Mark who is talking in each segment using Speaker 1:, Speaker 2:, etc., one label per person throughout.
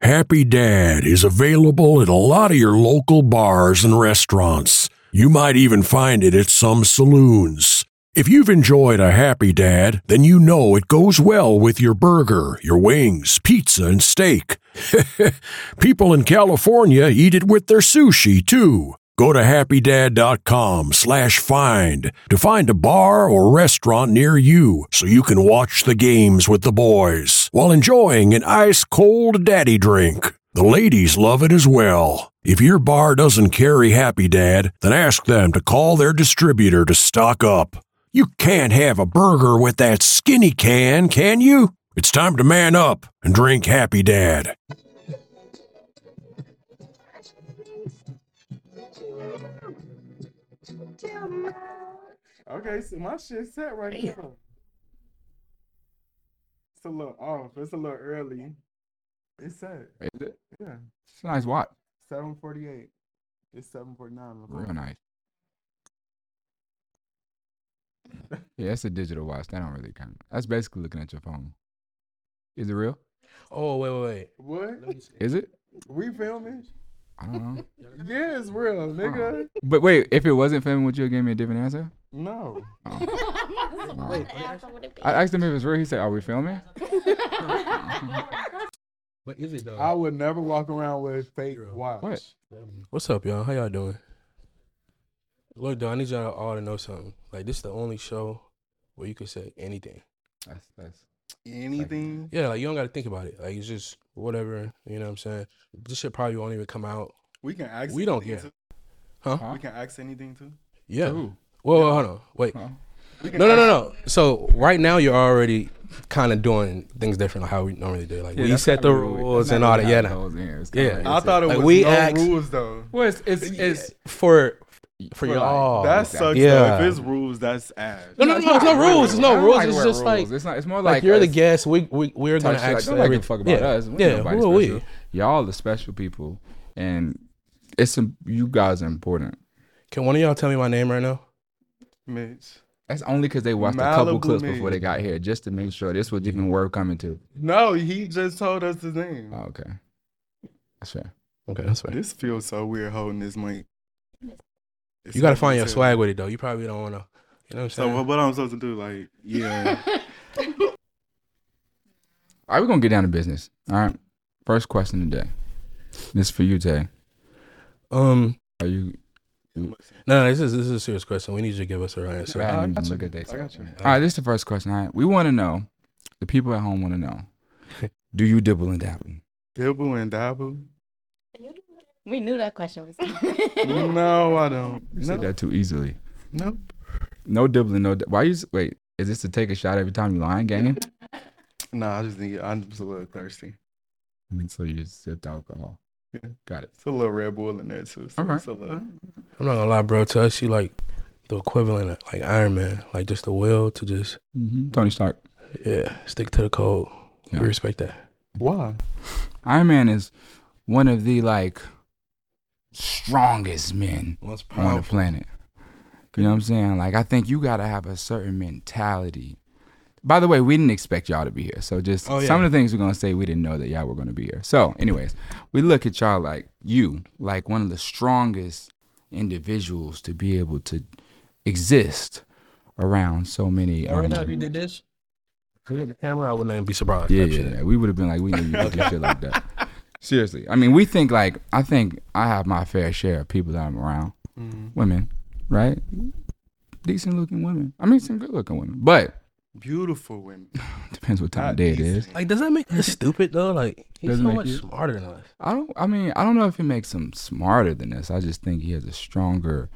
Speaker 1: Happy Dad is available at a lot of your local bars and restaurants. You might even find it at some saloons. If you've enjoyed a Happy Dad, then you know it goes well with your burger, your wings, pizza, and steak. People in California eat it with their sushi too. Go to happydad.com slash find to find a bar or restaurant near you so you can watch the games with the boys while enjoying an ice cold daddy drink. The ladies love it as well. If your bar doesn't carry Happy Dad, then ask them to call their distributor to stock up. You can't have a burger with that skinny can, can you? It's time to man up and drink Happy Dad.
Speaker 2: Okay, so my shit's set right here. It's a little off. It's a little early. It's set.
Speaker 3: Is it?
Speaker 2: Yeah.
Speaker 3: It's a nice watch.
Speaker 2: Seven forty eight. It's seven forty nine.
Speaker 3: Real nice. Yeah, it's a digital watch. That don't really count. That's basically looking at your phone. Is it real?
Speaker 4: Oh wait, wait, wait.
Speaker 2: What?
Speaker 4: Let me see.
Speaker 3: Is it?
Speaker 2: We filming?
Speaker 3: I don't know.
Speaker 2: Yeah, it's real, nigga.
Speaker 3: But wait, if it wasn't filming, would you have given me a different answer?
Speaker 2: No.
Speaker 5: What asshole would it be?
Speaker 3: I asked him if it's real. He said, "Are we filming?"
Speaker 4: What is it though?
Speaker 2: I would never walk around with fake
Speaker 4: Uh, Zero.
Speaker 2: watch.
Speaker 3: What?
Speaker 4: What's up, y'all? How y'all doing? Look, though, I need y'all all to know something. Like, this is the only show where you can say anything.
Speaker 3: That's that's.
Speaker 2: Anything?
Speaker 4: Yeah, like you don't got to think about it. Like it's just whatever. You know what I'm saying? This shit probably won't even come out.
Speaker 2: We can ask.
Speaker 4: We don't
Speaker 2: anything
Speaker 4: care.
Speaker 2: too?
Speaker 3: Huh?
Speaker 2: We can ask anything too.
Speaker 4: Yeah.
Speaker 3: Ooh.
Speaker 4: Well, hold on. Wait.
Speaker 3: Huh?
Speaker 2: We can
Speaker 4: No, no,
Speaker 2: ask-
Speaker 4: no, no. So right now you're already kind of doing things different than how we normally do. Like we set the rules and all that. Yeah. nah. Yeah.
Speaker 3: Yeah.
Speaker 2: I thought it
Speaker 4: Like,
Speaker 2: was
Speaker 4: we
Speaker 2: no
Speaker 4: ask-
Speaker 2: rules though.
Speaker 3: Well, it's it's, it's
Speaker 4: For for
Speaker 3: like,
Speaker 4: y'all.
Speaker 2: that
Speaker 3: exactly.
Speaker 2: sucks.
Speaker 4: Oh, Yeah.
Speaker 2: though. If it's rules, that's ass.
Speaker 4: no, no, no. There's no rules. There's
Speaker 3: I
Speaker 4: no
Speaker 3: don't
Speaker 4: rules.
Speaker 3: like the
Speaker 4: it's
Speaker 3: word
Speaker 4: just like
Speaker 3: rules. it's not. It's more
Speaker 4: like
Speaker 3: like
Speaker 4: you're the
Speaker 3: us
Speaker 4: guest. We we we're
Speaker 3: type
Speaker 4: gonna
Speaker 3: shit. Like,
Speaker 4: ask.
Speaker 3: don't like
Speaker 4: every-
Speaker 3: give a fuck about
Speaker 4: yeah.
Speaker 3: us. We
Speaker 4: yeah.
Speaker 3: yeah,
Speaker 4: Who are we?
Speaker 3: Y'all the special people, and it's some, you guys are important.
Speaker 4: Can one of y'all tell me my name right now?
Speaker 2: Mitch.
Speaker 3: That's only because they watched a couple
Speaker 2: Malibu
Speaker 3: clips
Speaker 2: Man.
Speaker 3: before they got here, just to make sure this was even worth coming to.
Speaker 2: No, he just told us his name.
Speaker 3: Oh, okay, that's fair.
Speaker 4: Okay, that's fine.
Speaker 2: This feels so weird holding this mic. It's
Speaker 4: You gotta
Speaker 2: so
Speaker 4: find your
Speaker 2: weird.
Speaker 4: swag with it though. You probably don't wanna. You know what I'm
Speaker 2: So
Speaker 4: saying?
Speaker 2: what, what I'm supposed to do? Like, yeah.
Speaker 3: All right, we're gonna get down to business. All right, first question today. This is for you, Tay.
Speaker 4: um,
Speaker 3: Are you?
Speaker 4: no, no, this is this is a serious question. We need you to give us a right
Speaker 3: I
Speaker 4: answer.
Speaker 3: hadn't
Speaker 2: I
Speaker 3: even
Speaker 2: got you.
Speaker 3: looked at that.
Speaker 2: I got you.
Speaker 3: All right, this is the first question. All right, we want to know. The people at home want to know. Do you dibble and dabble?
Speaker 2: Dibble and dabble?
Speaker 5: we knew that question was coming.
Speaker 2: No, I don't.
Speaker 3: You said
Speaker 2: No,
Speaker 3: that too easily.
Speaker 2: nope.
Speaker 3: No dibbling. No. Di- Why you? s- Wait. Is this to take a shot every time you lying, gang?
Speaker 2: Nah, I just need. I'm just a little thirsty.
Speaker 3: so you just sipped alcohol.
Speaker 2: Yeah.
Speaker 3: Got it.
Speaker 2: It's a little Red Bull in there too. So
Speaker 3: All right.
Speaker 2: It's a little.
Speaker 4: I'm not gonna lie, bro. To us, she like the equivalent of like Iron Man, like just the will to just
Speaker 3: hmm Tony Stark.
Speaker 4: yeah stick to the code.
Speaker 3: Yeah.
Speaker 4: We respect that.
Speaker 2: Why?
Speaker 3: Iron Man is one of the like strongest men
Speaker 4: What's
Speaker 3: on the planet. You know what I'm saying? Like I think you gotta have a certain mentality. By the way, we didn't expect y'all to be here. So just
Speaker 4: Oh, yeah.
Speaker 3: some of the things we're gonna say we didn't know that y'all were gonna be here. So, anyways, we look at y'all like you, like one of the strongest individuals to be able to exist around so many. um,
Speaker 4: this, the camera, I wouldn't even be surprised.
Speaker 3: yeah,
Speaker 4: type
Speaker 3: yeah,
Speaker 4: shit.
Speaker 3: yeah. We would have been like, we knew you could do shit like that. Seriously. I mean, we think like, I think I have my fair share of people that I'm around.
Speaker 2: Mm-hmm.
Speaker 3: Women, right? Decent looking women. I mean, some good looking women. But
Speaker 2: Beautiful women.
Speaker 3: depends what time
Speaker 2: Not
Speaker 3: of day it
Speaker 2: decent.
Speaker 3: is.
Speaker 4: Like, does that make us stupid though? Like, he's
Speaker 3: Doesn't
Speaker 4: so
Speaker 3: make
Speaker 4: much
Speaker 3: you-
Speaker 4: smarter than us.
Speaker 3: I don't, I mean, I don't know if it makes him smarter than us. I just think he has a stronger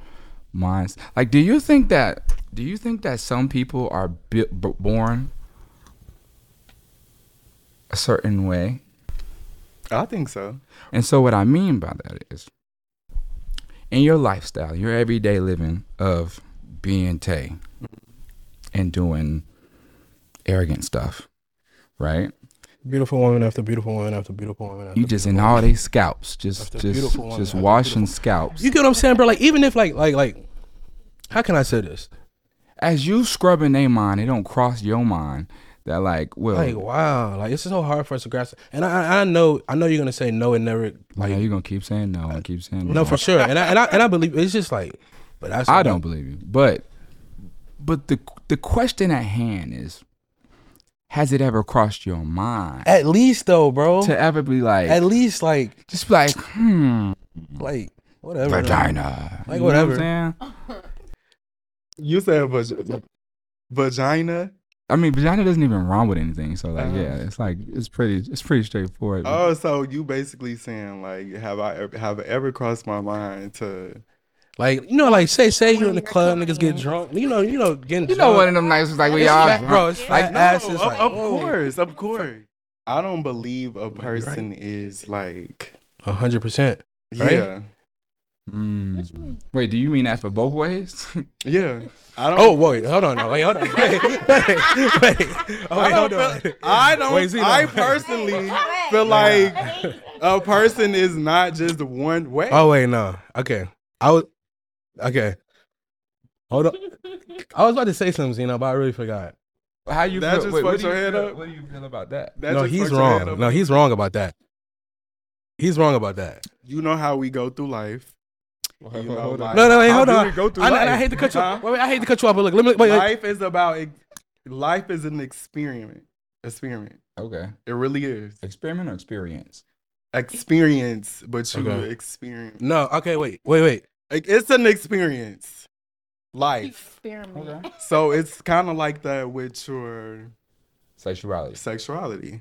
Speaker 3: mind. Like, do you think that, do you think that some people are bi- b- born a certain way?
Speaker 2: I think so.
Speaker 3: And so, what I mean by that is, in your lifestyle, your everyday living of being Tay and doing arrogant stuff, right?
Speaker 4: Beautiful woman after beautiful woman after beautiful woman. After
Speaker 3: You just in
Speaker 4: beautiful
Speaker 3: all
Speaker 4: woman.
Speaker 3: these scalps, just
Speaker 4: After
Speaker 3: just
Speaker 4: beautiful woman,
Speaker 3: just
Speaker 4: after
Speaker 3: washing scalps.
Speaker 4: You get what I'm saying, bro? Like, even if like like like, how can I say this?
Speaker 3: As you scrubbing their mind, it don't cross your mind that like well
Speaker 4: Like wow, like it's so hard for us to grasp. And I, I- I know, I know you're gonna say no and never
Speaker 3: like
Speaker 4: like
Speaker 3: you're gonna keep saying no and keep saying
Speaker 4: no for sure. And I and I and I believe it's just like, but that's
Speaker 3: I don't believe you. But but the the question at hand is has it ever crossed your mind
Speaker 4: At least though, bro.
Speaker 3: to ever be like
Speaker 4: At least like
Speaker 3: just be like hmm
Speaker 4: like whatever.
Speaker 3: vagina
Speaker 4: Like,
Speaker 3: You know what I'm
Speaker 4: whatever.
Speaker 3: saying?
Speaker 2: You said vag- vagina.
Speaker 3: I mean vagina doesn't even rhyme with anything so like
Speaker 2: Uh-huh.
Speaker 3: yeah it's like it's pretty it's pretty straightforward
Speaker 2: Oh, so you basically saying like, have I ever, have it ever crossed my mind to?
Speaker 4: Like you know, like say say you're in the
Speaker 5: You're
Speaker 4: club,
Speaker 5: coming
Speaker 4: niggas get
Speaker 5: in.
Speaker 4: drunk. You know, you know, getting
Speaker 3: you
Speaker 4: drunk.
Speaker 3: know one of them nights was like we
Speaker 4: It's
Speaker 3: all
Speaker 4: fat, bro. It's
Speaker 5: Yeah.
Speaker 4: like ass is
Speaker 2: of,
Speaker 4: like
Speaker 2: of
Speaker 4: whoa.
Speaker 2: course, of course. I don't believe a
Speaker 4: be right.
Speaker 2: person is like.
Speaker 4: A hundred percent. Right?
Speaker 2: Yeah,
Speaker 3: Mm. wait do you mean that for both ways
Speaker 2: yeah. I don't.
Speaker 4: Oh wait, hold on, now. wait, hold on, wait, wait, wait. Oh,
Speaker 2: I
Speaker 4: wait,
Speaker 2: don't
Speaker 4: hold on.
Speaker 2: feel- I don't.
Speaker 4: Wait, Zeno.
Speaker 2: I personally feel like a person is not just one way.
Speaker 4: Oh wait, no. Okay, I was okay. Hold up. I was about to say something, Zeno, but I really forgot.
Speaker 3: how you
Speaker 2: That
Speaker 3: feel,
Speaker 2: just
Speaker 3: wait, what
Speaker 2: fucked
Speaker 3: do
Speaker 2: your
Speaker 3: you
Speaker 2: head
Speaker 3: feel-
Speaker 2: up?
Speaker 3: what do you feel about that
Speaker 2: That
Speaker 4: no,
Speaker 2: just
Speaker 4: he's
Speaker 2: fucked your head
Speaker 4: wrong.
Speaker 2: up.
Speaker 4: No, he's wrong about that. He's wrong about that.
Speaker 2: You know how we go through life. You know, like,
Speaker 4: No, no, wait,
Speaker 2: how
Speaker 4: hold
Speaker 2: do
Speaker 4: on.
Speaker 2: we go through
Speaker 4: I,
Speaker 2: life?
Speaker 4: I hate to cut you.
Speaker 2: Huh?
Speaker 4: Wait, wait, I hate to cut you off, but look, let me. Wait, wait.
Speaker 2: life is about ex- life is an experiment. Experiment.
Speaker 3: okay
Speaker 2: It really is.
Speaker 3: experiment or experience
Speaker 2: Experience, but you
Speaker 4: Okay.
Speaker 2: experience.
Speaker 4: No, okay, wait, wait, wait.
Speaker 2: Like, it's an experience. Life.
Speaker 5: Experiment.
Speaker 2: So it's kind of like that with your
Speaker 3: sexuality
Speaker 2: sexuality.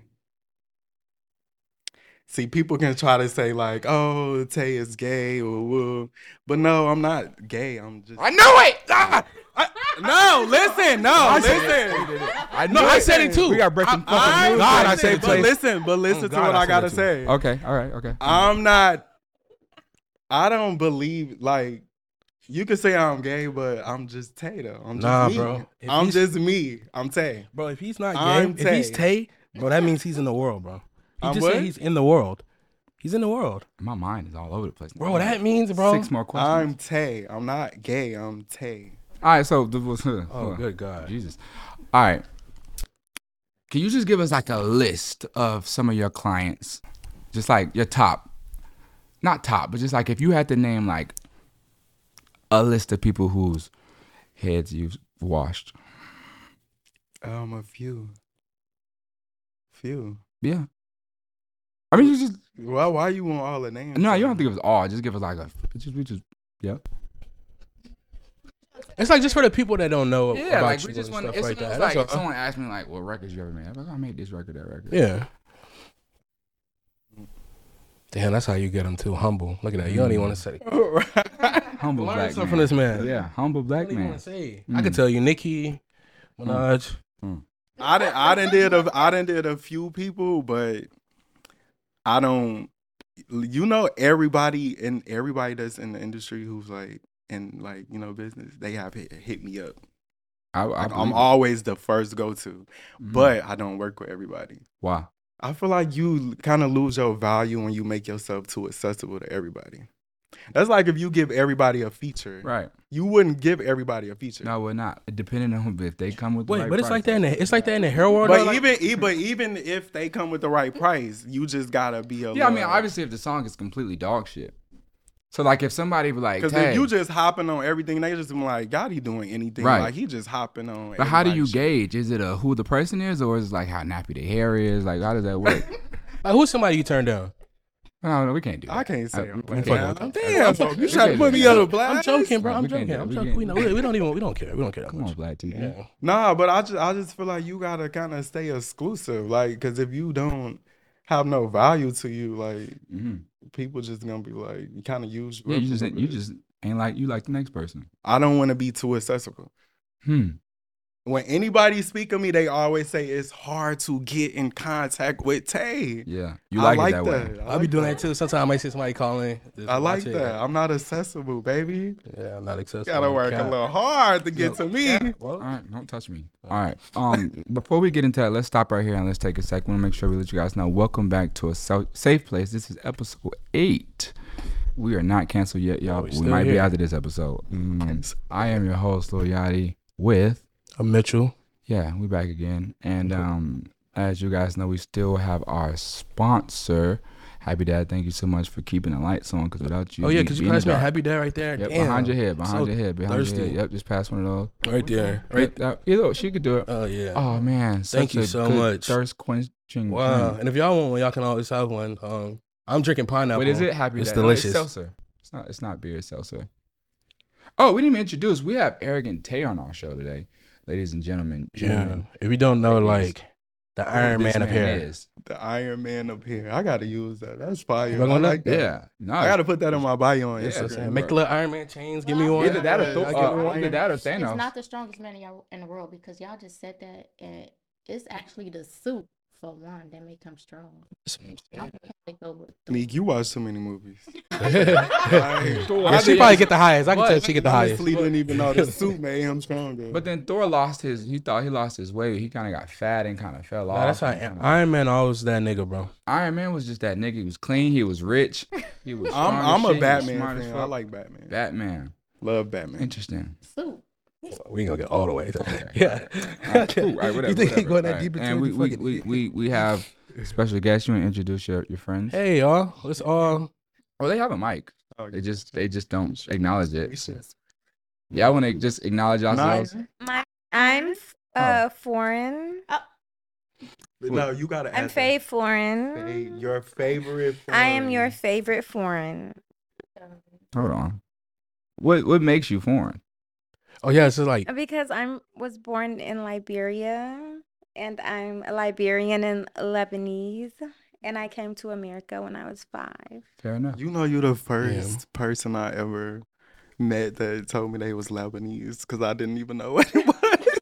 Speaker 2: See, people can try to say like, "Oh, Tay is gay," or "Woo," but no, I'm not gay. I'm just.
Speaker 3: knew it.
Speaker 2: Ah! no, listen, no,
Speaker 3: said
Speaker 2: listen.
Speaker 3: I
Speaker 4: No, I said it too.
Speaker 3: We got breaking fucking
Speaker 2: I-
Speaker 3: news.
Speaker 4: God,
Speaker 3: right
Speaker 4: I
Speaker 3: now.
Speaker 4: said
Speaker 2: But
Speaker 4: place.
Speaker 2: listen, but listen
Speaker 4: Oh,
Speaker 2: to
Speaker 4: God,
Speaker 2: what
Speaker 4: I
Speaker 2: I,
Speaker 4: said
Speaker 2: gotta
Speaker 4: that too. Oh.
Speaker 2: say.
Speaker 3: Okay, all right, okay.
Speaker 2: I'm not. I don't believe like you could say I'm gay, but I'm just Tay though. I'm just
Speaker 4: Nah,
Speaker 2: me.
Speaker 4: bro. If
Speaker 2: I'm
Speaker 4: he's-
Speaker 2: just me. I'm Tay.
Speaker 4: Bro, if he's not
Speaker 2: I'm
Speaker 4: gay, if he's Tay, bro, that means he's in the world, bro. He
Speaker 2: I'm
Speaker 4: just said
Speaker 2: what?
Speaker 4: he's in the world. He's in the world,
Speaker 3: My mind is all over the place.
Speaker 4: bro. That means, bro.
Speaker 3: Oh. Six more questions.
Speaker 2: I'm Tay. I'm not gay. I'm Tay.
Speaker 3: all right, so the was huh,
Speaker 4: Oh,
Speaker 3: huh.
Speaker 4: good God.
Speaker 3: Jesus. All right. Can you just give us like a list of some of your clients? Just like your top. Not top, but just like if you had to name like a list of people whose heads you've washed.
Speaker 2: Um, a few. Few.
Speaker 3: Yeah. I mean, you just
Speaker 2: Why? Why you want all the names?
Speaker 3: no, you don't have to give us all. Just give us like a just we just yeah.
Speaker 4: It's like just for the people that don't know
Speaker 3: Yeah,
Speaker 4: about
Speaker 3: like
Speaker 4: you
Speaker 3: we just want.
Speaker 4: and stuff
Speaker 3: It's
Speaker 4: like that.
Speaker 3: like
Speaker 4: That's
Speaker 3: if
Speaker 4: all.
Speaker 3: someone asked me like, "What records you ever made?" I'm like, "I made this record, that record."
Speaker 4: Yeah. Damn, that's how you get him too humble. Look at that. You don't even want to say.
Speaker 3: Mm. humble
Speaker 4: Learn
Speaker 3: black
Speaker 4: something
Speaker 3: man.
Speaker 4: from this man.
Speaker 3: Yeah, humble
Speaker 4: I
Speaker 3: black
Speaker 4: don't even
Speaker 3: man.
Speaker 4: want to say.
Speaker 3: Mm.
Speaker 4: I could tell you, Nicki Minaj.
Speaker 2: I didn't. I didn't did a. I didn't did a few people, but I don't. You know, everybody and everybody that's in the industry who's like in like you know business, they have hit, hit me up.
Speaker 3: I, I
Speaker 2: Like,
Speaker 3: believe
Speaker 2: I'm
Speaker 3: it.
Speaker 2: always the first go to,
Speaker 3: Mhm.
Speaker 2: Mm-hmm. but I don't work with everybody.
Speaker 3: why?
Speaker 2: I feel like you kind of lose your value when you make yourself too accessible to everybody. That's like if you give everybody a feature,
Speaker 3: Right?
Speaker 2: you wouldn't give everybody a feature.
Speaker 3: No, we're not. Depending on if they come with. the
Speaker 4: Wait,
Speaker 3: right
Speaker 4: but it's like that.
Speaker 3: price.
Speaker 4: In the, it's like that in the hair
Speaker 3: Oh,
Speaker 4: world. though,
Speaker 2: But
Speaker 4: like-
Speaker 2: even e- but even if they come with the right price, you just gotta be a
Speaker 3: Yeah, I mean,
Speaker 2: little-
Speaker 3: obviously, if the song is completely dog shit. So like, if somebody was like,
Speaker 2: Cause
Speaker 3: "Hey,"
Speaker 2: if you just hopping on everything, they just be like, God, he doing anything.
Speaker 3: Right.
Speaker 2: Like he just hopping on.
Speaker 3: but how do you
Speaker 2: everybody's shit.
Speaker 3: gauge? Is it a who the person is, or is it like how nappy the hair is? Like, how does that work?
Speaker 4: like, who's somebody you turned down?
Speaker 3: no, no, we can't do that.
Speaker 2: I can't say.
Speaker 3: Uh,
Speaker 2: I'm
Speaker 3: we can't do
Speaker 2: damn,
Speaker 3: that.
Speaker 2: damn, bro, you trying to
Speaker 3: can't
Speaker 2: put
Speaker 3: do
Speaker 2: me
Speaker 3: that.
Speaker 2: on a blast?
Speaker 4: I'm joking, bro.
Speaker 3: Nah,
Speaker 4: I'm
Speaker 3: we can't
Speaker 4: joking.
Speaker 3: do-
Speaker 4: I'm
Speaker 3: we
Speaker 4: joking.
Speaker 3: can't
Speaker 4: We, know, we, we don't even. We don't care. We don't care that
Speaker 3: Come on,
Speaker 4: much.
Speaker 3: Black TV.
Speaker 4: Yeah.
Speaker 2: Nah, but I just I just feel like you gotta kind of stay exclusive, like, cause if you don't have no value to you, like,
Speaker 3: hmm
Speaker 2: people just gonna be like, you kind of use.
Speaker 3: Yeah, you just ain't- you just ain't like you like the next person.
Speaker 2: I don't want to be too accessible.
Speaker 3: Hmm.
Speaker 2: When anybody speak of me, they always say it's hard to get in contact with Tay.
Speaker 3: Yeah, you
Speaker 2: I
Speaker 3: like,
Speaker 2: like
Speaker 3: it that,
Speaker 2: that.
Speaker 3: way.
Speaker 2: I
Speaker 4: I'll be
Speaker 2: like
Speaker 4: doing
Speaker 2: that.
Speaker 4: that too. Sometimes I might see somebody calling.
Speaker 2: I like that. I'm not accessible, baby.
Speaker 4: Yeah, I'm not accessible.
Speaker 2: Gotta work a
Speaker 4: Cap.
Speaker 2: little hard to get to me.
Speaker 4: Cap.
Speaker 3: All
Speaker 4: Well,
Speaker 3: right, don't touch me.
Speaker 4: Uh,
Speaker 3: All right. Um, before we get into that, let's stop right here and let's take a sec. want to make sure we let you guys know. Welcome back to a so- safe place. This is episode eight. We are not canceled yet, y'all. but
Speaker 4: we
Speaker 3: we
Speaker 4: still
Speaker 3: might be
Speaker 4: here.
Speaker 3: after this episode. Mm, I am your host, Lil Yachty, with
Speaker 4: I'm Mitchell.
Speaker 3: Yeah, we back again. And um as you guys know, we still have our sponsor. Happy Dad, thank you so much for keeping the lights on because without you.
Speaker 4: Oh yeah,
Speaker 3: we'd
Speaker 4: could
Speaker 3: be
Speaker 4: you
Speaker 3: in the
Speaker 4: pass me a
Speaker 3: dark.
Speaker 4: happy dad right there?
Speaker 3: Yep,
Speaker 4: Damn.
Speaker 3: behind your head, behind
Speaker 4: So
Speaker 3: your head, behind your head.
Speaker 4: thirsty.
Speaker 3: Yep, just pass one of those.
Speaker 4: Right there. Right.
Speaker 3: Right. either way, she could do it.
Speaker 4: Oh yeah.
Speaker 3: Oh man,
Speaker 4: Thank
Speaker 3: such
Speaker 4: you
Speaker 3: a
Speaker 4: so
Speaker 3: good
Speaker 4: much.
Speaker 3: Thirst quenching.
Speaker 4: wow.
Speaker 3: drink.
Speaker 4: And if y'all want one, y'all can always have one. Um, I'm drinking pineapple.
Speaker 3: What is it? Happy
Speaker 4: It's
Speaker 3: Dad. No,
Speaker 4: delicious.
Speaker 3: it's seltzer. It's not. It's not beer. It's seltzer. Oh, we didn't even introduce. We have arrogant Tay on our show today, ladies and gentlemen.
Speaker 4: Yeah.
Speaker 3: gentlemen.
Speaker 4: If you don't know,
Speaker 3: Mm. It is.
Speaker 4: like the Iron
Speaker 3: This
Speaker 4: Man of
Speaker 3: man
Speaker 4: hair.
Speaker 3: is-
Speaker 2: The Iron Man up here. I gotta use that. That's fire.
Speaker 4: Y'all
Speaker 2: I
Speaker 4: gonna-
Speaker 2: like that.
Speaker 3: Yeah. No.
Speaker 2: I gotta put that in my bio on
Speaker 3: Yeah,
Speaker 4: So,
Speaker 2: Instagram.
Speaker 4: saying, make a little Iron Man chains. Give me one.
Speaker 3: Either that or
Speaker 2: Yeah,
Speaker 3: Thor-
Speaker 2: I get
Speaker 3: uh,
Speaker 2: one.
Speaker 3: either that or Thanos.
Speaker 5: It's not the strongest man in, y'all, in the world because y'all just said that, and it's actually the suit for one that make him strong. Y'all can't let go with the-
Speaker 2: Meek, you watch too many movies.
Speaker 4: Yeah,
Speaker 3: Thor-
Speaker 4: she probably get the highest. I can
Speaker 3: What?
Speaker 4: tell she get the highest.
Speaker 2: Honestly, didn't even know the suit made him stronger.
Speaker 3: But then Thor lost his. He thought he lost his weight. He kind of got fat and kind of fell
Speaker 4: Nah,
Speaker 3: off.
Speaker 4: that's how
Speaker 3: and kinda-
Speaker 4: Iron Man always that nigga, bro.
Speaker 3: Iron Man was just that nigga. He was clean. He was rich. He was. strong as
Speaker 2: I'm, I'm
Speaker 3: shit,
Speaker 2: a
Speaker 3: he was smart
Speaker 2: Batman
Speaker 3: as
Speaker 2: fan. I
Speaker 3: fuck.
Speaker 2: like Batman.
Speaker 3: Batman.
Speaker 2: Love Batman.
Speaker 3: Interesting.
Speaker 5: suit.
Speaker 4: We ain't gonna get all the way.
Speaker 3: Okay.
Speaker 4: Yeah.
Speaker 3: All right, Uh, cool. All right, whatever.
Speaker 4: you think he
Speaker 3: whatever.
Speaker 4: going
Speaker 3: All
Speaker 4: that
Speaker 3: right.
Speaker 4: deep into
Speaker 3: And we, we, we, we, we have special guests. You want to introduce your, your friends?
Speaker 4: Hey y'all, it's all
Speaker 3: Oh, they have a mic.
Speaker 2: Oh,
Speaker 3: They just they just don't acknowledge
Speaker 2: we
Speaker 3: it.
Speaker 2: should-
Speaker 3: Yeah, I want to just acknowledge ourselves.
Speaker 6: My I'm f- uh foreign.
Speaker 2: Uh, No, you gotta.
Speaker 6: I'm
Speaker 2: ask that.
Speaker 6: Faye Foreign.
Speaker 2: Faye, your favorite.
Speaker 6: I am your
Speaker 2: foreign-
Speaker 6: favorite foreign.
Speaker 3: Hold on. What what makes you foreign?
Speaker 4: Oh yeah, it's just like
Speaker 6: Because I'm was born in Liberia and I'm a Liberian and Lebanese and I came to America when I was 5.
Speaker 3: Fair enough.
Speaker 2: You know, you the first person I ever met that told me they was Lebanese because I didn't even know what it was.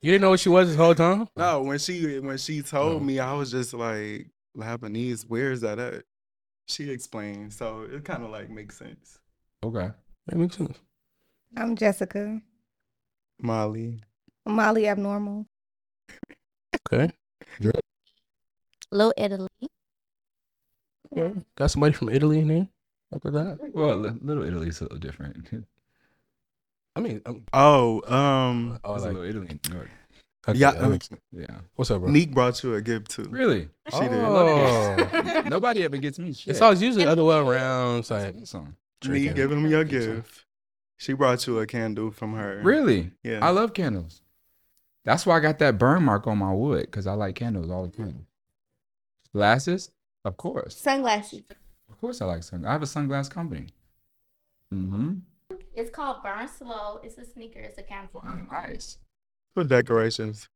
Speaker 4: you didn't know what she was this whole time.
Speaker 3: Oh.
Speaker 2: No, when she when she told
Speaker 4: Oh.
Speaker 2: me, I was just like, Lebanese, where is that at? She explained, so it kind of like makes sense.
Speaker 3: Okay.
Speaker 4: That makes sense.
Speaker 7: I'm Jessica.
Speaker 2: Molly,
Speaker 7: Molly Abnormal.
Speaker 4: Okay.
Speaker 5: Little Italy.
Speaker 4: Got somebody from Italy in here. Look at that.
Speaker 3: Well, Li- Little Italy's a little different. It's
Speaker 4: I mean, I'm,
Speaker 2: Oh, um,
Speaker 3: a
Speaker 4: oh, like,
Speaker 3: Little Italy in New York.
Speaker 4: okay,
Speaker 2: yeah,
Speaker 4: that
Speaker 2: um,
Speaker 4: makes-
Speaker 3: Yeah.
Speaker 4: what's up, bro?
Speaker 2: Neek brought you a gift too.
Speaker 3: Really?
Speaker 2: She did.
Speaker 4: Oh.
Speaker 3: Nobody ever gets me shit.
Speaker 4: It's always usually the other way around. It's like
Speaker 3: That's awesome.
Speaker 2: Neek,
Speaker 4: drinking.
Speaker 2: give him your
Speaker 4: Drinking.
Speaker 2: gift. She brought you a candle from her.
Speaker 3: Really?
Speaker 2: Yeah.
Speaker 3: I love candles. That's why I got that burn mark on my wood because I like candles all the time. Glasses? Of course.
Speaker 7: Sunglasses.
Speaker 3: Of course I like sun. I have a sunglass company. Mm-hmm.
Speaker 5: It's called Burn Slow. It's a sneaker. It's a camel.
Speaker 3: Nice.
Speaker 2: For decorations.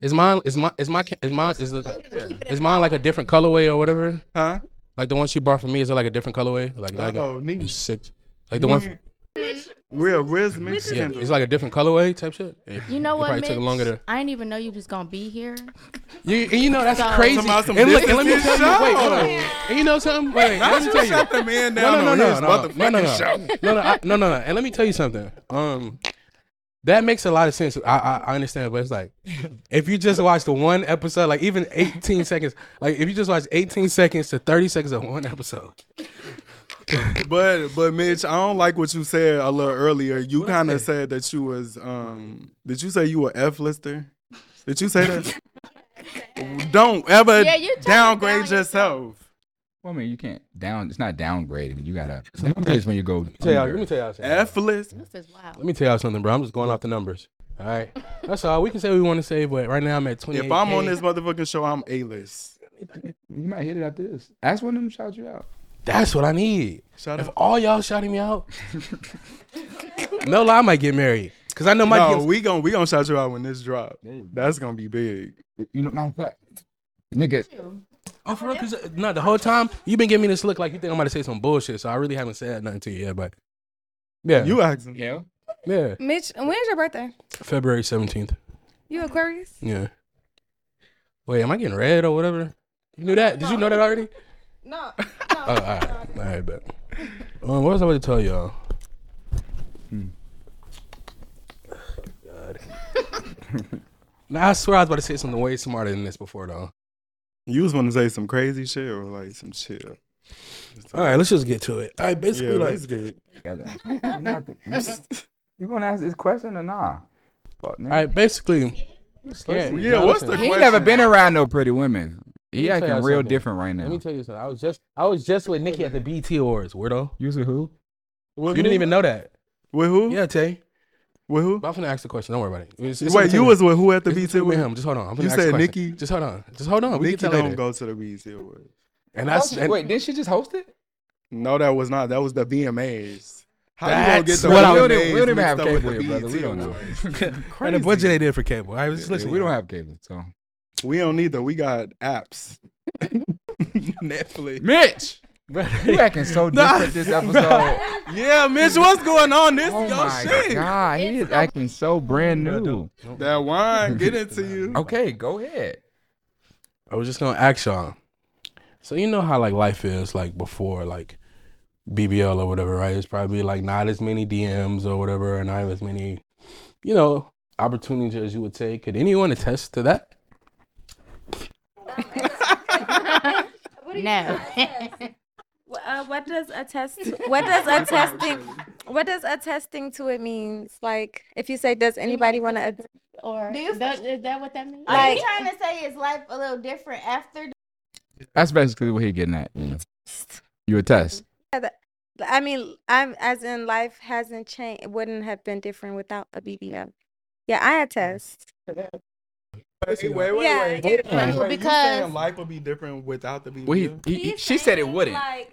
Speaker 4: is mine is my is my ca- is mine is the is mine like a different colorway or whatever?
Speaker 2: Huh?
Speaker 4: Like the one she brought for me is it like a different colorway? Like like a
Speaker 2: Oh, Neek.
Speaker 4: six. Like the one, f-
Speaker 2: Real, where's Mick's
Speaker 4: yeah,
Speaker 2: candle?
Speaker 4: it's like a different colorway type shit. It-
Speaker 5: You know
Speaker 4: it
Speaker 5: what,
Speaker 4: Probably
Speaker 5: Mitch?
Speaker 4: took longer to.
Speaker 5: I didn't even know you was gonna be here.
Speaker 4: You, and you know that's
Speaker 5: Some-
Speaker 4: crazy.
Speaker 2: Talking about some
Speaker 4: and, look, and let me
Speaker 2: business
Speaker 4: tell you, wait, hold on.
Speaker 2: show.
Speaker 4: And you know something? Wait, let me
Speaker 2: Don't
Speaker 4: tell
Speaker 2: you shut
Speaker 4: you.
Speaker 2: the man
Speaker 4: No,
Speaker 2: down
Speaker 4: no, no,
Speaker 2: on
Speaker 4: no,
Speaker 2: his
Speaker 4: no, no, no, no,
Speaker 2: motherfucking show.
Speaker 4: no, no, I- no, no, no. And let me tell you something. Um, that makes a lot of sense. I, I, I understand, but it's like if you just watch the one episode, like even 18 seconds, like if you just watch 18 seconds to 30 seconds of one episode,
Speaker 2: But but Mitch, I don't like what you said a little earlier. You kind of said that you was um. Did you say you were F lister? Did you say that? don't ever
Speaker 5: Yeah, you trying to
Speaker 2: downgrade
Speaker 5: down
Speaker 2: yourself.
Speaker 3: Well, I mean, you can't down. It's not downgrading. You gotta. Downgrade is when you go.
Speaker 4: tell y'all, let
Speaker 3: under.
Speaker 4: me tell y'all something.
Speaker 2: F list.
Speaker 5: This is wild.
Speaker 4: Let me tell y'all something, bro. I'm just going off the numbers. All right, that's all. We can say we want to say, but right now I'm at 28.
Speaker 2: If I'm on this motherfucking show, I'm A list.
Speaker 3: You might hit it after this. Ask one of them to shout you out.
Speaker 4: that's what I need.
Speaker 2: Shut
Speaker 4: If
Speaker 2: up.
Speaker 4: all y'all shouting me out, no lie, I might get married. Cause I know my
Speaker 2: No,
Speaker 4: DMs-
Speaker 2: we gon' we gonna shout you out when this drop. That's gonna be big.
Speaker 3: You know, matter of fact, nigga.
Speaker 4: Oh, for real? Cause uh, no, the whole time you've been giving me this look like you think I'm about to say some bullshit. So I really haven't said nothing to you yet, but yeah,
Speaker 2: You asking?
Speaker 3: Yeah.
Speaker 4: yeah.
Speaker 7: Mitch, when's your birthday?
Speaker 4: February seventeenth.
Speaker 7: You Aquarius?
Speaker 4: Yeah. Wait, am I getting red or whatever? You knew that? Did you know that already?
Speaker 7: No.
Speaker 4: Oh, all right, all right, bet. Um, what was I about to tell y'all? God. nah, I swear I was about to say something way smarter than this before though.
Speaker 2: You was want to say some crazy shit or like some shit?
Speaker 4: All right, let's just get to it. I
Speaker 2: Yeah,
Speaker 4: basically like
Speaker 2: that's good.
Speaker 3: you gonna ask this question or nah? Fuck, nigga.
Speaker 4: All right, basically. Yeah,
Speaker 2: Yeah, what's the
Speaker 3: He ain't
Speaker 2: question?
Speaker 3: never been around no pretty women. He
Speaker 4: me tell
Speaker 3: acting
Speaker 4: y'all
Speaker 3: real
Speaker 4: something.
Speaker 3: different right now.
Speaker 4: Let me tell you something. I was just I was just with Nikki at the BT Awards, weirdo.
Speaker 3: you see who?
Speaker 2: With
Speaker 4: You
Speaker 2: who?
Speaker 4: didn't even know that.
Speaker 2: With who?
Speaker 4: Yeah, Tay.
Speaker 2: With who?
Speaker 4: But I'm finna ask the question. Don't worry about it. It's- it's
Speaker 2: Wait,
Speaker 4: between
Speaker 2: you
Speaker 4: us.
Speaker 2: was with who at the
Speaker 4: It's
Speaker 2: BT?
Speaker 4: between me and
Speaker 2: Awards?
Speaker 4: him. Just hold on. I'm finna
Speaker 2: You
Speaker 4: ask the
Speaker 2: said
Speaker 4: question.
Speaker 2: Nikki?
Speaker 4: Just hold on. Just hold on. We
Speaker 2: Nikki
Speaker 4: can tell
Speaker 2: don't
Speaker 4: later.
Speaker 2: go to the BT Awards.
Speaker 4: And that's and,
Speaker 3: wait, didn't she just host it?
Speaker 2: No, that was not. That was the VMAs. How you gonna
Speaker 4: That's
Speaker 2: get the
Speaker 4: what I
Speaker 2: VMAs
Speaker 4: was-
Speaker 3: we don't, we don't even
Speaker 2: mixed
Speaker 3: have
Speaker 2: up with
Speaker 3: cable
Speaker 2: the
Speaker 3: here, brother. We
Speaker 2: BET
Speaker 3: don't know.
Speaker 2: Awards?
Speaker 4: and the budget they did for cable. I was just listening.
Speaker 3: we don't have cable, so.
Speaker 2: We don't either. We got apps. Netflix.
Speaker 3: Mitch, you acting so
Speaker 4: Nah.
Speaker 3: different this episode.
Speaker 2: Yeah, Mitch, what's going on? This
Speaker 3: oh
Speaker 2: is your
Speaker 3: my
Speaker 2: shit.
Speaker 3: god, he is acting so brand
Speaker 4: No,
Speaker 3: new.
Speaker 4: don't.
Speaker 2: That wine get into you.
Speaker 3: Okay, go ahead.
Speaker 4: I was just gonna ask y'all. So you know how like life is like before like BBL or whatever, right? It's probably like not as many DMs or whatever, and not as many, you know, opportunities as you would take. Could anyone attest to that?
Speaker 5: No.
Speaker 6: Wh- Uh, what does attest? What does attesting? What does attesting to it means? Like, if you say, does anybody want to?
Speaker 5: or
Speaker 7: Do you-
Speaker 5: that, is that what that means?
Speaker 8: I'm
Speaker 6: Like-
Speaker 8: trying to say is life a little different after
Speaker 3: That's basically what he getting at. You, know. you a test.
Speaker 6: I mean, I'm as in life hasn't changed. Wouldn't have been different without a BBL. Yeah,
Speaker 3: Mm.
Speaker 6: I attest.
Speaker 2: Wait, wait, wait,
Speaker 6: Yeah,
Speaker 2: wait.
Speaker 6: yeah.
Speaker 2: Wait, wait, you saying
Speaker 8: Because-
Speaker 2: life would be different without the BBL?
Speaker 3: Well, he, he, he- she said it wouldn't.
Speaker 6: Like,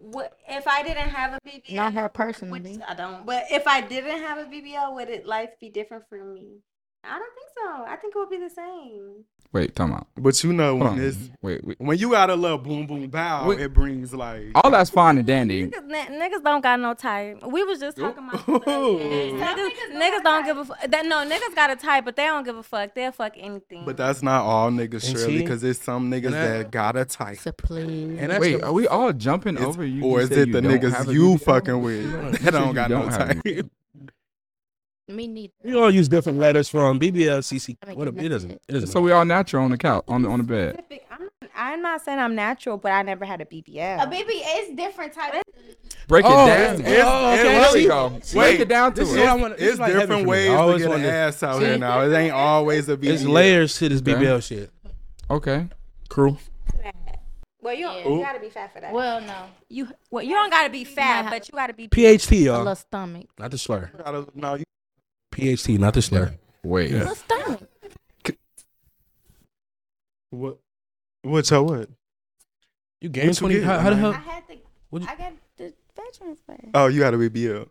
Speaker 6: what if I didn't have a BBL?
Speaker 5: Not her
Speaker 6: Which
Speaker 5: personally.
Speaker 6: I don't. But if I didn't have a BBL, would it life be different for me? I don't think so. I think it would be the same.
Speaker 3: Wait, time out.
Speaker 2: but you know
Speaker 3: Hold
Speaker 2: when
Speaker 3: on.
Speaker 2: this
Speaker 3: Wait, wait.
Speaker 2: when you got a little boom boom bow,
Speaker 3: Wait.
Speaker 2: it brings like
Speaker 3: All that's fine and dandy.
Speaker 6: Niggas, n- niggas don't got no type. We was just talking about
Speaker 2: Ooh.
Speaker 6: this the other day. niggas, niggas don't give a fuck. That no niggas got a type, but they don't give a fuck. They'll fuck anything.
Speaker 2: But that's not all niggas,
Speaker 4: And
Speaker 2: surely,
Speaker 4: see?
Speaker 2: because there's some niggas
Speaker 4: And that-
Speaker 2: that got a type.
Speaker 5: So please.
Speaker 4: And that's
Speaker 3: Wait,
Speaker 4: the-
Speaker 3: are we all jumping
Speaker 2: It's-
Speaker 3: over you?
Speaker 2: or
Speaker 3: You
Speaker 2: is
Speaker 3: said
Speaker 2: it
Speaker 3: you
Speaker 2: the
Speaker 3: don't
Speaker 2: niggas
Speaker 3: have a
Speaker 2: you
Speaker 3: BBL?
Speaker 2: fucking with
Speaker 3: You
Speaker 2: that don't got no
Speaker 3: don't have
Speaker 2: type?
Speaker 3: a
Speaker 5: me neither.
Speaker 4: you all use different letters from BBL, CC.
Speaker 5: I mean,
Speaker 4: What it doesn't. It doesn't.
Speaker 3: So we all natural on the couch, on the on the bed.
Speaker 6: Specific- I'm, not- I'm not saying I'm natural, but I never had a BBL.
Speaker 8: a BB is different type. of
Speaker 3: Break it
Speaker 4: Oh,
Speaker 3: down.
Speaker 4: it's- Oh, okay,
Speaker 3: There we
Speaker 4: see?
Speaker 3: go. Break
Speaker 2: Wait,
Speaker 3: it down to
Speaker 4: this is
Speaker 3: it.
Speaker 4: what I wanna- this
Speaker 2: It's
Speaker 4: is like heaven
Speaker 2: different
Speaker 4: for me. I
Speaker 2: ways to
Speaker 4: always
Speaker 2: get an
Speaker 4: wanted-
Speaker 2: ass out
Speaker 4: See?
Speaker 2: here now. It ain't always a BBL.
Speaker 4: It's layers to this
Speaker 3: Okay.
Speaker 4: BBL shit.
Speaker 3: Okay.
Speaker 4: Crew.
Speaker 6: well, you,
Speaker 5: Yeah.
Speaker 6: don't you gotta be fat for that.
Speaker 5: Well, no.
Speaker 6: you well, you don't gotta be fat,
Speaker 5: have-
Speaker 6: but you gotta be.
Speaker 4: PHT,
Speaker 5: A
Speaker 4: y'all.
Speaker 5: little stomach.
Speaker 4: not the slur.
Speaker 2: No, you-
Speaker 4: PHT, not the slur.
Speaker 3: Wait.
Speaker 5: A little stomach.
Speaker 2: what? What's her what?
Speaker 4: You gained
Speaker 2: What you
Speaker 4: 20.
Speaker 2: get,
Speaker 4: How, how the
Speaker 2: man?
Speaker 8: I
Speaker 4: hell?
Speaker 8: had the
Speaker 4: Would you-
Speaker 8: I got the veterans
Speaker 6: Mm.
Speaker 8: plan.
Speaker 2: Oh, you got to be BBL.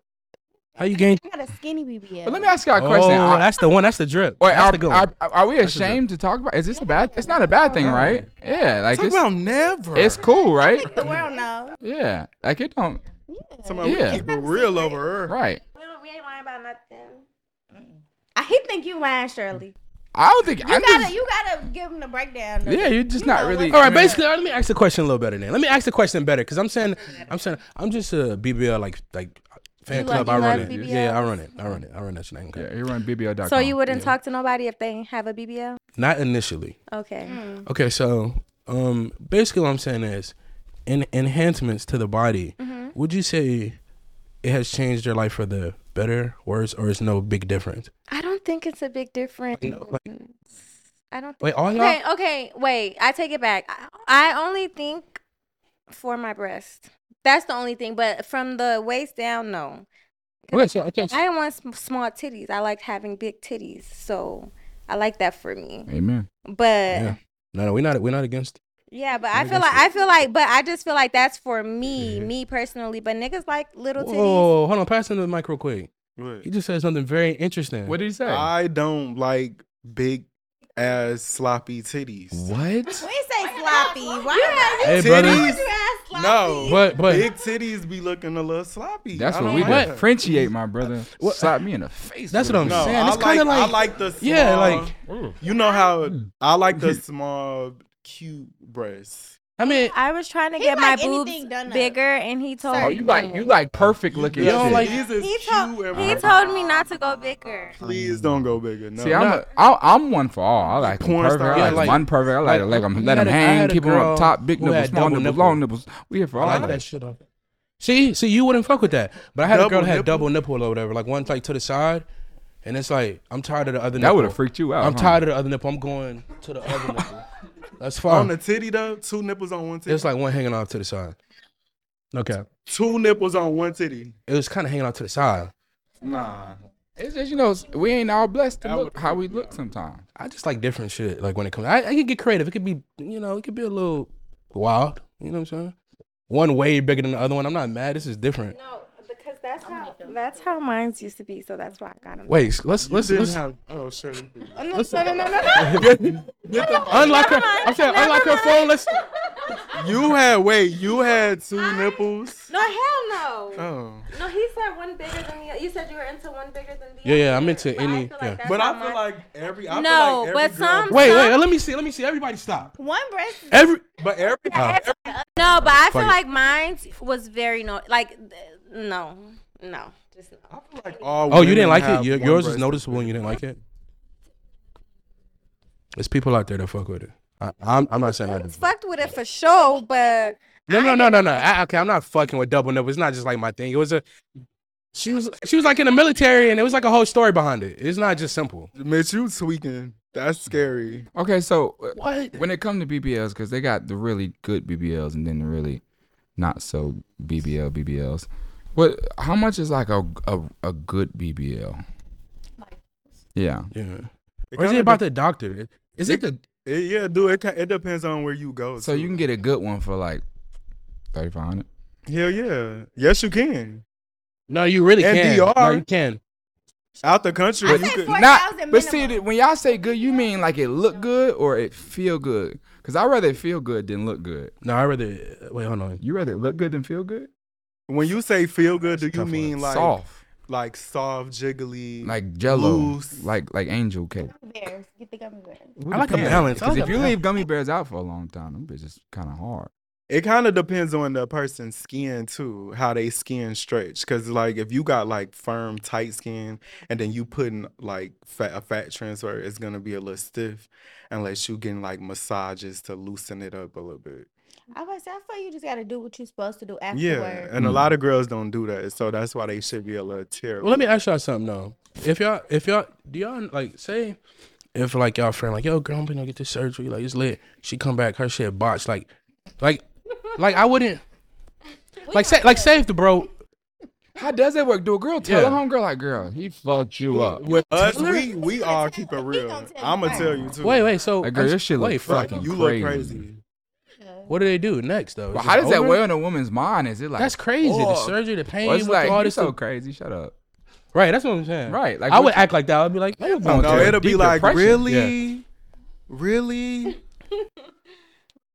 Speaker 4: How you gained?
Speaker 8: I got a skinny BBL.
Speaker 3: But let me ask y'all a
Speaker 4: Oh,
Speaker 3: question. Are-
Speaker 4: that's the one. That's the drip.
Speaker 3: Wait,
Speaker 4: that's
Speaker 3: are,
Speaker 4: the good one.
Speaker 3: are, are we
Speaker 4: the good.
Speaker 3: ashamed to talk about? Is this a bad? It's not a bad thing, right? Yeah, like
Speaker 2: Talk
Speaker 3: it's,
Speaker 2: about never.
Speaker 3: it's cool, right?
Speaker 8: the world knows.
Speaker 3: Yeah, like it don't.
Speaker 2: Somebody
Speaker 3: Yeah.
Speaker 2: keep it real over her.
Speaker 3: Right.
Speaker 6: We, don't, we ain't lying about nothing. I he think you lying, Shirley.
Speaker 3: I don't think.
Speaker 8: You
Speaker 3: I
Speaker 8: gotta
Speaker 3: just,
Speaker 8: you gotta give them the breakdown. though.
Speaker 3: yeah, you're just not
Speaker 8: know
Speaker 3: really.
Speaker 8: what-
Speaker 4: All right, basically, all right, let me ask the question a little better then. Let me ask the question better because I'm saying, I'm saying, I'm just a BBL like like fan
Speaker 5: You
Speaker 4: club.
Speaker 5: love-
Speaker 4: I
Speaker 5: you
Speaker 4: run
Speaker 5: love
Speaker 4: it.
Speaker 5: BBLs?
Speaker 4: Yeah, yeah, I run it. I run it. I run that shit. Okay.
Speaker 3: Yeah, you run bbl.com.
Speaker 6: So you wouldn't talk to nobody if they have a BBL?
Speaker 4: Not initially.
Speaker 6: Okay.
Speaker 8: Mm.
Speaker 4: Okay, so um, basically, what I'm saying is, in enhancements to the body,
Speaker 6: Mm-hmm.
Speaker 4: would you say it has changed your life for the better, worse, or is no big difference?
Speaker 6: I don't think it's a big difference.
Speaker 4: No, like-
Speaker 6: I don't. Think-
Speaker 4: Wait, all Oh, y'all.
Speaker 6: okay, okay, wait. I take it back. I, I only think for my breast. That's the only thing. But from the waist down, no.
Speaker 4: Okay, so okay, so-
Speaker 6: I don't want sm- small titties. I like having big titties, so I like that for me.
Speaker 3: Amen.
Speaker 6: But yeah,
Speaker 4: yeah. No, no, we're not. We're not against.
Speaker 6: but I
Speaker 4: Niggas
Speaker 6: feel like I feel like, but I just feel like that's for me, me personally. But niggas like little titties.
Speaker 4: Mm-hmm. Whoa, hold on. Pass him the mic real quick.
Speaker 2: What?
Speaker 4: He just said something very interesting.
Speaker 3: What did he say?
Speaker 2: I don't like big ass sloppy titties.
Speaker 3: what?
Speaker 8: We say sloppy. Why
Speaker 4: Hey, brother.
Speaker 2: Titties?
Speaker 8: you ask sloppy?
Speaker 2: No,
Speaker 4: But but
Speaker 2: big titties be looking a little sloppy.
Speaker 3: That's
Speaker 2: I
Speaker 3: what
Speaker 2: don't
Speaker 3: we
Speaker 2: like
Speaker 3: do.
Speaker 2: that.
Speaker 3: Frenchiate, my brother.
Speaker 4: What-
Speaker 3: Slap me in the face.
Speaker 4: that's
Speaker 3: with
Speaker 4: what I'm
Speaker 3: it.
Speaker 2: No,
Speaker 4: saying.
Speaker 2: I
Speaker 4: It's
Speaker 2: like,
Speaker 4: kinda
Speaker 2: I
Speaker 4: like-
Speaker 2: like the small,
Speaker 4: yeah, like mm.
Speaker 2: you know how I like the small cute breasts.
Speaker 4: I mean,
Speaker 6: I was trying to
Speaker 8: He
Speaker 6: get my
Speaker 8: like anything
Speaker 6: boobs
Speaker 8: done up.
Speaker 6: bigger, and he told
Speaker 3: Oh,
Speaker 6: me
Speaker 3: you like you like perfect looking.
Speaker 4: You don't
Speaker 3: shit.
Speaker 4: like-
Speaker 2: these is
Speaker 6: he
Speaker 2: cute
Speaker 6: told
Speaker 2: and
Speaker 6: he
Speaker 2: perfect.
Speaker 6: told me not to go bigger.
Speaker 2: Please don't go bigger. No.
Speaker 3: See, I'm, a, I, I'm one for all. I like
Speaker 2: Porn
Speaker 3: perfect.
Speaker 2: star.
Speaker 3: I like,
Speaker 4: Yeah, like-
Speaker 3: one perfect. I like, to let
Speaker 4: like,
Speaker 3: 'em-
Speaker 4: we
Speaker 3: let
Speaker 4: had
Speaker 3: them
Speaker 4: a- I
Speaker 3: hang,
Speaker 4: had a
Speaker 3: keep them
Speaker 4: girl
Speaker 3: up top, big
Speaker 4: who
Speaker 3: nipples,
Speaker 4: had
Speaker 3: small
Speaker 4: double
Speaker 3: nipples,
Speaker 4: nipple.
Speaker 3: long nipples. We here for all
Speaker 4: I like that shit. Off. See, see, you wouldn't fuck with that. But I had
Speaker 2: Double
Speaker 4: a girl that had
Speaker 2: nipple?
Speaker 4: double nipple or whatever, like one like to the side, And it's like I'm tired of the other.
Speaker 3: That would have
Speaker 4: nipple.
Speaker 3: freaked you out.
Speaker 4: I'm
Speaker 3: huh?
Speaker 4: tired of the other nipple. I'm going to the other nipple. That's
Speaker 2: On
Speaker 4: fine.
Speaker 2: the titty though, two nipples on one titty.
Speaker 4: It's like one hanging off to the side. Okay,
Speaker 2: two nipples on one titty.
Speaker 4: it was kind of hanging off to the side.
Speaker 2: Nah.
Speaker 3: It's just you know we ain't all blessed to
Speaker 2: That
Speaker 3: look
Speaker 2: would've
Speaker 3: how we
Speaker 2: freaked me
Speaker 3: look
Speaker 2: out.
Speaker 3: sometimes.
Speaker 4: I just like different shit. Like when it comes, I, I can get creative. It could be, you know, it could be a little wild. You know what I'm saying? One way bigger than the other one. I'm not mad. This is different.
Speaker 6: No, because that's how that's how mine's used to be. So that's why I got them.
Speaker 4: Wait, s- let's let's,
Speaker 2: Didn't
Speaker 4: let's
Speaker 2: have- oh shit.
Speaker 7: Oh, no, no, no, no, no.
Speaker 4: unlock her. I'm saying unlock her phone. Let's.
Speaker 2: You had wait, you had two nipples.
Speaker 6: No, hell no.
Speaker 2: Oh.
Speaker 6: No, he said one bigger than the. You said you were into one bigger than the.
Speaker 4: Yeah, yeah,
Speaker 6: other,
Speaker 4: I'm into
Speaker 6: but I
Speaker 4: any-
Speaker 6: feel
Speaker 4: yeah.
Speaker 6: that's
Speaker 2: But
Speaker 6: how
Speaker 2: I feel
Speaker 6: mine-
Speaker 2: like every I
Speaker 6: No,
Speaker 2: feel like every
Speaker 6: but
Speaker 2: girl-
Speaker 6: some-
Speaker 4: Wait, wait. Let me see. Let me see. Everybody stop.
Speaker 8: One breast is
Speaker 4: Every.
Speaker 2: but every
Speaker 4: Oh.
Speaker 6: No, but I
Speaker 4: Fuck
Speaker 6: feel
Speaker 4: it.
Speaker 6: like mine was very no. Like th- no, no, just no.
Speaker 2: I feel like all
Speaker 4: Oh, you
Speaker 2: women
Speaker 4: didn't like it.
Speaker 2: have
Speaker 4: Your-
Speaker 2: one
Speaker 4: yours was
Speaker 2: breast.
Speaker 4: noticeable, and you didn't like it. There's people out there that fuck with it. I, I'm, I'm not saying I do.
Speaker 7: Fucked with it for sure, but
Speaker 4: No, no, no, no, no. I, okay, I'm not fucking with double nipple. It's not just like my thing. It was a. She was she was like in the military, and it was like a whole story behind it. It's not just simple.
Speaker 2: Mitch, you tweaking. That's scary.
Speaker 3: Okay, so uh,
Speaker 4: What?
Speaker 3: when it comes to BBLs, because they got the really good BBLs and then the really not so BBL BBLs. What? How much is like a a, a good BBL? Yeah.
Speaker 4: Yeah.
Speaker 2: It
Speaker 4: Or is
Speaker 2: kinda
Speaker 4: it about the doctor? Is it
Speaker 2: It-
Speaker 4: the?
Speaker 2: de- it- yeah, dude. It, ki- it depends on where you go.
Speaker 3: So you can get a good one for like thirty five hundred.
Speaker 2: Hell yeah. Yes, you can.
Speaker 4: No, you really
Speaker 2: And
Speaker 4: can. No,
Speaker 2: DR.
Speaker 4: you can.
Speaker 2: Out the country,
Speaker 3: But-
Speaker 2: you could.
Speaker 3: Not,
Speaker 8: 4,000
Speaker 3: but see,
Speaker 8: minimum.
Speaker 3: th- when y'all say good, you mean like it look good or it feel good? Cause I rather it feel good than look good.
Speaker 4: No, I rather wait. Hold on.
Speaker 3: You rather it look good than feel good?
Speaker 2: When you say feel good, do
Speaker 4: That's a
Speaker 2: you
Speaker 4: tough one.
Speaker 2: mean like
Speaker 3: Soft,
Speaker 2: like soft, jiggly?
Speaker 3: like Jello,
Speaker 2: loose.
Speaker 3: like like angel cake.
Speaker 8: bears. Get the gummy bears.
Speaker 4: I like a balance. I
Speaker 3: Because
Speaker 4: like
Speaker 3: if
Speaker 4: a
Speaker 3: you
Speaker 4: balance.
Speaker 3: leave gummy bears out for a long time, them bitches kind of hard.
Speaker 2: it kind of depends on the person's skin too, how they skin stretch. Cause like if you got like firm, tight skin, and then you putting like fat, a fat transfer, it's gonna be a little stiff, unless you getting like massages to loosen it up a little bit.
Speaker 8: I was. I feel you just gotta do what you're supposed to do afterwards.
Speaker 2: Yeah, and
Speaker 3: Hmm.
Speaker 2: a lot of girls don't do that, so that's why they should be a little
Speaker 4: Well,
Speaker 2: terrible.
Speaker 4: let me ask y'all something though. If y'all, if y'all, do y'all like say, if like y'all friend like, yo, girl, I'm gonna get this surgery, like it's lit. She come back, her shit botched, like, like, like I wouldn't, like say, like save the bro.
Speaker 3: How does that work? Do a girl tell
Speaker 4: Yeah.
Speaker 3: a homegirl like, girl, he fucked you up?
Speaker 4: Wait,
Speaker 2: Us, we we all keep it
Speaker 8: He
Speaker 2: real.
Speaker 8: gonna tell you
Speaker 2: I'ma
Speaker 8: why.
Speaker 2: tell you too.
Speaker 4: wait, wait. So
Speaker 3: Like, girl,
Speaker 4: I'm-
Speaker 3: your shit look
Speaker 4: wait,
Speaker 2: Like,
Speaker 4: fuck.
Speaker 3: fucking
Speaker 2: you
Speaker 3: crazy.
Speaker 2: look crazy.
Speaker 4: What do they do next though? Is
Speaker 3: But
Speaker 4: it
Speaker 3: how does that
Speaker 4: over?
Speaker 3: weigh on a woman's mind? Is it like
Speaker 4: That's crazy. The
Speaker 3: oh,
Speaker 4: surgery, the pain,
Speaker 3: Or it's
Speaker 4: with
Speaker 3: like
Speaker 4: all
Speaker 3: you
Speaker 4: this.
Speaker 3: so
Speaker 4: stuff.
Speaker 3: crazy. Shut up.
Speaker 4: Right, that's what I'm saying.
Speaker 3: Right, like,
Speaker 4: Like I
Speaker 3: what
Speaker 4: would
Speaker 3: you-
Speaker 4: act like that. I'd be like, "Man,
Speaker 3: No,
Speaker 4: I'm
Speaker 2: No,
Speaker 4: going
Speaker 2: it'll be
Speaker 3: Deep
Speaker 2: like
Speaker 3: depression.
Speaker 2: really, really.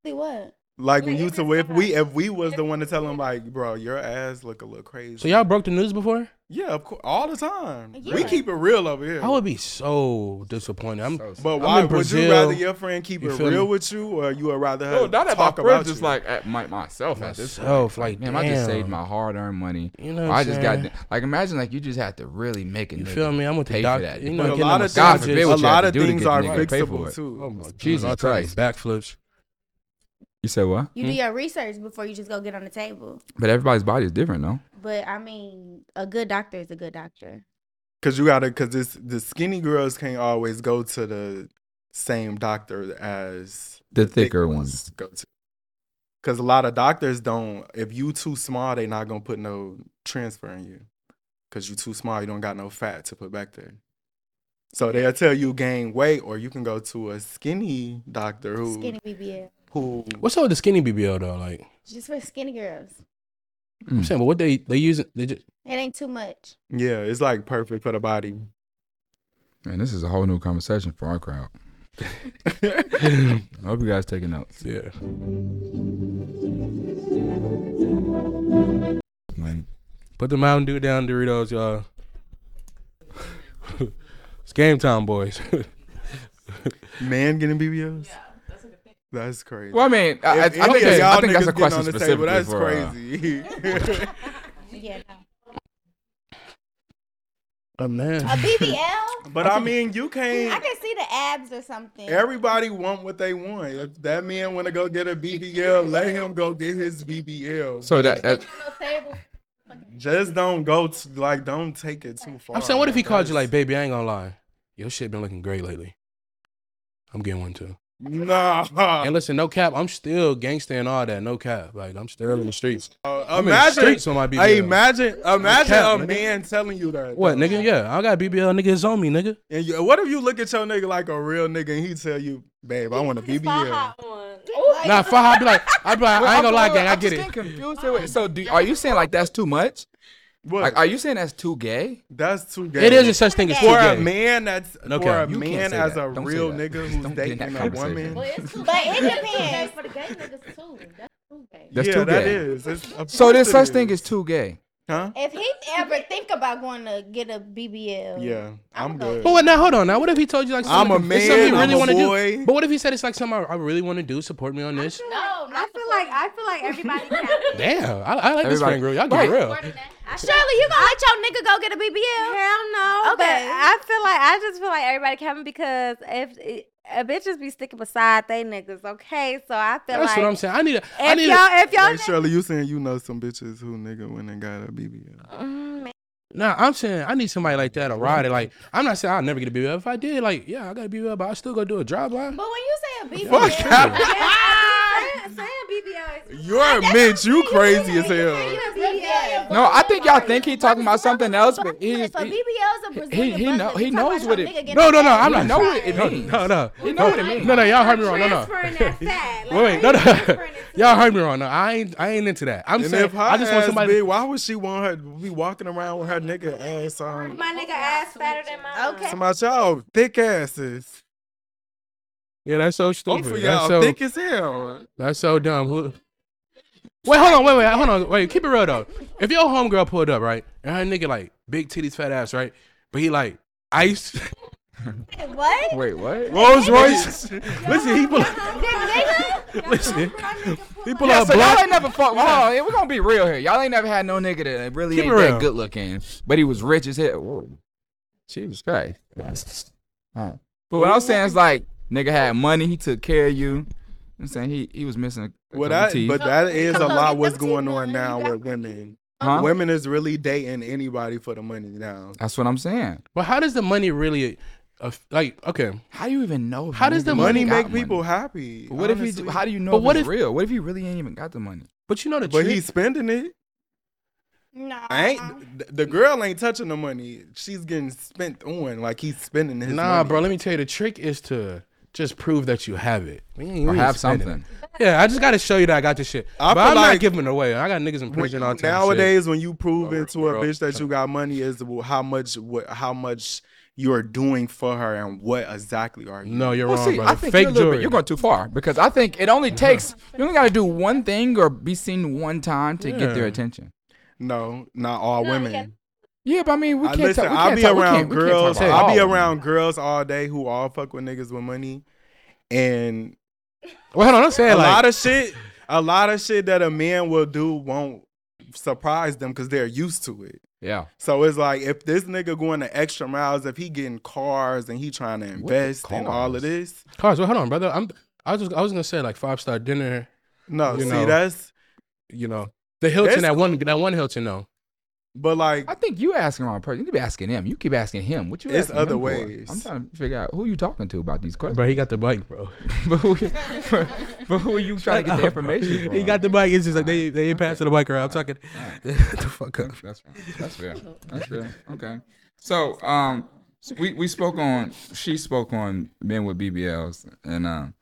Speaker 8: See what?
Speaker 2: Like when you to if we if we was the one to tell him like, bro, your ass look a little crazy.
Speaker 4: So y'all broke the news before?
Speaker 2: yeah, of course, all the time. We
Speaker 8: Yeah.
Speaker 2: keep it real over here.
Speaker 4: I would be so disappointed. I'm
Speaker 2: but
Speaker 4: in
Speaker 2: why would
Speaker 4: Brazil.
Speaker 2: you rather your friend keep
Speaker 4: You
Speaker 2: it
Speaker 4: feel
Speaker 2: real
Speaker 4: me?
Speaker 2: with you, or you would rather her
Speaker 3: No, not at my
Speaker 2: talk Oh, about
Speaker 3: friends. Just
Speaker 2: you?
Speaker 3: like at my, myself. at this point.
Speaker 4: Myself, like,
Speaker 3: man, I just saved
Speaker 4: damn.
Speaker 3: my hard-earned money.
Speaker 4: You know
Speaker 3: Or
Speaker 4: what
Speaker 3: I
Speaker 4: I'm
Speaker 3: just
Speaker 4: saying?
Speaker 3: got like imagine like you just had to really make it.
Speaker 4: You feel me? I'm with the
Speaker 3: pay for
Speaker 4: doctor.
Speaker 3: that.
Speaker 2: But
Speaker 4: You know,
Speaker 2: a
Speaker 4: getting
Speaker 2: lot
Speaker 4: a
Speaker 2: of things,
Speaker 4: massage
Speaker 3: forbid
Speaker 4: is-
Speaker 3: what
Speaker 2: a
Speaker 3: you have
Speaker 2: lot
Speaker 3: to
Speaker 2: of
Speaker 3: do to
Speaker 2: things
Speaker 3: get
Speaker 2: are
Speaker 3: nigga to pay for
Speaker 2: fixable
Speaker 3: it.
Speaker 4: Oh
Speaker 3: Oh
Speaker 2: too.
Speaker 3: Jesus
Speaker 4: I'll tell you,
Speaker 3: Christ.
Speaker 4: Backflips.
Speaker 3: You said what?
Speaker 8: You do your research before you just go get on the table.
Speaker 3: But everybody's body is different, though.
Speaker 8: But I mean, a good doctor is a good doctor.
Speaker 2: Cause you gotta, cause this the skinny girls can't always go to the same doctor as
Speaker 3: The
Speaker 2: thick
Speaker 3: thicker ones.
Speaker 2: Go to. Cause a lot of doctors don't. If you too small, they not gonna put no transfer in you. Cause you too small, you don't got no fat to put back there. So they'll tell you gain weight, or you can go to a skinny doctor who
Speaker 8: Skinny BBL.
Speaker 2: who.
Speaker 4: What's up with the skinny BBL though? Like
Speaker 8: Just for skinny girls.
Speaker 4: I'm
Speaker 3: Hmm.
Speaker 4: saying, but what they they using? They just
Speaker 8: It ain't too much.
Speaker 2: Yeah, it's like perfect for the body.
Speaker 3: Man, this is a whole new conversation for our crowd. I hope you guys taking notes.
Speaker 4: yeah. Put the Mountain Dew down, Doritos, y'all. it's game time, boys.
Speaker 2: Man getting BBLs. Yeah, that's crazy.
Speaker 3: Well, I mean, I, I, I
Speaker 2: If any
Speaker 3: think,
Speaker 2: of
Speaker 3: that's,
Speaker 2: y'all
Speaker 3: I think that's a
Speaker 2: niggas getting
Speaker 3: question
Speaker 2: on the table,
Speaker 3: specifically
Speaker 2: That's
Speaker 3: for, uh,
Speaker 2: crazy.
Speaker 8: Yeah. No.
Speaker 4: oh man.
Speaker 8: A BBL?
Speaker 2: But I mean, you
Speaker 8: I
Speaker 2: can't.
Speaker 8: can see the abs or something.
Speaker 2: Everybody want what they want. If that man want to go get a BBL, let him go get his BBL.
Speaker 3: So that, that
Speaker 8: No table.
Speaker 2: Just don't go t- like don't take it too far.
Speaker 4: I'm saying, what if he called you
Speaker 2: because-
Speaker 4: like, baby? I ain't gonna lie, your shit been looking great lately. I'm getting one too.
Speaker 2: Nah.
Speaker 4: And listen, no cap, I'm still gangsta and all that. No cap, like I'm still in the streets.
Speaker 2: Uh,
Speaker 4: I'm in the
Speaker 2: imagine,
Speaker 4: streets on my BBL.
Speaker 2: hey, imagine, imagine
Speaker 4: cap,
Speaker 2: a
Speaker 4: nigga.
Speaker 2: man telling you that.
Speaker 4: What nigga? Yeah, I got BBL niggas on me, nigga.
Speaker 2: And you, what if you look at your nigga like a real nigga and he tell you, babe, I want a BBL.
Speaker 4: Nah, Faha be like, I be like, I ain't gonna lie, gang, I get it.
Speaker 3: Confused here with- so, do, are you saying like that's too much?
Speaker 2: What?
Speaker 3: Like, are you saying that's too gay?
Speaker 2: That's too gay.
Speaker 4: It is a such thing as too
Speaker 2: for a
Speaker 4: gay.
Speaker 2: man that's
Speaker 4: No
Speaker 2: for
Speaker 4: cap.
Speaker 2: a
Speaker 3: You can't
Speaker 2: man
Speaker 3: say
Speaker 2: as
Speaker 3: that.
Speaker 2: a
Speaker 3: Don't say
Speaker 2: real
Speaker 3: that.
Speaker 2: nigga
Speaker 3: Don't
Speaker 2: who's
Speaker 3: get in that
Speaker 2: dating a
Speaker 3: conversation.
Speaker 2: woman.
Speaker 5: Well, it's too
Speaker 8: But
Speaker 5: gay.
Speaker 8: it depends.
Speaker 5: for the gay niggas too. That's too gay.
Speaker 3: That's
Speaker 2: yeah,
Speaker 3: too
Speaker 2: that
Speaker 3: gay.
Speaker 2: is. It's- of
Speaker 3: So
Speaker 2: course
Speaker 3: this
Speaker 2: it
Speaker 3: such thing
Speaker 2: is.
Speaker 3: is too gay.
Speaker 2: huh?
Speaker 8: If he ever think about going to get a BBL,
Speaker 2: Yeah, I'm
Speaker 8: I'ma go.
Speaker 2: good.
Speaker 4: But what now? Hold on. Now, what if he told you like
Speaker 2: I'm a
Speaker 4: something- it's something
Speaker 2: man.
Speaker 4: you
Speaker 2: I'm
Speaker 4: really
Speaker 2: a
Speaker 4: wanna do?
Speaker 2: boy.
Speaker 4: But what if he said it's like something I, I really want to do? Support me on this.
Speaker 5: No,
Speaker 6: I
Speaker 5: not
Speaker 6: feel like I feel like everybody counts.
Speaker 4: Damn, I, I like
Speaker 3: Everybody-
Speaker 4: this friend girl. Y'all get
Speaker 3: Right.
Speaker 4: real.
Speaker 8: Shirley, you gonna let your nigga go get a BBL?
Speaker 6: Hell no. But
Speaker 8: Okay.
Speaker 6: I feel like I just feel like everybody counting because if eh, a bitch just be sticking beside they niggas, okay? So I feel
Speaker 4: That's
Speaker 6: like
Speaker 4: what I'm saying. I need a. I
Speaker 6: if
Speaker 4: need a.
Speaker 6: y'all if y'all
Speaker 2: Wait, Shirley, you saying you know some bitches who nigga went and got a BBL?
Speaker 6: Mm,
Speaker 4: Nah, I'm saying I need somebody like that to ride it. Like I'm not saying I'll never get a BBL. If I did, like yeah, I got a BBL, but I still go do a drive by.
Speaker 8: But when you say a BBL,
Speaker 2: Fuck out.
Speaker 6: saying, BBL is
Speaker 2: You're a bitch. You crazy as hell.
Speaker 6: BBL.
Speaker 3: No, I think y'all think he talking about something else, but he's-
Speaker 8: So
Speaker 3: he-
Speaker 8: BBL's a
Speaker 3: he-
Speaker 8: Brazilian
Speaker 3: he know-
Speaker 8: brother.
Speaker 3: he
Speaker 8: You talking
Speaker 3: knows
Speaker 8: about
Speaker 3: what
Speaker 8: your
Speaker 3: it-
Speaker 8: nigga getting
Speaker 4: No, no,
Speaker 8: a
Speaker 4: no. I'm
Speaker 8: BBL.
Speaker 4: not.
Speaker 3: You know what it
Speaker 4: no,
Speaker 3: means.
Speaker 4: No, no.
Speaker 3: You know
Speaker 4: no,
Speaker 3: what it means.
Speaker 4: No, no. Y'all heard me wrong. No, no.
Speaker 6: Transferring that fat.
Speaker 4: Wait, wait. No, no. y'all heard me wrong. No, I ain't. I ain't into that. I'm
Speaker 2: And
Speaker 4: saying
Speaker 2: if her
Speaker 4: I just want
Speaker 2: ass
Speaker 4: somebody.
Speaker 2: big, why would she want her to be walking around with her nigga ass on?
Speaker 6: My nigga ass fatter than mine.
Speaker 8: Okay.
Speaker 2: Some of y'all thick asses.
Speaker 4: Yeah, that's so
Speaker 2: Both of
Speaker 4: stupid. That's
Speaker 2: y'all
Speaker 4: so.
Speaker 2: thick as hell.
Speaker 4: That's so dumb. Who? Wait, hold on, wait, wait, hold on, wait. Keep it real though. If your homegirl pulled up, right, and her nigga like big titties, fat ass, right, but he like ice,
Speaker 8: What?
Speaker 3: Wait, what?
Speaker 4: Rolls Royce. listen, he pull up. Listen, he pull
Speaker 3: Yeah,
Speaker 4: up
Speaker 3: so y'all ain't
Speaker 4: black.
Speaker 3: never fucked. Hold on, we're gonna be real here. Y'all ain't never had no nigga that really
Speaker 4: Keep
Speaker 3: ain't
Speaker 4: it real.
Speaker 3: that good looking, but he was rich as hell. Whoa. Jesus Christ. Huh. But what I'm saying is like, nigga had money, he took care of you. I'm saying he he was missing. A, a
Speaker 2: Well,
Speaker 3: couple
Speaker 2: that
Speaker 3: teeth.
Speaker 2: but that is a
Speaker 8: Come on,
Speaker 2: lot
Speaker 8: get
Speaker 2: what's
Speaker 8: them teeth
Speaker 2: going on
Speaker 8: done.
Speaker 2: now
Speaker 8: You got-
Speaker 2: with women.
Speaker 3: Huh?
Speaker 2: Women is really dating anybody for the money now.
Speaker 3: That's what I'm saying.
Speaker 4: But how does the money really, uh, like, okay?
Speaker 3: How do you even know? if
Speaker 4: How
Speaker 3: you
Speaker 4: does the
Speaker 3: even
Speaker 2: Money
Speaker 3: got
Speaker 2: make people happy.
Speaker 3: But what if he?
Speaker 2: honestly.
Speaker 3: How do you know?
Speaker 4: But
Speaker 3: if
Speaker 4: what
Speaker 3: it's
Speaker 4: if-
Speaker 3: real? What if he really ain't even got the money?
Speaker 4: But you know the
Speaker 2: But
Speaker 4: trick-
Speaker 2: he's spending it.
Speaker 8: No.
Speaker 2: I ain't th- the girl ain't touching the money. She's getting spent on like he's spending his
Speaker 4: Nah,
Speaker 2: money.
Speaker 4: bro. Let me tell you, the trick is to just prove that you have it. We ain't- we
Speaker 3: Or
Speaker 4: ain't
Speaker 3: have
Speaker 4: spending
Speaker 3: something?
Speaker 4: it. Yeah, I just gotta show you that I got this shit.
Speaker 2: I
Speaker 4: but
Speaker 2: feel
Speaker 4: I'm
Speaker 2: like-
Speaker 4: not giving it away. I got niggas in
Speaker 2: When-
Speaker 4: prison all the time.
Speaker 2: nowadays, when you prove
Speaker 4: Bro,
Speaker 2: into a
Speaker 4: bro.
Speaker 2: bitch that you got money is wh- how much what how much you're doing for her and what exactly are
Speaker 4: shit.
Speaker 2: you?
Speaker 4: no, you're
Speaker 3: Well,
Speaker 4: wrong,
Speaker 3: see,
Speaker 4: brother.
Speaker 3: I think
Speaker 4: Fake
Speaker 3: you're, a little bit-
Speaker 4: jewelry.
Speaker 3: you're going too far because I think it only takes you only got to do one thing or be seen one time to get their
Speaker 4: Yeah.
Speaker 3: attention.
Speaker 2: No, not all women.
Speaker 3: Yeah, but I mean, we
Speaker 2: I
Speaker 3: can't.
Speaker 2: listen,
Speaker 3: talk, we
Speaker 2: I'll
Speaker 3: can't
Speaker 2: be
Speaker 3: talk- we
Speaker 2: around
Speaker 3: can't- we can't talk
Speaker 2: girls.
Speaker 3: about
Speaker 2: I'll
Speaker 3: all
Speaker 2: be
Speaker 3: of them.
Speaker 2: around girls all day who all fuck with niggas with money, and
Speaker 4: Well, hold on. I'm saying
Speaker 2: a
Speaker 4: like,
Speaker 2: lot of shit. A lot of shit that a man will do won't surprise them because they're used to it.
Speaker 3: Yeah,
Speaker 2: So it's like if this nigga going the extra miles, if he getting cars and he trying to invest and all of
Speaker 3: cars?
Speaker 2: this.
Speaker 4: Cars, well, hold on, brother. I'm. I was. I was gonna say like five star dinner.
Speaker 2: No,
Speaker 4: You
Speaker 2: see
Speaker 4: know.
Speaker 2: that's
Speaker 4: You know, the Hilton.
Speaker 2: That's-
Speaker 4: That one. That one Hilton. No.
Speaker 2: but like
Speaker 3: I think you asking the wrong person. You keep asking him. You keep asking him. What you?
Speaker 2: It's
Speaker 3: asking
Speaker 2: other
Speaker 3: him for?
Speaker 2: ways.
Speaker 3: I'm trying to figure out who you talking to about these questions.
Speaker 4: Bro, he got the bike, bro.
Speaker 3: but, who, but, but who are you trying to get the information from?
Speaker 4: He got the bike. It's just like they they ain't passing the bike around. I'm talking. Get the fuck up.
Speaker 3: That's fair. That's fair. That's fair. Okay. So um, so we we spoke on she spoke on men with BBLs, and um,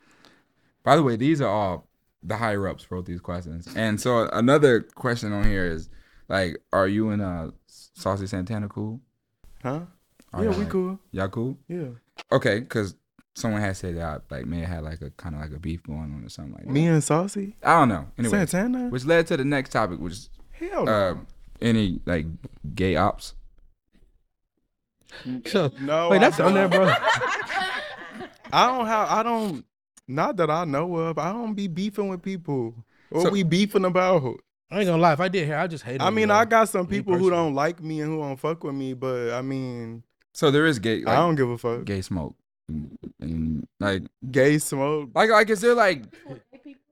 Speaker 3: by the way, these are all the higher ups wrote these questions, and so another question on here is like, are you and uh Saucy Santana cool?
Speaker 2: huh?
Speaker 3: Are
Speaker 2: yeah,
Speaker 3: y'all,
Speaker 2: we
Speaker 3: like-
Speaker 2: cool.
Speaker 3: Y'all cool?
Speaker 2: Yeah.
Speaker 3: Okay, because someone had said that like may have had like a kind of like a beef going on or something like that.
Speaker 2: Me and Saucy?
Speaker 3: I don't know. Anyway,
Speaker 2: Santana?
Speaker 3: which led to the next topic, which is
Speaker 2: Hell no.
Speaker 3: uh, any like gay ops.
Speaker 4: So,
Speaker 2: no,
Speaker 4: wait,
Speaker 2: I
Speaker 4: that's on
Speaker 2: don't.
Speaker 4: there, bro.
Speaker 2: I don't have I don't not that I know of. I don't be beefing with people. What
Speaker 3: So-
Speaker 2: we beefing about?
Speaker 4: I ain't gonna lie. If I did here, I just hate.
Speaker 2: I
Speaker 4: on
Speaker 2: mean,
Speaker 4: you,
Speaker 2: I
Speaker 4: bro.
Speaker 2: got some
Speaker 4: Me
Speaker 2: people who
Speaker 4: personally.
Speaker 2: don't like me and who don't fuck with me, but I mean,
Speaker 3: So there is gay. Like,
Speaker 2: I don't give a fuck.
Speaker 3: gay smoke and, and, like
Speaker 2: Gay smoke.
Speaker 3: like like is there like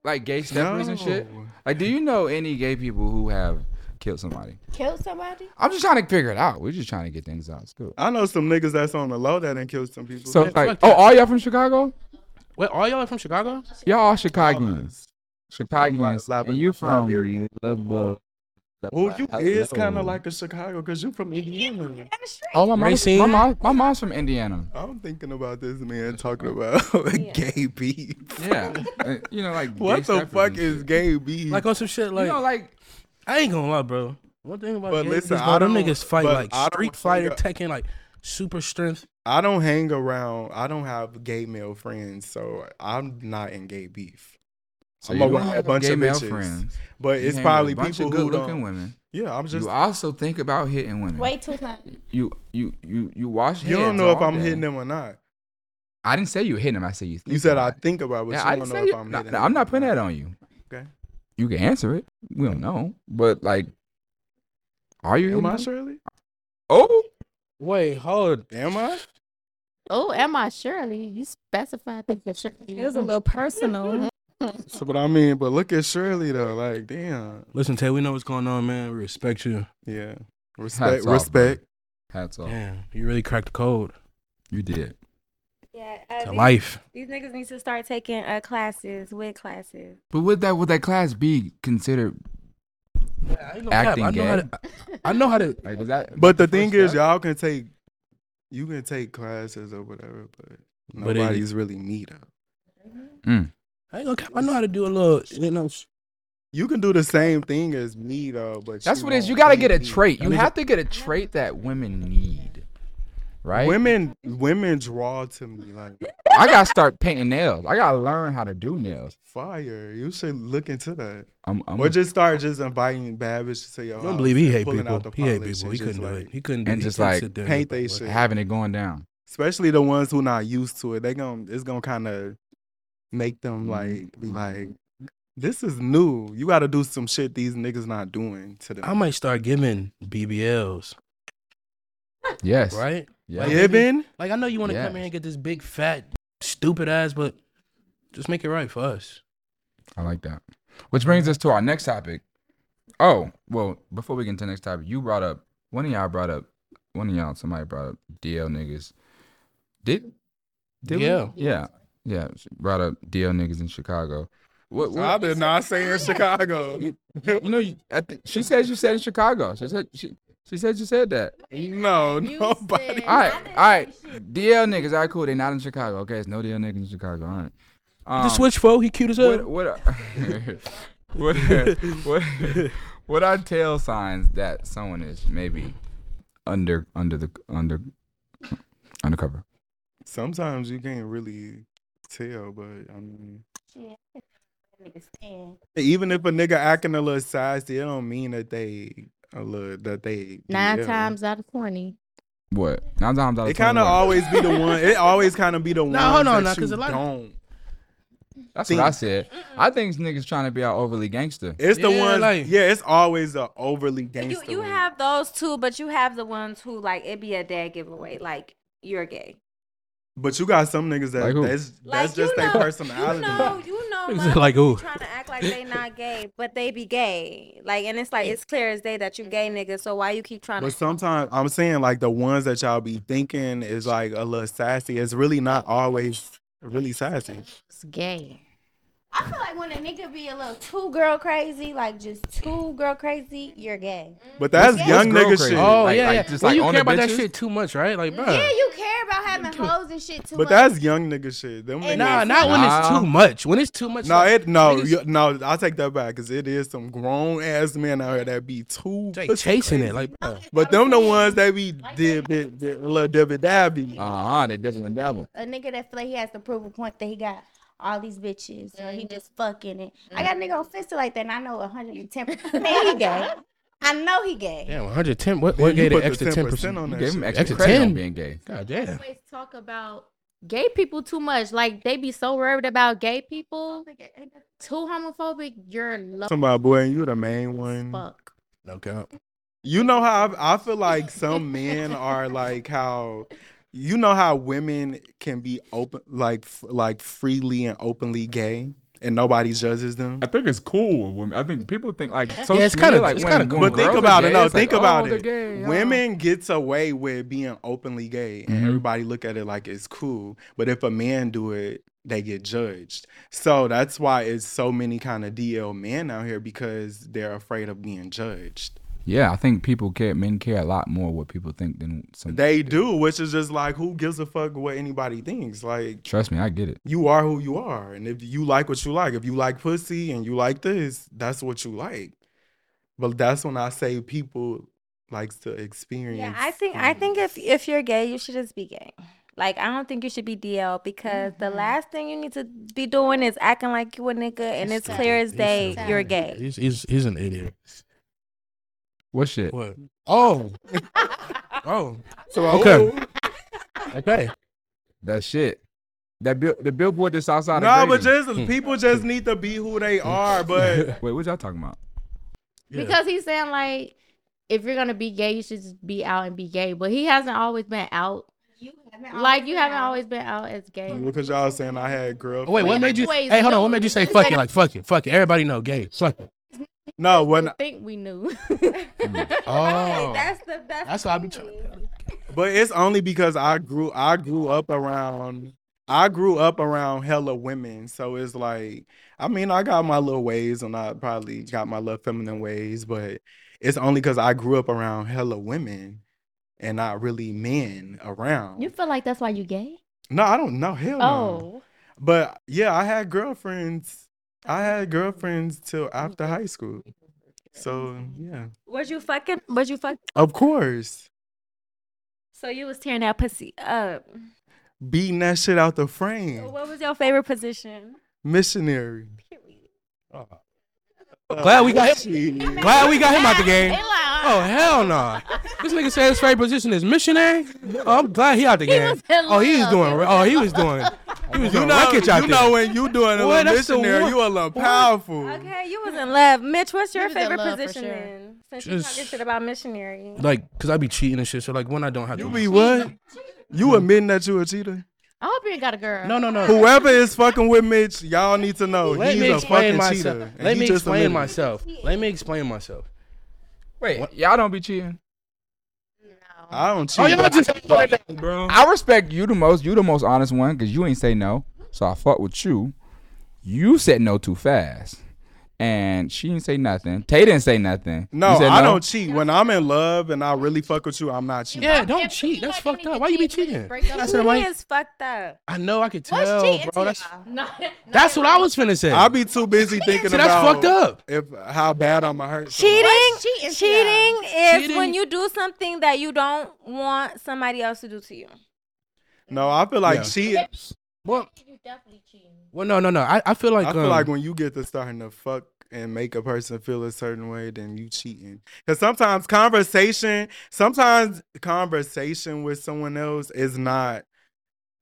Speaker 3: like gay steppers and shit
Speaker 2: No.
Speaker 3: like do you know any gay people who have killed somebody.
Speaker 8: Kill somebody?
Speaker 3: I'm just trying to figure it out. We're just trying to get things out. It's cool.
Speaker 2: I know some niggas that's on the low that done killed some people.
Speaker 3: So
Speaker 4: Yeah,
Speaker 3: like,
Speaker 4: fuck
Speaker 3: oh,
Speaker 4: that.
Speaker 3: all y'all from Chicago?
Speaker 4: Wait, all y'all are from Chicago?
Speaker 3: Y'all all Chicagoans.
Speaker 2: Live-
Speaker 3: Chicagoans.
Speaker 2: live
Speaker 3: And
Speaker 2: in
Speaker 3: you from?
Speaker 9: Liberia.
Speaker 2: well, you is kind of like a Chicago because you from Indiana.
Speaker 3: Oh, my mom's, my,
Speaker 4: Racine?
Speaker 3: mom, my mom's from Indiana.
Speaker 2: I'm thinking about this man talking about gay beef.
Speaker 3: Yeah. Uh, you know, like gay
Speaker 2: What the
Speaker 3: stuff
Speaker 2: fuck
Speaker 3: and
Speaker 2: is
Speaker 3: shit.
Speaker 2: gay beef?
Speaker 4: Like on some shit like,
Speaker 3: you know, like
Speaker 4: I ain't gonna lie, bro. One thing about
Speaker 2: But
Speaker 4: but
Speaker 2: listen,
Speaker 4: listen,
Speaker 2: I
Speaker 4: bro, them
Speaker 2: don't-
Speaker 4: niggas fight
Speaker 2: but
Speaker 4: like
Speaker 2: I don't
Speaker 4: Street
Speaker 2: think
Speaker 4: Fighter,
Speaker 2: I-
Speaker 4: Tekken, like super strength.
Speaker 2: I don't hang around. I don't have gay male friends, so I'm not in gay beef.
Speaker 3: so
Speaker 2: I'm
Speaker 3: you
Speaker 2: around
Speaker 3: have
Speaker 2: a bunch
Speaker 3: gay
Speaker 2: of
Speaker 3: male
Speaker 2: bitches.
Speaker 3: friends.
Speaker 2: But
Speaker 3: You
Speaker 2: it's
Speaker 3: hang with
Speaker 2: probably
Speaker 3: a bunch
Speaker 2: people
Speaker 3: of
Speaker 2: who
Speaker 3: good-looking
Speaker 2: don't.
Speaker 3: women.
Speaker 2: Yeah, I'm just. You,
Speaker 3: you also think about hitting women.
Speaker 8: Way too much.
Speaker 3: You you you you wash.
Speaker 2: don't
Speaker 3: heads
Speaker 2: know if
Speaker 3: all
Speaker 2: I'm
Speaker 3: day.
Speaker 2: hitting them or not.
Speaker 3: I didn't say you hitting them. I said you. Think
Speaker 2: You said I
Speaker 3: about it.
Speaker 2: think about, it, but
Speaker 3: Yeah,
Speaker 2: you
Speaker 3: I
Speaker 2: don't
Speaker 3: didn't
Speaker 2: know
Speaker 3: say
Speaker 2: if
Speaker 3: you-
Speaker 2: I'm
Speaker 3: no,
Speaker 2: hitting.
Speaker 3: no,
Speaker 2: them
Speaker 3: I'm
Speaker 2: or
Speaker 3: not putting that on you.
Speaker 2: Okay.
Speaker 3: You can answer it. We don't know, but like, are you?
Speaker 2: Am
Speaker 3: hitting
Speaker 2: I
Speaker 3: them?
Speaker 2: Shirley?
Speaker 3: Oh,
Speaker 4: Wait, hold.
Speaker 2: Am I?
Speaker 5: Oh, am I Shirley? You specified that you're Shirley. It was a little personal.
Speaker 2: So, but I mean, but look at Shirley though. Like, damn.
Speaker 4: Listen, Tay, we know what's going on, man. We respect you.
Speaker 2: Yeah. Respect.
Speaker 3: off, bro.
Speaker 2: respect.
Speaker 3: hats
Speaker 2: Oh.
Speaker 3: off.
Speaker 4: Damn, you really cracked the code
Speaker 3: You did.
Speaker 6: Yeah, uh,
Speaker 4: to life.
Speaker 6: These niggas need to start taking uh, classes, wig classes.
Speaker 3: But would that would that class be considered?
Speaker 4: I ain't gonna cap.
Speaker 3: Acting
Speaker 4: I know, how
Speaker 3: gay.
Speaker 4: to, I I know how to.
Speaker 3: Like, was that?
Speaker 2: But the thing
Speaker 3: first
Speaker 2: is,
Speaker 3: step?
Speaker 2: y'all can take. You can take classes or whatever, but
Speaker 4: But it-
Speaker 2: nobody's really meet up.
Speaker 3: Mm.
Speaker 4: I ain't gonna cap. I know how to do a little. You know, sh-
Speaker 2: You can do the same thing as me though, but
Speaker 3: That's
Speaker 2: you
Speaker 3: what it is.
Speaker 2: won't
Speaker 3: You gotta
Speaker 2: be
Speaker 3: get a
Speaker 2: me.
Speaker 3: trait.
Speaker 4: I
Speaker 3: You
Speaker 4: mean,
Speaker 3: have to get a trait that women need, right?
Speaker 2: Women, women draw to me like
Speaker 3: I gotta start painting nails. I gotta learn how to do nails.
Speaker 2: fire. You should look into that,
Speaker 3: I'm, I'm
Speaker 2: or just start just inviting Babbage to your
Speaker 4: I
Speaker 2: house.
Speaker 4: don't believe he hate
Speaker 2: Oh, pulling
Speaker 4: people.
Speaker 2: out the
Speaker 4: He hate
Speaker 2: polish
Speaker 4: people.
Speaker 2: and
Speaker 4: He
Speaker 2: just,
Speaker 4: couldn't do
Speaker 2: like,
Speaker 4: it. He couldn't.
Speaker 3: and
Speaker 4: he
Speaker 3: just,
Speaker 4: couldn't
Speaker 3: like,
Speaker 4: sit there and
Speaker 2: paint
Speaker 4: do
Speaker 2: they
Speaker 4: it.
Speaker 2: shit.
Speaker 3: having it going down.
Speaker 2: especially the ones who not used to it. They gon' it's gonna kind of make them
Speaker 4: Mm-hmm.
Speaker 2: like be like, this is new. You got to do some shit these niggas not doing to them.
Speaker 4: I might start giving BBLs,
Speaker 3: Yes.
Speaker 4: right?
Speaker 3: Yeah.
Speaker 4: Like,
Speaker 2: yeah, Ben.
Speaker 4: Like I know you want to come in
Speaker 3: Yes.
Speaker 4: and get this big fat stupid ass, but just make it right for us.
Speaker 3: I like that. Which brings us to our next topic. Oh, well, before we get into the next topic, you brought up one of y'all brought up one of y'all somebody brought up DL niggas. Did? we?
Speaker 4: DL.
Speaker 3: Yeah. Yeah. she Brought up DL niggas in Chicago. What, what
Speaker 2: I did not say in Chicago.
Speaker 3: you know you, I think she says you said in Chicago. She said she, she said you said that.
Speaker 2: No,
Speaker 8: You
Speaker 2: nobody.
Speaker 8: said-
Speaker 3: All right,
Speaker 8: I
Speaker 3: all
Speaker 8: didn't
Speaker 3: right.
Speaker 8: say shit.
Speaker 3: DL niggas, all right, cool. They not in Chicago. Okay, it's no DL niggas in Chicago. All right. Um,
Speaker 4: the switch foe, he cute as
Speaker 3: what
Speaker 4: hell.
Speaker 3: what what what what are tell signs that someone is maybe under under the under undercover?
Speaker 2: Sometimes you can't really tell, but I mean,
Speaker 8: Shit. Niggas stand.
Speaker 2: even if a nigga acting a little sassy, it don't mean that they a little that they
Speaker 5: Nine
Speaker 2: yeah.
Speaker 5: times out of 20.
Speaker 3: What nine times out of
Speaker 2: It kind of
Speaker 3: what?
Speaker 2: always be the one. It always kind of be the one.
Speaker 4: Nah, hold on, nah,
Speaker 2: that
Speaker 4: 'cause
Speaker 2: you
Speaker 4: a lot of-
Speaker 2: don't.
Speaker 3: That's what I said. I think niggas trying to be all overly gangster.
Speaker 2: It's the
Speaker 4: Yeah,
Speaker 2: one.
Speaker 4: like-
Speaker 2: yeah, it's always the overly
Speaker 6: You
Speaker 2: gangster.
Speaker 6: you
Speaker 2: one.
Speaker 6: have those too, but you have the ones who like it be a dad giveaway, like you're gay.
Speaker 2: but you got some niggas that
Speaker 3: Like who?
Speaker 2: that's that's
Speaker 6: Like, you
Speaker 2: just their
Speaker 6: know-
Speaker 2: personality.
Speaker 6: You know, you know,
Speaker 4: Niggas
Speaker 6: motherfuckers
Speaker 4: like who?
Speaker 6: trying to act like they not gay, but they be gay. Like, and it's like it's clear as day that you gay, nigga. So why you keep trying
Speaker 2: But
Speaker 6: to?
Speaker 2: sometimes I'm saying like the ones that y'all be thinking is like a little sassy. It's really not always really sassy.
Speaker 5: It's gay.
Speaker 8: I feel like when a nigga be a little too girl crazy, like just too girl crazy, you're gay.
Speaker 2: But that's
Speaker 8: What's
Speaker 2: young
Speaker 3: girl
Speaker 2: nigga
Speaker 3: crazy?
Speaker 2: shit.
Speaker 4: Oh
Speaker 3: Like-
Speaker 4: yeah,
Speaker 3: like,
Speaker 4: yeah.
Speaker 3: just
Speaker 4: well,
Speaker 3: like
Speaker 4: you
Speaker 3: on
Speaker 4: care
Speaker 3: the
Speaker 4: about that
Speaker 3: bitches?
Speaker 4: shit too much, right? Like, bro.
Speaker 8: Yeah, you care about having hoes and shit too
Speaker 2: But
Speaker 8: much.
Speaker 2: that's young nigga shit. Them
Speaker 8: And
Speaker 4: Nah,
Speaker 2: niggas-
Speaker 4: not when it's
Speaker 3: Nah.
Speaker 4: too much. When it's too much,
Speaker 2: No,
Speaker 4: like,
Speaker 2: it no
Speaker 4: niggas-
Speaker 2: you- no. I take that back because it is some grown ass men out here that be too.
Speaker 4: they
Speaker 2: pussy
Speaker 4: chasing
Speaker 2: crazy.
Speaker 4: it, like, bro.
Speaker 2: But them the ones that be dib, dib, dib, little dibby dabby.
Speaker 3: Uh huh. They devil and devil.
Speaker 8: a nigga that feel like he has to prove a point that he got all these bitches or
Speaker 6: Mm-hmm.
Speaker 8: he just fucking it. I got a nigga on fisted like that and I know 110 percent he gay. I know he gay.
Speaker 4: Damn, 110. What, what
Speaker 2: You
Speaker 4: gave
Speaker 2: put
Speaker 4: the
Speaker 2: the
Speaker 4: extra 10 percent?
Speaker 2: on
Speaker 3: You
Speaker 2: that.
Speaker 3: gave
Speaker 2: shit.
Speaker 3: him extra
Speaker 4: Extra
Speaker 3: credit on
Speaker 4: 10.
Speaker 3: being gay.
Speaker 4: God damn.
Speaker 5: Always talk about gay people too much. Like, they be so worried about gay people. Too homophobic. You're low
Speaker 2: Somebody, boy, and you the main
Speaker 5: as
Speaker 2: one.
Speaker 5: fuck.
Speaker 4: No cap.
Speaker 2: You know how I, I feel like some men are like how you know how women can be open like f- like freely and openly gay. and nobody judges them.
Speaker 9: I think it's cool. When, I think people think like social
Speaker 4: it's kinda-
Speaker 9: media, like
Speaker 4: it's
Speaker 9: when-
Speaker 4: kinda
Speaker 9: when
Speaker 4: cool.
Speaker 2: But think
Speaker 9: girls are
Speaker 2: about it.
Speaker 9: gay,
Speaker 2: No,
Speaker 9: it's like,
Speaker 2: think about
Speaker 9: oh, they're
Speaker 2: it.
Speaker 9: gay, oh.
Speaker 2: Women gets away with being openly gay, and
Speaker 9: Mhm.
Speaker 2: everybody look at it like it's cool. But if a man do it, they get judged. So that's why it's so many kind of DL men out here because they're afraid of being judged.
Speaker 3: Yeah, I think people care. Men care a lot more what people think than some.
Speaker 2: They do, which is just like who gives a fuck what anybody thinks. Like
Speaker 3: Trust me, I get it.
Speaker 2: you are who you are, and if you like what you like, if you like pussy and you like this, that's what you like. But that's when I say people likes to experience.
Speaker 6: Yeah, I think I think if if you're gay, you should just be gay. Like I don't think you should be DL because
Speaker 8: Mm-hmm.
Speaker 6: the last thing you need to be doing is acting like you a nigga, and it's clear as day you're gay.
Speaker 4: He's, he's, he's an idiot.
Speaker 3: What shit?
Speaker 4: What? Oh. oh.
Speaker 2: so.
Speaker 4: Okay. Okay.
Speaker 3: That shit. That bill the billboard that's outside.
Speaker 2: No,
Speaker 3: of
Speaker 2: but
Speaker 3: Grady.
Speaker 2: just
Speaker 4: Hmm.
Speaker 2: people just need to be who they are. But
Speaker 3: wait, what y'all talking about?
Speaker 4: Yeah.
Speaker 5: Because he's saying like, if you're gonna be gay, you should just be out and be gay. But he hasn't always been out.
Speaker 8: You haven't
Speaker 5: Like you
Speaker 8: been
Speaker 5: haven't
Speaker 8: out.
Speaker 5: always been out as gay.
Speaker 2: because y'all saying I had girlfriend.
Speaker 4: Oh, Wait, what made you?
Speaker 5: always
Speaker 4: Hey, hold on. What
Speaker 5: knew.
Speaker 4: made you say
Speaker 5: It's
Speaker 4: fuck
Speaker 5: like-
Speaker 4: it? Like fuck it, fuck it. Everybody know gay. Fuck it.
Speaker 2: No, when
Speaker 5: I think we knew.
Speaker 4: Oh,
Speaker 6: That's the best.
Speaker 4: that's why I be trying.
Speaker 2: but it's only because I grew I grew up around I grew up around hella women. So it's like I mean I got my little ways and I probably got my little feminine ways, but it's only because I grew up around hella women and not really men around.
Speaker 5: you feel like that's why you gay?
Speaker 2: No, I don't know. Hell no.
Speaker 5: Oh,
Speaker 2: But yeah, I had girlfriends. I had girlfriends till after high school. So yeah.
Speaker 6: Was you fucking? Was you fuck?
Speaker 2: Of course.
Speaker 6: So you was tearing that pussy up.
Speaker 2: Beating that shit out the frame.
Speaker 6: What was your favorite position?
Speaker 2: Missionary.
Speaker 4: Glad we got him.
Speaker 2: Uh, Shit.
Speaker 4: Glad we got him out the game.
Speaker 5: He like,
Speaker 4: Oh hell no! This nigga said his favorite position is missionary. Oh, I'm glad he out the game.
Speaker 5: was in
Speaker 4: oh, he was
Speaker 5: love.
Speaker 4: doing.
Speaker 5: He was
Speaker 4: oh, he was doing. He was doing records out
Speaker 2: you
Speaker 4: there.
Speaker 2: know when you doing a
Speaker 4: Boy,
Speaker 2: little
Speaker 4: that's the
Speaker 2: missionary,
Speaker 4: one-
Speaker 2: you a little powerful.
Speaker 6: Okay, you was in love, Mitch. What's your
Speaker 5: was in
Speaker 6: favorite
Speaker 5: love for
Speaker 6: position
Speaker 5: sure.
Speaker 6: then? Since you talking
Speaker 4: Just-
Speaker 6: shit about missionary.
Speaker 4: like, cause I be cheating and shit. So like, when I don't have
Speaker 2: You
Speaker 4: to.
Speaker 2: be what? You admitting that you a cheater?
Speaker 5: I hope you ain't got a girl.
Speaker 4: no, no, no.
Speaker 2: Whoever is fucking with Mitch, y'all need to know
Speaker 4: Let
Speaker 2: he's
Speaker 4: me
Speaker 2: a fucking
Speaker 4: explain myself.
Speaker 2: cheater. and
Speaker 4: Let
Speaker 2: he
Speaker 4: me
Speaker 2: just
Speaker 4: explain
Speaker 2: admitted it.
Speaker 4: myself. Let me explain myself.
Speaker 3: Wait, y'all don't be cheating.
Speaker 2: I don't cheat.
Speaker 4: Oh, y'all just
Speaker 2: bro.
Speaker 3: I respect you the most. You the most honest one because you ain't say no. So I fuck with you. You said no too fast, and she didn't say nothing. Tay didn't say nothing. You
Speaker 2: No,
Speaker 3: said
Speaker 2: I don't cheat. When I'm in love and I really fuck with you, I'm not cheating.
Speaker 4: yeah. Don't cheat. That's fucked up. Why you be cheating? That's what I'm
Speaker 6: He
Speaker 4: like.
Speaker 6: is fucked up.
Speaker 4: I know. I could
Speaker 8: What's
Speaker 4: tell,
Speaker 8: cheating
Speaker 4: bro.
Speaker 8: to
Speaker 4: That's
Speaker 8: y'all?
Speaker 5: no.
Speaker 4: that's what I was finna say.
Speaker 2: I be too busy thinking
Speaker 4: See, that's
Speaker 2: about
Speaker 4: fucked up.
Speaker 2: if how bad I'm gonna hurt. someone.
Speaker 6: Cheating,
Speaker 8: What's cheating to
Speaker 6: cheating is
Speaker 4: Cheating-
Speaker 6: when you do something that you don't want somebody else to do to you.
Speaker 2: No, I feel like
Speaker 4: Yeah.
Speaker 2: cheating.
Speaker 4: Well,
Speaker 5: You definitely cheating.
Speaker 4: well, no, no, no. I, I feel like
Speaker 2: I feel
Speaker 4: um,
Speaker 2: like when you get to starting to fuck and make a person feel a certain way, then you cheating. Because sometimes conversation, sometimes conversation with someone else is not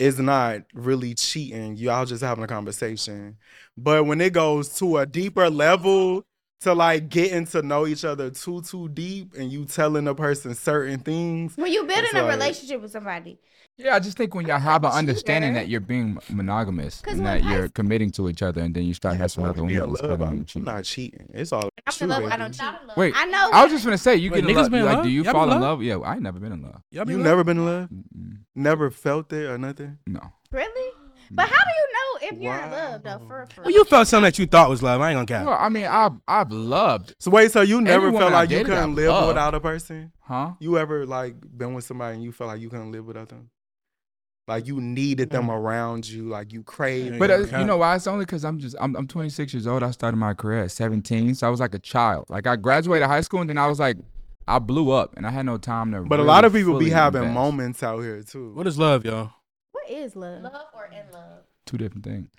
Speaker 2: is not really cheating. Y'all just having a conversation. But when it goes to a deeper level, to like getting to know each other too too deep, and you telling a person certain things,
Speaker 8: When you building
Speaker 2: It's
Speaker 8: a
Speaker 2: like-
Speaker 8: relationship with somebody,
Speaker 3: Yeah, I just think when y'all have an understanding that you're being monogamous
Speaker 8: 'Cause
Speaker 3: and
Speaker 8: when
Speaker 3: that
Speaker 8: I-
Speaker 3: you're committing to each other, and then you start having
Speaker 2: Well,
Speaker 3: other
Speaker 2: be in
Speaker 3: women. that's
Speaker 2: love,
Speaker 3: better
Speaker 2: I'm
Speaker 3: than cheating.
Speaker 2: not cheating. It's all
Speaker 8: I'm
Speaker 2: true,
Speaker 8: in love. I
Speaker 2: baby.
Speaker 8: don't cheat.
Speaker 3: Wait,
Speaker 8: I know.
Speaker 3: I was just gonna say you
Speaker 4: Wait,
Speaker 3: get in
Speaker 4: niggas
Speaker 3: love.
Speaker 4: been in
Speaker 3: Like,
Speaker 4: love?
Speaker 3: do you
Speaker 4: Y'all been
Speaker 3: fall in
Speaker 4: in
Speaker 3: love? Yeah, I ain't never been in love.
Speaker 4: y'all be
Speaker 2: You
Speaker 4: like-
Speaker 2: never been in love?
Speaker 3: Mm-mm,
Speaker 2: Never felt it or nothing?
Speaker 3: No.
Speaker 8: really. But how do you know if you're in love though? For for
Speaker 4: Well, you felt something that you thought was love. I ain't gonna
Speaker 3: Well,
Speaker 4: cap.
Speaker 3: I mean, I've I've loved,
Speaker 2: So wait, so you never
Speaker 3: Everyone
Speaker 2: felt
Speaker 3: I
Speaker 2: like you
Speaker 3: dated, I
Speaker 2: couldn't live
Speaker 3: loved.
Speaker 2: without a person?
Speaker 3: huh?
Speaker 2: You ever like been with somebody and you felt like you couldn't live without them? Like you needed them around you, like you craved.
Speaker 3: But
Speaker 2: them.
Speaker 3: uh, Mm. you know why? It's only because I'm just I'm I'm 26 years old. I started my career at 17, so I was like a child. Like I graduated high school, and then I was like, I blew up, and I had no time to.
Speaker 2: but a
Speaker 3: really
Speaker 2: lot of people be
Speaker 3: fully
Speaker 2: having
Speaker 3: invest.
Speaker 2: moments out here too.
Speaker 4: What is love, y'all?
Speaker 8: what is love?
Speaker 5: Love or in love?
Speaker 3: Two different things.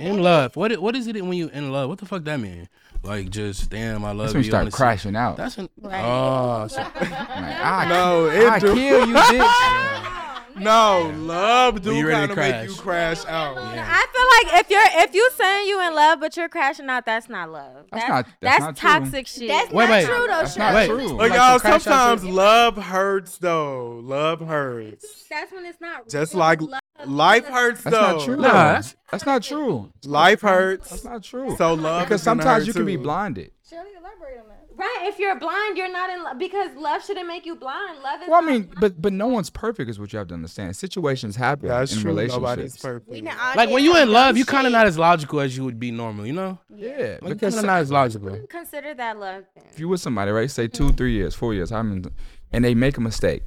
Speaker 4: In love. What i- what is it when you in love? What the fuck that mean? Like just damn, I
Speaker 3: That's
Speaker 4: love you.
Speaker 3: when you start
Speaker 4: honestly.
Speaker 3: crashing out.
Speaker 4: That's an
Speaker 5: Right.
Speaker 4: oh, so-
Speaker 3: Like, I,
Speaker 2: no,
Speaker 3: I
Speaker 2: it do,
Speaker 3: kill you, bitch.
Speaker 2: no love do
Speaker 4: you
Speaker 2: kind
Speaker 4: ready to
Speaker 2: of make you
Speaker 4: crash?
Speaker 2: crash out.
Speaker 4: Yeah.
Speaker 6: I feel like if you're if you saying you in love but you're crashing out, that's not love.
Speaker 3: That's
Speaker 6: That's
Speaker 3: not-
Speaker 6: that's,
Speaker 3: that's not true.
Speaker 6: toxic shit.
Speaker 8: That's
Speaker 4: Wait,
Speaker 8: not
Speaker 4: wait.
Speaker 8: true though,
Speaker 3: That's not
Speaker 8: Shirley.
Speaker 3: true.
Speaker 2: Look,
Speaker 4: Like
Speaker 2: y'all,
Speaker 4: the crash out
Speaker 2: sometimes
Speaker 4: shit.
Speaker 2: love hurts though. Love hurts.
Speaker 6: That's when it's not
Speaker 2: Just
Speaker 6: real
Speaker 2: like
Speaker 6: love.
Speaker 2: life hurts
Speaker 3: That's
Speaker 2: though.
Speaker 3: not true.
Speaker 4: Nah, that's-
Speaker 3: that's not true.
Speaker 2: Life hurts.
Speaker 3: That's not true.
Speaker 2: So love
Speaker 3: because
Speaker 2: is gonna
Speaker 3: sometimes
Speaker 2: hurt,
Speaker 3: you can be
Speaker 2: too.
Speaker 3: blinded.
Speaker 7: Shirley, elaborate on that.
Speaker 6: Right, if you're blind, you're not in love because love shouldn't make you blind. Love is
Speaker 3: Well, I
Speaker 6: not
Speaker 3: mean, but but no one's perfect is what you have to understand. Situations happen
Speaker 2: That's
Speaker 3: in
Speaker 2: true.
Speaker 3: relationships.
Speaker 2: Nobody's perfect.
Speaker 8: We not all
Speaker 4: Like
Speaker 8: did
Speaker 4: when you in
Speaker 8: dumb
Speaker 4: love, you kind of
Speaker 8: shit.
Speaker 4: not as logical as you would be normal, you know?
Speaker 3: Yeah,
Speaker 4: Like,
Speaker 3: because
Speaker 4: because
Speaker 3: some-
Speaker 4: not as logical.
Speaker 6: consider that love then.
Speaker 3: if you with somebody, right, say two, three years, four years, I mean, and they make a mistake,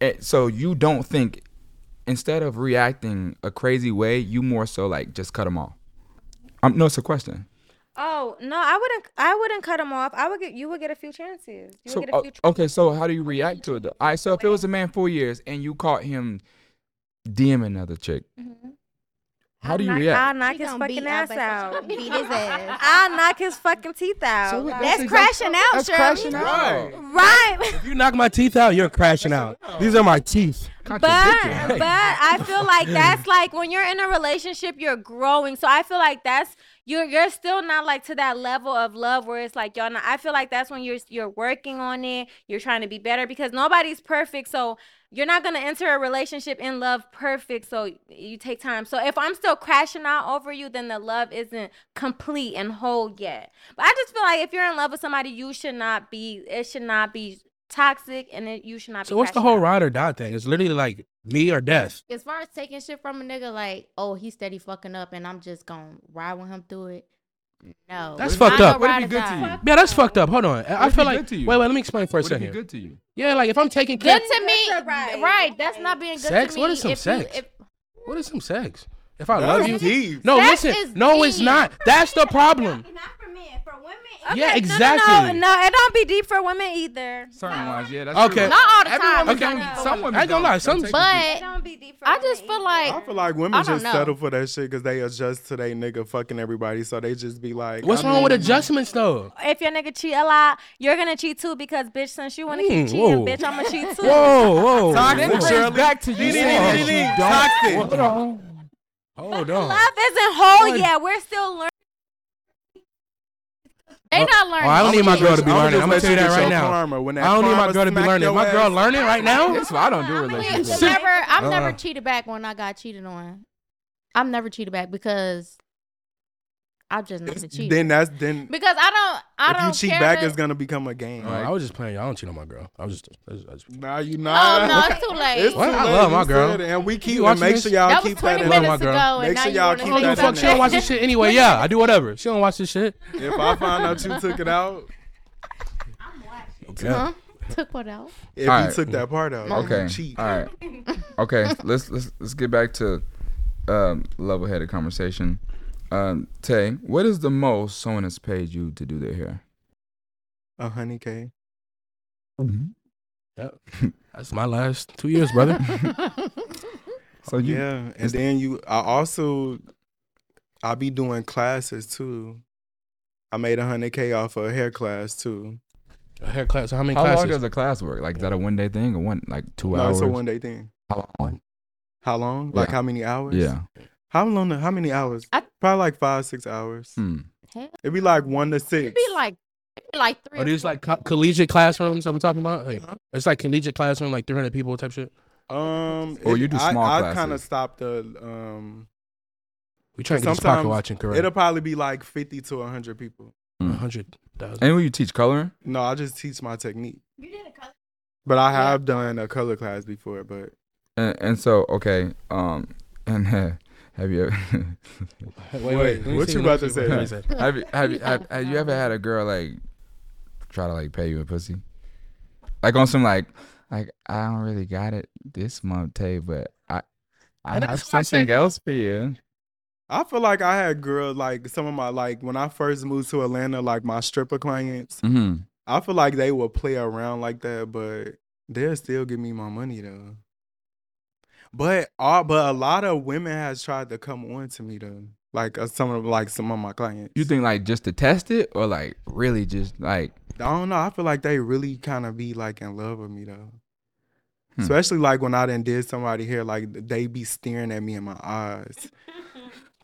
Speaker 3: and so you don't think, instead of reacting a crazy way, you more so like just cut them off. Um, no, it's a question.
Speaker 6: Oh no, I wouldn't. I wouldn't cut him off. I would get. You would get a few chances. You
Speaker 3: So uh,
Speaker 6: would get
Speaker 3: o-
Speaker 6: a few. chances.
Speaker 3: okay, so how do you react to it? though? All right, so if it was a man four years and you caught him DMing another chick, how do you
Speaker 6: I'll knock- I'll
Speaker 3: react?
Speaker 6: knock
Speaker 8: She
Speaker 6: his
Speaker 8: gonna
Speaker 6: fucking
Speaker 8: beat
Speaker 6: ass
Speaker 8: Alberto.
Speaker 6: out.
Speaker 8: Beat his ass.
Speaker 6: I'll knock his fucking teeth out.
Speaker 3: So what-
Speaker 8: That's
Speaker 3: exact-
Speaker 8: crashing out,
Speaker 3: That's
Speaker 8: Shirley.
Speaker 3: crashing out.
Speaker 2: Right.
Speaker 6: right,
Speaker 4: If you knock my teeth out, you're crashing out. These are my teeth.
Speaker 6: but but
Speaker 3: Contradicting, right.
Speaker 6: I feel like that's like when you're in a relationship, you're growing. So I feel like that's you're you're still not like to that level of love where it's like y'all. Not, I feel like that's when you're you're working on it. You're trying to be better because nobody's perfect. So you're not gonna enter a relationship in love perfect. So you take time. So if I'm still crashing out over you, then the love isn't complete and whole yet. But I just feel like if you're in love with somebody, you should not be. It should not be toxic, and it, you should not.
Speaker 4: So
Speaker 6: be
Speaker 4: what's the
Speaker 6: crashing
Speaker 4: whole
Speaker 6: out.
Speaker 4: ride or die thing? It's literally like me or death.
Speaker 5: As far as taking shit from a nigga, like, oh, he steady fucking up, and I'm just gonna ride with him through it. No,
Speaker 4: That's
Speaker 5: It's
Speaker 4: fucked
Speaker 5: not no
Speaker 4: up.
Speaker 3: What if he
Speaker 5: ride or
Speaker 3: good to
Speaker 5: die.
Speaker 3: you?
Speaker 4: Yeah, that's fucked up. Hold on. I- I
Speaker 3: if
Speaker 4: feel
Speaker 3: he
Speaker 4: like
Speaker 3: good to
Speaker 4: wait,
Speaker 3: you?
Speaker 4: wait. Let me explain for a
Speaker 3: What if he
Speaker 4: second.
Speaker 3: good to you?
Speaker 4: Yeah, like if I'm taking care.
Speaker 5: Good to me,
Speaker 7: That's a ride.
Speaker 5: right? That's not being good
Speaker 4: Sex?
Speaker 5: to me.
Speaker 4: What is some
Speaker 5: If you-
Speaker 4: sex?
Speaker 5: if-
Speaker 4: What is some sex? If I
Speaker 2: That
Speaker 4: love
Speaker 2: is
Speaker 4: you,
Speaker 2: deep.
Speaker 4: no,
Speaker 5: Sex
Speaker 4: listen,
Speaker 5: is
Speaker 4: no, it's
Speaker 5: deep.
Speaker 4: not. That's the problem.
Speaker 8: Not for men, for women.
Speaker 4: yeah,
Speaker 6: No, no,
Speaker 4: exactly.
Speaker 6: No, no, it don't be deep for women either.
Speaker 3: Certain ones, yeah. That's
Speaker 4: Okay.
Speaker 3: True.
Speaker 5: not all the
Speaker 3: Every
Speaker 5: time.
Speaker 3: woman
Speaker 4: Okay.
Speaker 3: don't- Some women
Speaker 4: I ain't
Speaker 3: don't.
Speaker 4: gonna lie,
Speaker 3: Don't
Speaker 4: some-
Speaker 3: take it deep.
Speaker 5: But
Speaker 6: It don't be deep for
Speaker 5: I
Speaker 6: women
Speaker 5: just feel
Speaker 6: either.
Speaker 2: I
Speaker 5: like
Speaker 2: feel like women
Speaker 5: I don't
Speaker 2: just
Speaker 5: know.
Speaker 2: settle for that shit because they adjust to they nigga fucking everybody, so they just be like,
Speaker 4: What's
Speaker 2: I
Speaker 4: wrong
Speaker 2: mean,
Speaker 4: with adjustments though?
Speaker 6: if your nigga cheat a lot, you're gonna cheat too because bitch, since you wanna keep
Speaker 4: Mm,
Speaker 6: cheating,
Speaker 4: whoa.
Speaker 6: bitch, I'ma cheat too.
Speaker 4: Whoa,
Speaker 3: Then
Speaker 2: Toxic,
Speaker 3: it brings
Speaker 2: Shirley.
Speaker 3: back to you. saying that you don't-
Speaker 2: Toxic.
Speaker 3: Hold on.
Speaker 4: Hold on.
Speaker 6: Love isn't whole
Speaker 4: Lord.
Speaker 6: yet. We're still learning.
Speaker 5: they not learning.
Speaker 4: Oh, I don't need my
Speaker 5: shit.
Speaker 4: girl to be
Speaker 2: I would
Speaker 4: learning.
Speaker 2: just
Speaker 4: I'm gonna
Speaker 2: let
Speaker 4: tell you
Speaker 2: get
Speaker 4: that right
Speaker 2: your
Speaker 4: now.
Speaker 2: karma. When that
Speaker 4: I don't need my
Speaker 2: karma
Speaker 4: girl to be
Speaker 2: smack
Speaker 4: learning.
Speaker 2: your
Speaker 4: My girl
Speaker 2: ass-
Speaker 4: learning right now.
Speaker 3: That's why I don't do relationships.
Speaker 5: I've never,
Speaker 2: Uh-huh.
Speaker 5: I've never cheated back when I got cheated on. I've never cheated back because I'm just not a
Speaker 2: It's-
Speaker 5: cheater.
Speaker 2: Then that's then.
Speaker 5: because I don't, I
Speaker 2: if
Speaker 5: don't
Speaker 2: you cheat
Speaker 5: care
Speaker 2: back,
Speaker 5: to-
Speaker 2: it's gonna become a game.
Speaker 4: Oh, I was just playing. I don't cheat on my girl. I was just. I was- I was-
Speaker 2: Nah, you
Speaker 5: Oh
Speaker 2: not.
Speaker 5: no, it's too late.
Speaker 2: It's
Speaker 4: What?
Speaker 2: too
Speaker 4: I
Speaker 2: late,
Speaker 4: love
Speaker 2: you
Speaker 4: my girl.
Speaker 2: said it, And we keep
Speaker 4: You
Speaker 2: and
Speaker 4: watching
Speaker 2: make
Speaker 4: this?
Speaker 2: sure y'all
Speaker 5: that was
Speaker 2: keep
Speaker 5: 20
Speaker 2: that in
Speaker 4: minutes
Speaker 2: mind.
Speaker 4: my
Speaker 5: minutes
Speaker 4: girl.
Speaker 5: ago.
Speaker 2: Make
Speaker 5: and
Speaker 2: sure
Speaker 5: now
Speaker 2: y'all
Speaker 5: you wanna
Speaker 2: keep
Speaker 4: I don't
Speaker 5: say
Speaker 4: give a
Speaker 2: that
Speaker 4: fuck.
Speaker 2: in
Speaker 4: She don't
Speaker 2: there.
Speaker 4: watch this shit anyway. Yeah, I do whatever. She don't watch this shit.
Speaker 2: If I find out you took it out,
Speaker 4: Yeah.
Speaker 5: Huh? Took one out.
Speaker 2: if
Speaker 3: All
Speaker 2: you
Speaker 3: right.
Speaker 2: took that part out, you
Speaker 3: Okay.
Speaker 2: cheat.
Speaker 3: All right. Okay. let's let's let's get back to um, level-headed conversation. Um, Tay, what is the most someone has paid you to do their hair?
Speaker 2: A honey k. Mm-hmm.
Speaker 4: That's my last two years, brother.
Speaker 3: So you,
Speaker 2: Yeah, and then you. I also, I be doing classes too. I made a hundred k off of a hair class too.
Speaker 4: A hair class. So how many
Speaker 3: how long
Speaker 4: classes?
Speaker 3: does a class work? Like, is that a one-day thing or one like two
Speaker 2: no,
Speaker 3: hours?
Speaker 2: it's a one day thing.
Speaker 3: How long?
Speaker 2: How long? Like
Speaker 3: Yeah.
Speaker 2: how many hours?
Speaker 3: Yeah.
Speaker 2: How long? How many hours?
Speaker 5: I-
Speaker 2: Probably like five, six hours.
Speaker 3: Hmm.
Speaker 2: It'd be like one to six.
Speaker 5: It'd be like, it'd be like three.
Speaker 2: Oh,
Speaker 4: Are
Speaker 5: or
Speaker 4: these
Speaker 5: four.
Speaker 4: like co- Uh, collegiate classrooms? I'm talking about. Like,
Speaker 2: Uh-huh.
Speaker 4: it's like collegiate classroom, like 300 people type shit.
Speaker 2: um.
Speaker 3: Or Oh, you do
Speaker 2: I-
Speaker 3: small
Speaker 2: I,
Speaker 3: classes.
Speaker 2: kind of stopped the um.
Speaker 4: We trying to get this pocket
Speaker 2: Sometimes
Speaker 4: watching correct.
Speaker 2: It'll probably be like fifty to hundred people.
Speaker 4: hundred thousand.
Speaker 3: And will you teach coloring?
Speaker 2: No, I just teach my technique.
Speaker 8: You did a color.
Speaker 2: But I
Speaker 5: Yeah.
Speaker 2: have done a color class before. But
Speaker 3: And, and so okay. Um, and have you ever
Speaker 4: Wait,
Speaker 2: Wait,
Speaker 4: let me
Speaker 2: what
Speaker 4: see,
Speaker 2: you
Speaker 4: let
Speaker 2: about
Speaker 4: me
Speaker 2: to
Speaker 4: see,
Speaker 2: say?
Speaker 4: let me see.
Speaker 3: have you have you have, have you ever had a girl like try to like pay you a pussy? Like on some like like I don't really got it this month, Tay, but I I
Speaker 4: And
Speaker 3: have
Speaker 4: that's why I
Speaker 3: something
Speaker 4: said-
Speaker 3: else for you.
Speaker 2: I feel like I had girls like some of my like when I first moved to Atlanta, like my stripper clients.
Speaker 3: Mm-hmm.
Speaker 2: I feel like they would play around like that, but they'll still give me my money though. But all but a lot of women has tried to come on to me though. Like uh, some of like some of my clients.
Speaker 3: You think like just to test it or like really just like
Speaker 2: I don't know. I feel like they really kind of be like in love with me though.
Speaker 3: Hmm.
Speaker 2: Especially like when I done did somebody here, like they be staring at me in my eyes.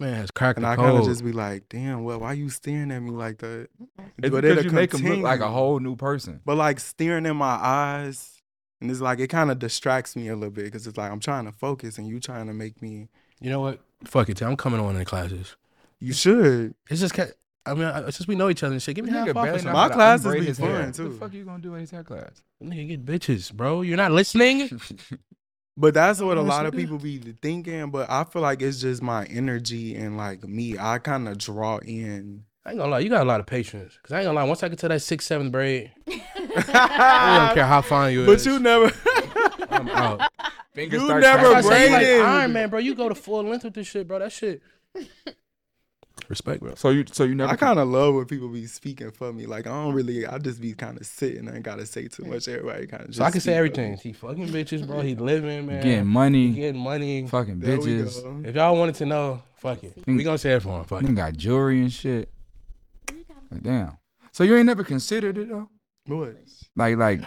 Speaker 4: Man has cracked
Speaker 2: And
Speaker 4: the
Speaker 2: I kind of
Speaker 4: code.
Speaker 2: just be like, damn, well, why you staring at me like that?
Speaker 3: It's
Speaker 2: But
Speaker 3: because
Speaker 2: it'll
Speaker 3: you make them look like a
Speaker 2: continue.
Speaker 3: whole new person.
Speaker 2: But like staring in my eyes, and it's like it kind of distracts me a little bit because it's like I'm trying to focus and you trying to make me.
Speaker 4: You know what? Fuck it, T. I'm coming on in the classes.
Speaker 2: You should.
Speaker 4: It's just, ca- I mean, I, since we know each other and shit, give me half
Speaker 3: Nigga
Speaker 4: off.
Speaker 3: barely
Speaker 4: or
Speaker 3: know
Speaker 4: something.
Speaker 2: My
Speaker 3: how to
Speaker 2: classes
Speaker 3: unbraid
Speaker 2: be
Speaker 3: his
Speaker 2: fun,
Speaker 3: hair. What
Speaker 2: too.
Speaker 3: the fuck you gonna do in his hair class?
Speaker 4: Nigga, get bitches, bro. You're not listening.
Speaker 2: But that's what a
Speaker 4: Yes,
Speaker 2: lot
Speaker 4: I
Speaker 2: of
Speaker 4: do.
Speaker 2: people be thinking. But I feel like it's just my energy and like me. I kind of draw in.
Speaker 4: I ain't gonna lie, you got a lot of patience. Cause I ain't gonna lie, once I get to that sixth, seventh grade, I don't care how fine you
Speaker 2: But
Speaker 4: is.
Speaker 2: you never.
Speaker 4: I'm out.
Speaker 3: Finger
Speaker 2: You
Speaker 3: start
Speaker 2: never
Speaker 3: tapping.
Speaker 4: That's why I say you like
Speaker 2: Braden.
Speaker 4: Iron Man, bro. You go to full length with this shit, bro. That shit. Respect, bro.
Speaker 9: So you, so you never.
Speaker 2: I kind of love when people be speaking for me. Like I don't really. I just be kind of sitting. I ain't gotta say too much. Everybody kind of.
Speaker 4: So I can say everything. He fucking bitches, bro. He living, man.
Speaker 3: Getting
Speaker 4: He
Speaker 3: money,
Speaker 4: getting money.
Speaker 3: fucking
Speaker 2: There we
Speaker 3: bitches.
Speaker 2: go.
Speaker 4: If y'all wanted to know, fuck it. We gonna say it for him. Fuck it.
Speaker 3: Nigga got jewelry and shit. Like, damn. So you ain't never considered it though?
Speaker 2: What?
Speaker 3: Like like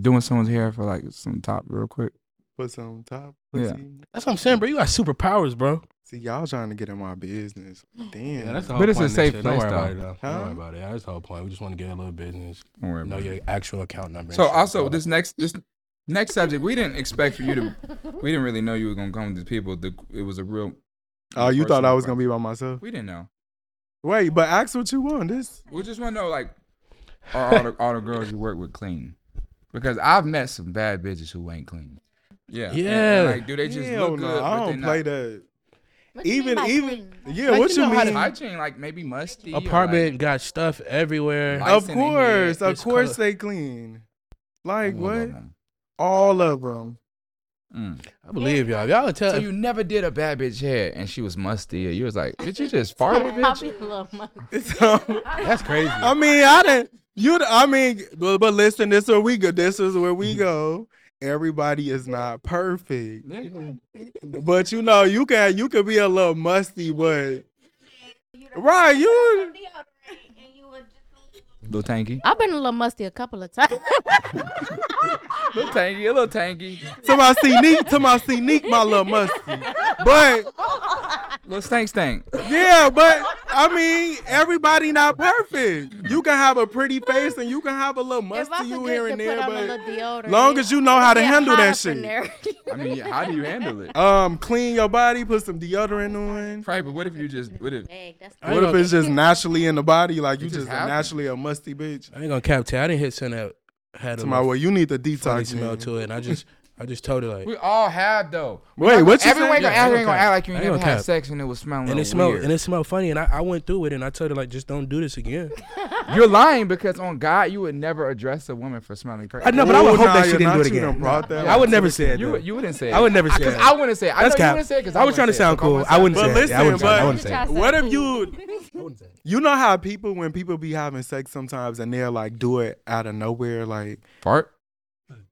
Speaker 3: doing someone's hair for like some top real quick.
Speaker 2: Put some on top.
Speaker 3: Yeah.
Speaker 2: pussy.
Speaker 4: That's what I'm saying, bro. You got superpowers, bro.
Speaker 2: See, y'all trying to get in my business. Damn.
Speaker 4: that's the
Speaker 3: But it's a
Speaker 4: point of that
Speaker 3: safe
Speaker 4: shit.
Speaker 3: place,
Speaker 4: Don't worry about it,
Speaker 3: though.
Speaker 4: though.
Speaker 2: Huh?
Speaker 4: Don't worry about it. That's the whole point. We just want to get a little business.
Speaker 3: Don't worry
Speaker 4: Know
Speaker 3: about it.
Speaker 4: your actual account number. and
Speaker 3: So
Speaker 4: shit,
Speaker 3: also
Speaker 4: bro.
Speaker 3: this next this next subject we didn't expect for you to we didn't really know you were gonna come with these people. The, it was a real
Speaker 2: Oh, you thought I
Speaker 3: personal
Speaker 2: was gonna be by myself?
Speaker 3: we didn't know.
Speaker 2: Wait, but ask what you want. This
Speaker 3: We just want to know like are all the, all the girls you work with clean? Because I've met some bad bitches who ain't clean. Yeah. And- and,
Speaker 4: Yeah.
Speaker 3: like do they just
Speaker 2: Hell
Speaker 3: look
Speaker 2: no, I
Speaker 3: good? but they
Speaker 2: don't play
Speaker 3: not.
Speaker 2: that.
Speaker 5: What you mean
Speaker 2: Even
Speaker 5: by
Speaker 2: even
Speaker 5: clean?
Speaker 2: yeah.
Speaker 4: Like,
Speaker 2: what
Speaker 4: you
Speaker 2: you,
Speaker 4: know how to
Speaker 2: mean?
Speaker 3: Hygiene like maybe musty. or, like-
Speaker 4: apartment got stuff everywhere.
Speaker 3: Like-
Speaker 2: Of
Speaker 3: lights in the head,
Speaker 2: course, of
Speaker 4: it's
Speaker 2: course
Speaker 4: color.
Speaker 2: they clean. Like
Speaker 3: I'm gonna
Speaker 2: what?
Speaker 3: go home.
Speaker 2: All of them.
Speaker 3: Mm.
Speaker 4: I believe y'all. Y'all would tell
Speaker 3: So you never did a bad bitch hair, and she was musty. and You was like, "Did you just fart, it,
Speaker 5: I'll
Speaker 3: bitch?"
Speaker 5: be a little much.
Speaker 2: So,
Speaker 4: that's crazy.
Speaker 2: I mean, I didn't. You, I mean, but, but listen, this is where we go. This is where we go. Everybody is not perfect, but you know, you can you can be a little musty, but right, you.
Speaker 3: Little tanky,
Speaker 5: I've been a little musty a couple of times.
Speaker 3: little tanky, a little tanky,
Speaker 2: Somebody see Neek, somebody see Neek, my little musty. But
Speaker 3: little stank stank.
Speaker 2: yeah, but I mean, everybody not perfect. You can have a pretty face and you can have a little
Speaker 5: if I
Speaker 2: musty you
Speaker 5: forget
Speaker 2: here
Speaker 5: to
Speaker 2: and
Speaker 5: put
Speaker 2: there,
Speaker 5: on a little
Speaker 2: but
Speaker 5: deodorant,
Speaker 2: long as you know how to
Speaker 5: get
Speaker 2: handle
Speaker 5: hot
Speaker 2: that
Speaker 5: up in
Speaker 2: shit.
Speaker 5: there.
Speaker 3: I mean, how do you handle it?
Speaker 2: Um, clean your body, put some deodorant on.
Speaker 3: Right, but what if you just what if?
Speaker 5: Bag, that's
Speaker 4: I
Speaker 2: What
Speaker 4: ain't
Speaker 2: if it's just naturally in the body, like you
Speaker 3: It
Speaker 2: just,
Speaker 3: just
Speaker 2: a
Speaker 3: happens.
Speaker 2: naturally a musty bitch?
Speaker 4: I ain't gonna cap to. I didn't hit something that had a
Speaker 2: To my
Speaker 4: little
Speaker 2: well, you need to
Speaker 4: funny
Speaker 2: detox
Speaker 4: smell
Speaker 2: man.
Speaker 4: to it, and I just, I just told her like,
Speaker 3: We all have though.
Speaker 2: Wait, what you
Speaker 3: Everyone
Speaker 2: saying?
Speaker 3: gonna
Speaker 4: Yeah, I
Speaker 3: act,
Speaker 4: don't
Speaker 3: ain't gonna
Speaker 4: care.
Speaker 3: act like you
Speaker 4: I
Speaker 3: never
Speaker 4: don't
Speaker 3: had
Speaker 4: care.
Speaker 3: sex and it was smelling.
Speaker 4: and
Speaker 3: a
Speaker 4: it smelled,
Speaker 3: weird.
Speaker 4: and it smelled funny, and I, I went through it, and I told her like, just don't do this again.
Speaker 3: You're lying because on God you would never address a woman for smelling crazy.
Speaker 4: I know, but I
Speaker 2: Ooh,
Speaker 4: would hope
Speaker 2: nah,
Speaker 4: that she
Speaker 2: you're
Speaker 4: didn't do
Speaker 2: not-
Speaker 4: it
Speaker 2: you done
Speaker 4: again.
Speaker 2: brought that
Speaker 4: I
Speaker 2: up.
Speaker 4: would never say it.
Speaker 3: You
Speaker 4: though.
Speaker 3: you wouldn't say.
Speaker 4: I would never say
Speaker 3: Because
Speaker 4: that.
Speaker 3: I wouldn't say. it. I
Speaker 4: That's
Speaker 3: know you
Speaker 4: cap.
Speaker 3: wouldn't say because
Speaker 4: I was trying to sound cool. I wouldn't
Speaker 2: But
Speaker 4: say it.
Speaker 2: listen,
Speaker 4: I wouldn't say it. I
Speaker 2: but-
Speaker 4: wouldn't say it.
Speaker 2: What if you you know how people when people be having sex sometimes and they're like do it out of nowhere, like
Speaker 3: Fart.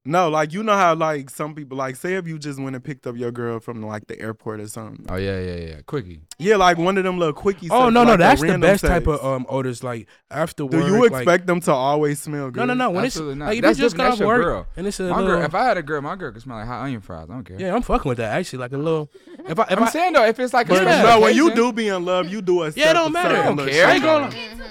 Speaker 2: no, like you know how like some people like say if you just went and picked up your girl from like the airport or something.
Speaker 3: Oh yeah, yeah, yeah. Quickie.
Speaker 2: Yeah, like one of them little quickies.
Speaker 4: Oh no, no, that's the best type of um odors. Like after
Speaker 2: Do
Speaker 4: work,
Speaker 2: you
Speaker 4: like-
Speaker 2: expect them to always smell good?
Speaker 4: no, no, no. Oh, When it's
Speaker 3: Absolutely not.
Speaker 4: like if you
Speaker 3: That's different.
Speaker 4: just got
Speaker 3: That's
Speaker 4: off
Speaker 3: your
Speaker 4: work
Speaker 3: girl.
Speaker 4: and it's a
Speaker 3: My
Speaker 4: little-
Speaker 3: girl, if I had a girl, my girl could smell like hot onion fries. I don't care.
Speaker 4: yeah, I'm fucking with that actually. Like a little. If I if
Speaker 3: I'm
Speaker 4: I
Speaker 3: saying though, if it's like a
Speaker 2: But
Speaker 3: special
Speaker 2: no, when you
Speaker 3: occasion,
Speaker 2: do be in love, you do a
Speaker 4: yeah, it don't
Speaker 2: certain-
Speaker 4: matter.
Speaker 2: certain
Speaker 3: I don't
Speaker 2: little
Speaker 3: care.
Speaker 4: I
Speaker 2: shit.
Speaker 4: ain't gonna.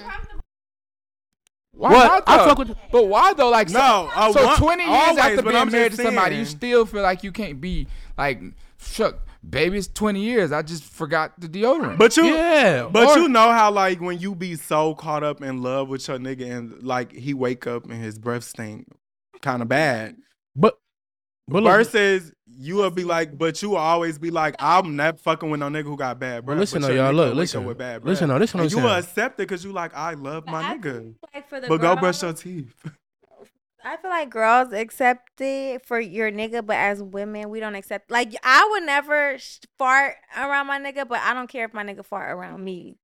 Speaker 3: why
Speaker 4: What?
Speaker 3: not
Speaker 4: I
Speaker 3: though?
Speaker 4: fuck with-
Speaker 3: But why though? Like so-
Speaker 2: No, I
Speaker 3: so,
Speaker 2: want-
Speaker 3: 20 years
Speaker 2: always,
Speaker 3: after
Speaker 2: but
Speaker 3: being
Speaker 2: I'm just
Speaker 3: married to somebody, you
Speaker 2: saying.
Speaker 3: still feel like you can't be like shook. Baby, it's 20 years. I just forgot the deodorant.
Speaker 2: But you,
Speaker 4: Yeah,
Speaker 2: But
Speaker 4: or-
Speaker 2: you know how like when you be so caught up in love with your nigga and like he wake up and his breath stink kind of bad.
Speaker 4: But but look,
Speaker 2: Versus you will be like, but you will always be like, I'm not fucking with no nigga who got bad breath.
Speaker 4: listen
Speaker 2: but
Speaker 4: though,
Speaker 2: your
Speaker 4: y'all,
Speaker 2: nigga
Speaker 4: look,
Speaker 2: wake up
Speaker 4: listen.
Speaker 2: with bad breath.
Speaker 4: Listen though, listen what
Speaker 2: And
Speaker 4: I'm
Speaker 2: you will
Speaker 4: saying.
Speaker 2: accept it because you like, I love my
Speaker 6: I
Speaker 2: nigga.
Speaker 6: feel like for the
Speaker 2: But go brush
Speaker 6: girls-
Speaker 2: your teeth.
Speaker 6: I feel like girls accept it for your nigga, but as women, we don't accept. Like I would never sh- fart around my nigga, but I don't care if my nigga fart around me.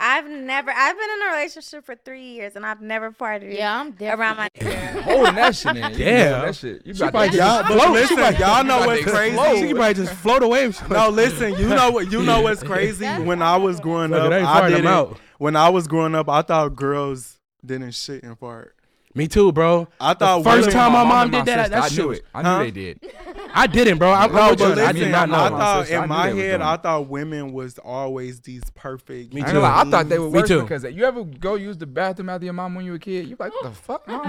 Speaker 6: I've never. I've been in a relationship for three years, and I've never farted.
Speaker 5: Yeah, I'm different.
Speaker 6: around my nigga.
Speaker 3: holding that shit in. You
Speaker 4: Damn.
Speaker 3: know That shit. You about
Speaker 4: probably
Speaker 3: to
Speaker 4: just-
Speaker 2: Y'all, but
Speaker 4: Float.
Speaker 2: listen,
Speaker 4: Uh, She might-
Speaker 2: y'all know
Speaker 3: she might
Speaker 2: what's crazy.
Speaker 3: explode.
Speaker 4: She could probably just float away.
Speaker 2: No, listen, you know what you know what's crazy.
Speaker 5: That's
Speaker 2: when I was growing
Speaker 4: Look,
Speaker 2: up,
Speaker 4: it ain't
Speaker 2: I
Speaker 4: farting, I'm
Speaker 2: didn't.
Speaker 4: out.
Speaker 2: When I was growing up, I thought girls didn't shit and fart.
Speaker 4: Me too, bro.
Speaker 2: I thought
Speaker 4: first
Speaker 2: women-
Speaker 4: time my mom
Speaker 3: and
Speaker 4: did that,
Speaker 3: sister,
Speaker 4: that
Speaker 3: I
Speaker 4: shit
Speaker 3: knew
Speaker 4: was-
Speaker 3: it. I knew
Speaker 2: Huh?
Speaker 3: they did.
Speaker 4: I didn't, bro. I'm
Speaker 2: No,
Speaker 4: not
Speaker 2: but
Speaker 4: joking. Oh, I
Speaker 2: listen,
Speaker 4: did
Speaker 2: I,
Speaker 4: not know.
Speaker 3: I
Speaker 2: thought
Speaker 3: sister- I
Speaker 2: in
Speaker 3: knew
Speaker 2: my
Speaker 3: they was
Speaker 2: head,
Speaker 3: doing
Speaker 2: I
Speaker 3: it.
Speaker 2: thought women was always these perfect. Mm.
Speaker 4: Me
Speaker 3: I,
Speaker 4: too.
Speaker 3: ain't gonna lie, I thought they were
Speaker 4: Me
Speaker 3: worse
Speaker 4: too.
Speaker 3: because you ever go use the bathroom after your mom when you were a kid? You like, what the fuck? Mom?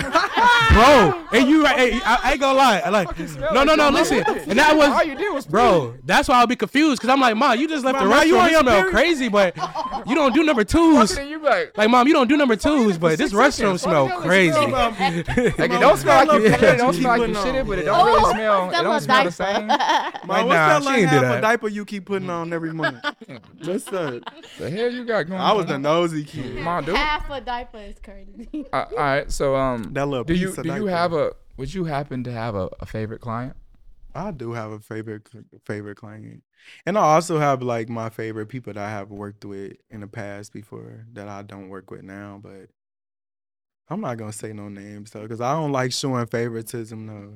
Speaker 4: bro. And you, right- hey, I, I ain't gonna lie. I Like,
Speaker 3: Fucking smell
Speaker 4: no,
Speaker 3: like
Speaker 4: no, no.
Speaker 3: your mother.
Speaker 4: Listen,
Speaker 3: What the
Speaker 4: and that
Speaker 3: fuck?
Speaker 4: was,
Speaker 3: all you did was
Speaker 4: bro. That's why I'll be confused because I'm like, ma, you just left
Speaker 2: Ma,
Speaker 4: the
Speaker 2: ma, you
Speaker 4: restaurant.
Speaker 2: on
Speaker 4: You
Speaker 2: your
Speaker 4: smell
Speaker 2: period?
Speaker 4: crazy, but you don't do number
Speaker 3: Fucking
Speaker 4: twos.
Speaker 3: and you be like,
Speaker 4: Like, mom, you don't do number twos, but this
Speaker 3: six
Speaker 4: restroom
Speaker 3: seconds.
Speaker 4: smell
Speaker 3: Fucking
Speaker 4: crazy.
Speaker 3: hell, it's
Speaker 2: Mom,
Speaker 3: like, it don't smell
Speaker 2: smell
Speaker 3: like your
Speaker 2: up
Speaker 3: shit. It
Speaker 2: that
Speaker 3: don't
Speaker 2: you
Speaker 3: smell like
Speaker 2: keep
Speaker 3: your
Speaker 2: putting
Speaker 3: shit, but it
Speaker 2: on.
Speaker 3: don't
Speaker 5: Oh,
Speaker 3: really smell. It
Speaker 5: smell
Speaker 3: don't
Speaker 5: of
Speaker 3: smell the
Speaker 5: diaper.
Speaker 3: same.
Speaker 2: Ma,
Speaker 4: Like,
Speaker 2: what's
Speaker 4: nah,
Speaker 2: that
Speaker 4: she
Speaker 2: like
Speaker 4: ain't do
Speaker 2: half
Speaker 4: that.
Speaker 2: a diaper you keep putting on every month? What's that?
Speaker 3: The hell you got going on?
Speaker 2: I was the nosy kid.
Speaker 3: Mom, dude.
Speaker 5: Half a diaper is crazy.
Speaker 3: Uh, all right, so um,
Speaker 2: That little
Speaker 3: do you
Speaker 2: piece of
Speaker 3: do you
Speaker 2: diaper.
Speaker 3: have a? Would you happen to have a, a favorite client?
Speaker 2: I do have a favorite cl- favorite client, and I also have like my favorite people that I have worked with in the past before that I don't work with now. But I'm not gonna say no names though, because I don't like showing favoritism. No,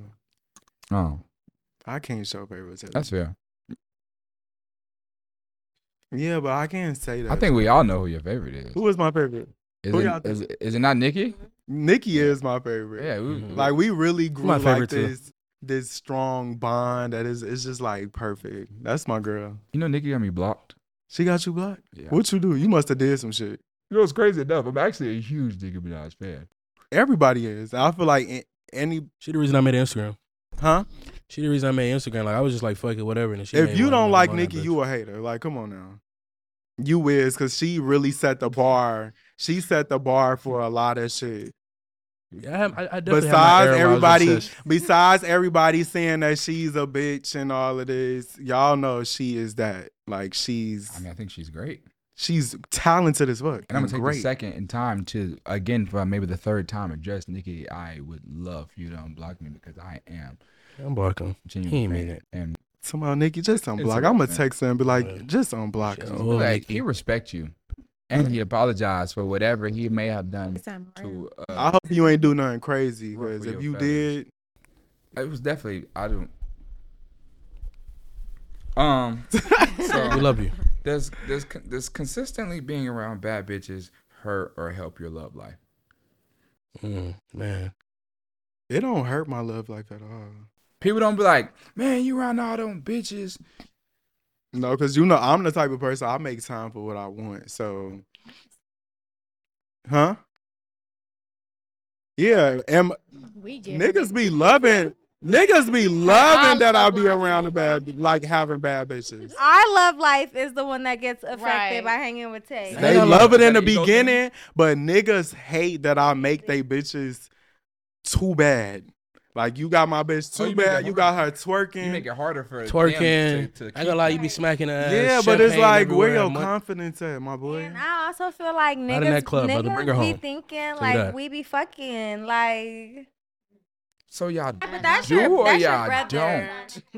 Speaker 3: Oh,
Speaker 2: I can't show favoritism.
Speaker 3: that's fair.
Speaker 2: yeah, but I can't say that.
Speaker 3: I think we all know who your favorite is.
Speaker 2: who is my favorite?
Speaker 3: Is
Speaker 2: who
Speaker 3: it,
Speaker 2: y'all
Speaker 3: is, it- is it not Nikki?
Speaker 2: Nikki is my favorite.
Speaker 3: Yeah, we,
Speaker 4: Mhm.
Speaker 2: like we really grew
Speaker 4: My
Speaker 2: like
Speaker 4: favorite, too.
Speaker 2: this this strong bond that is it's just like perfect. That's my girl.
Speaker 3: you know Nikki got me blocked.
Speaker 2: She got you blocked.
Speaker 3: Yeah.
Speaker 2: What you do? You must have did some shit.
Speaker 3: You know, it's crazy enough. I'm actually a huge Nicki Minaj fan.
Speaker 2: Everybody is. I feel like a- any
Speaker 4: She the reason I made Instagram.
Speaker 2: huh?
Speaker 4: She the reason I made Instagram. Like, I was just like, fuck it, whatever. And then she
Speaker 2: if
Speaker 4: made
Speaker 2: you
Speaker 4: one,
Speaker 2: don't
Speaker 4: and I'm
Speaker 2: like
Speaker 4: on that
Speaker 2: Nikki,
Speaker 4: bitch.
Speaker 2: you a hater. Like, come on now. You is cause she really set the bar. She set the bar for a lot of shit.
Speaker 4: Yeah, I, have, I, I definitely have my
Speaker 2: Besides
Speaker 4: era where I was
Speaker 2: everybody,
Speaker 4: obsessed.
Speaker 2: besides everybody saying that she's a bitch and all of this, y'all know she is that. Like she's
Speaker 3: I mean, I think she's great.
Speaker 2: she's talented as fuck.
Speaker 3: And I'm gonna take
Speaker 2: great.
Speaker 3: the second in time to again for maybe the third time address Nikki. I would love for you to unblock me because I am
Speaker 4: I'm barking.
Speaker 3: a genuine
Speaker 4: He ain't
Speaker 3: fan.
Speaker 4: mean it.
Speaker 3: And
Speaker 2: Tomorrow, Nikki, just unblock.
Speaker 3: all
Speaker 2: I'm gonna
Speaker 3: right.
Speaker 2: text her and be
Speaker 4: Yeah.
Speaker 2: like, just unblock.
Speaker 4: Shit.
Speaker 2: her.
Speaker 4: Oh,
Speaker 3: like
Speaker 4: Nikki.
Speaker 3: he respects you, and he apologized for whatever he may have done to. Uh,
Speaker 2: I hope you ain't do nothing crazy
Speaker 3: Ruffle
Speaker 2: because if
Speaker 3: your
Speaker 2: you
Speaker 3: feathers.
Speaker 2: did,
Speaker 3: It was definitely I don't. Um,
Speaker 4: We love you.
Speaker 3: does does con- does consistently being around bad bitches hurt or help your love life?
Speaker 4: Mm, man.
Speaker 2: it don't hurt my love life at all.
Speaker 3: People don't be like, man, you around all them bitches.
Speaker 2: No, because you know I'm the type of person I make time for what I want. So, huh? Yeah, and
Speaker 5: We get
Speaker 2: niggas be loving, niggas be
Speaker 5: I
Speaker 2: loving that I be
Speaker 5: love
Speaker 2: around the bad, like having bad bitches.
Speaker 6: Our love life is the one that gets affected
Speaker 5: Right.
Speaker 6: by hanging with Tay.
Speaker 2: They
Speaker 3: Hell
Speaker 2: love
Speaker 3: yeah.
Speaker 2: it in the
Speaker 3: Is that ego thing?
Speaker 2: beginning, but niggas hate that I make they bitches too bad. Like you got my bitch
Speaker 3: Oh,
Speaker 2: too
Speaker 3: you make
Speaker 2: bad,
Speaker 3: it
Speaker 2: you got her
Speaker 3: hard. You
Speaker 2: twerking.
Speaker 3: make it harder for them
Speaker 4: Twerking.
Speaker 3: To, to
Speaker 4: I ain't gonna lie, you be smacking ass.
Speaker 2: yeah, but it's
Speaker 4: champagne
Speaker 2: like where
Speaker 4: everywhere,
Speaker 2: your
Speaker 4: mon-
Speaker 2: confidence at, my boy.
Speaker 6: And I also feel like
Speaker 4: Not in
Speaker 6: niggas,
Speaker 4: that club, brother.
Speaker 6: niggas
Speaker 4: Bring her
Speaker 6: be
Speaker 4: home.
Speaker 6: thinking
Speaker 4: you
Speaker 6: like
Speaker 4: that.
Speaker 6: we be fucking like.
Speaker 3: so y'all
Speaker 6: But that's
Speaker 3: do
Speaker 6: your,
Speaker 3: or
Speaker 6: that's
Speaker 3: y'all
Speaker 6: your brother.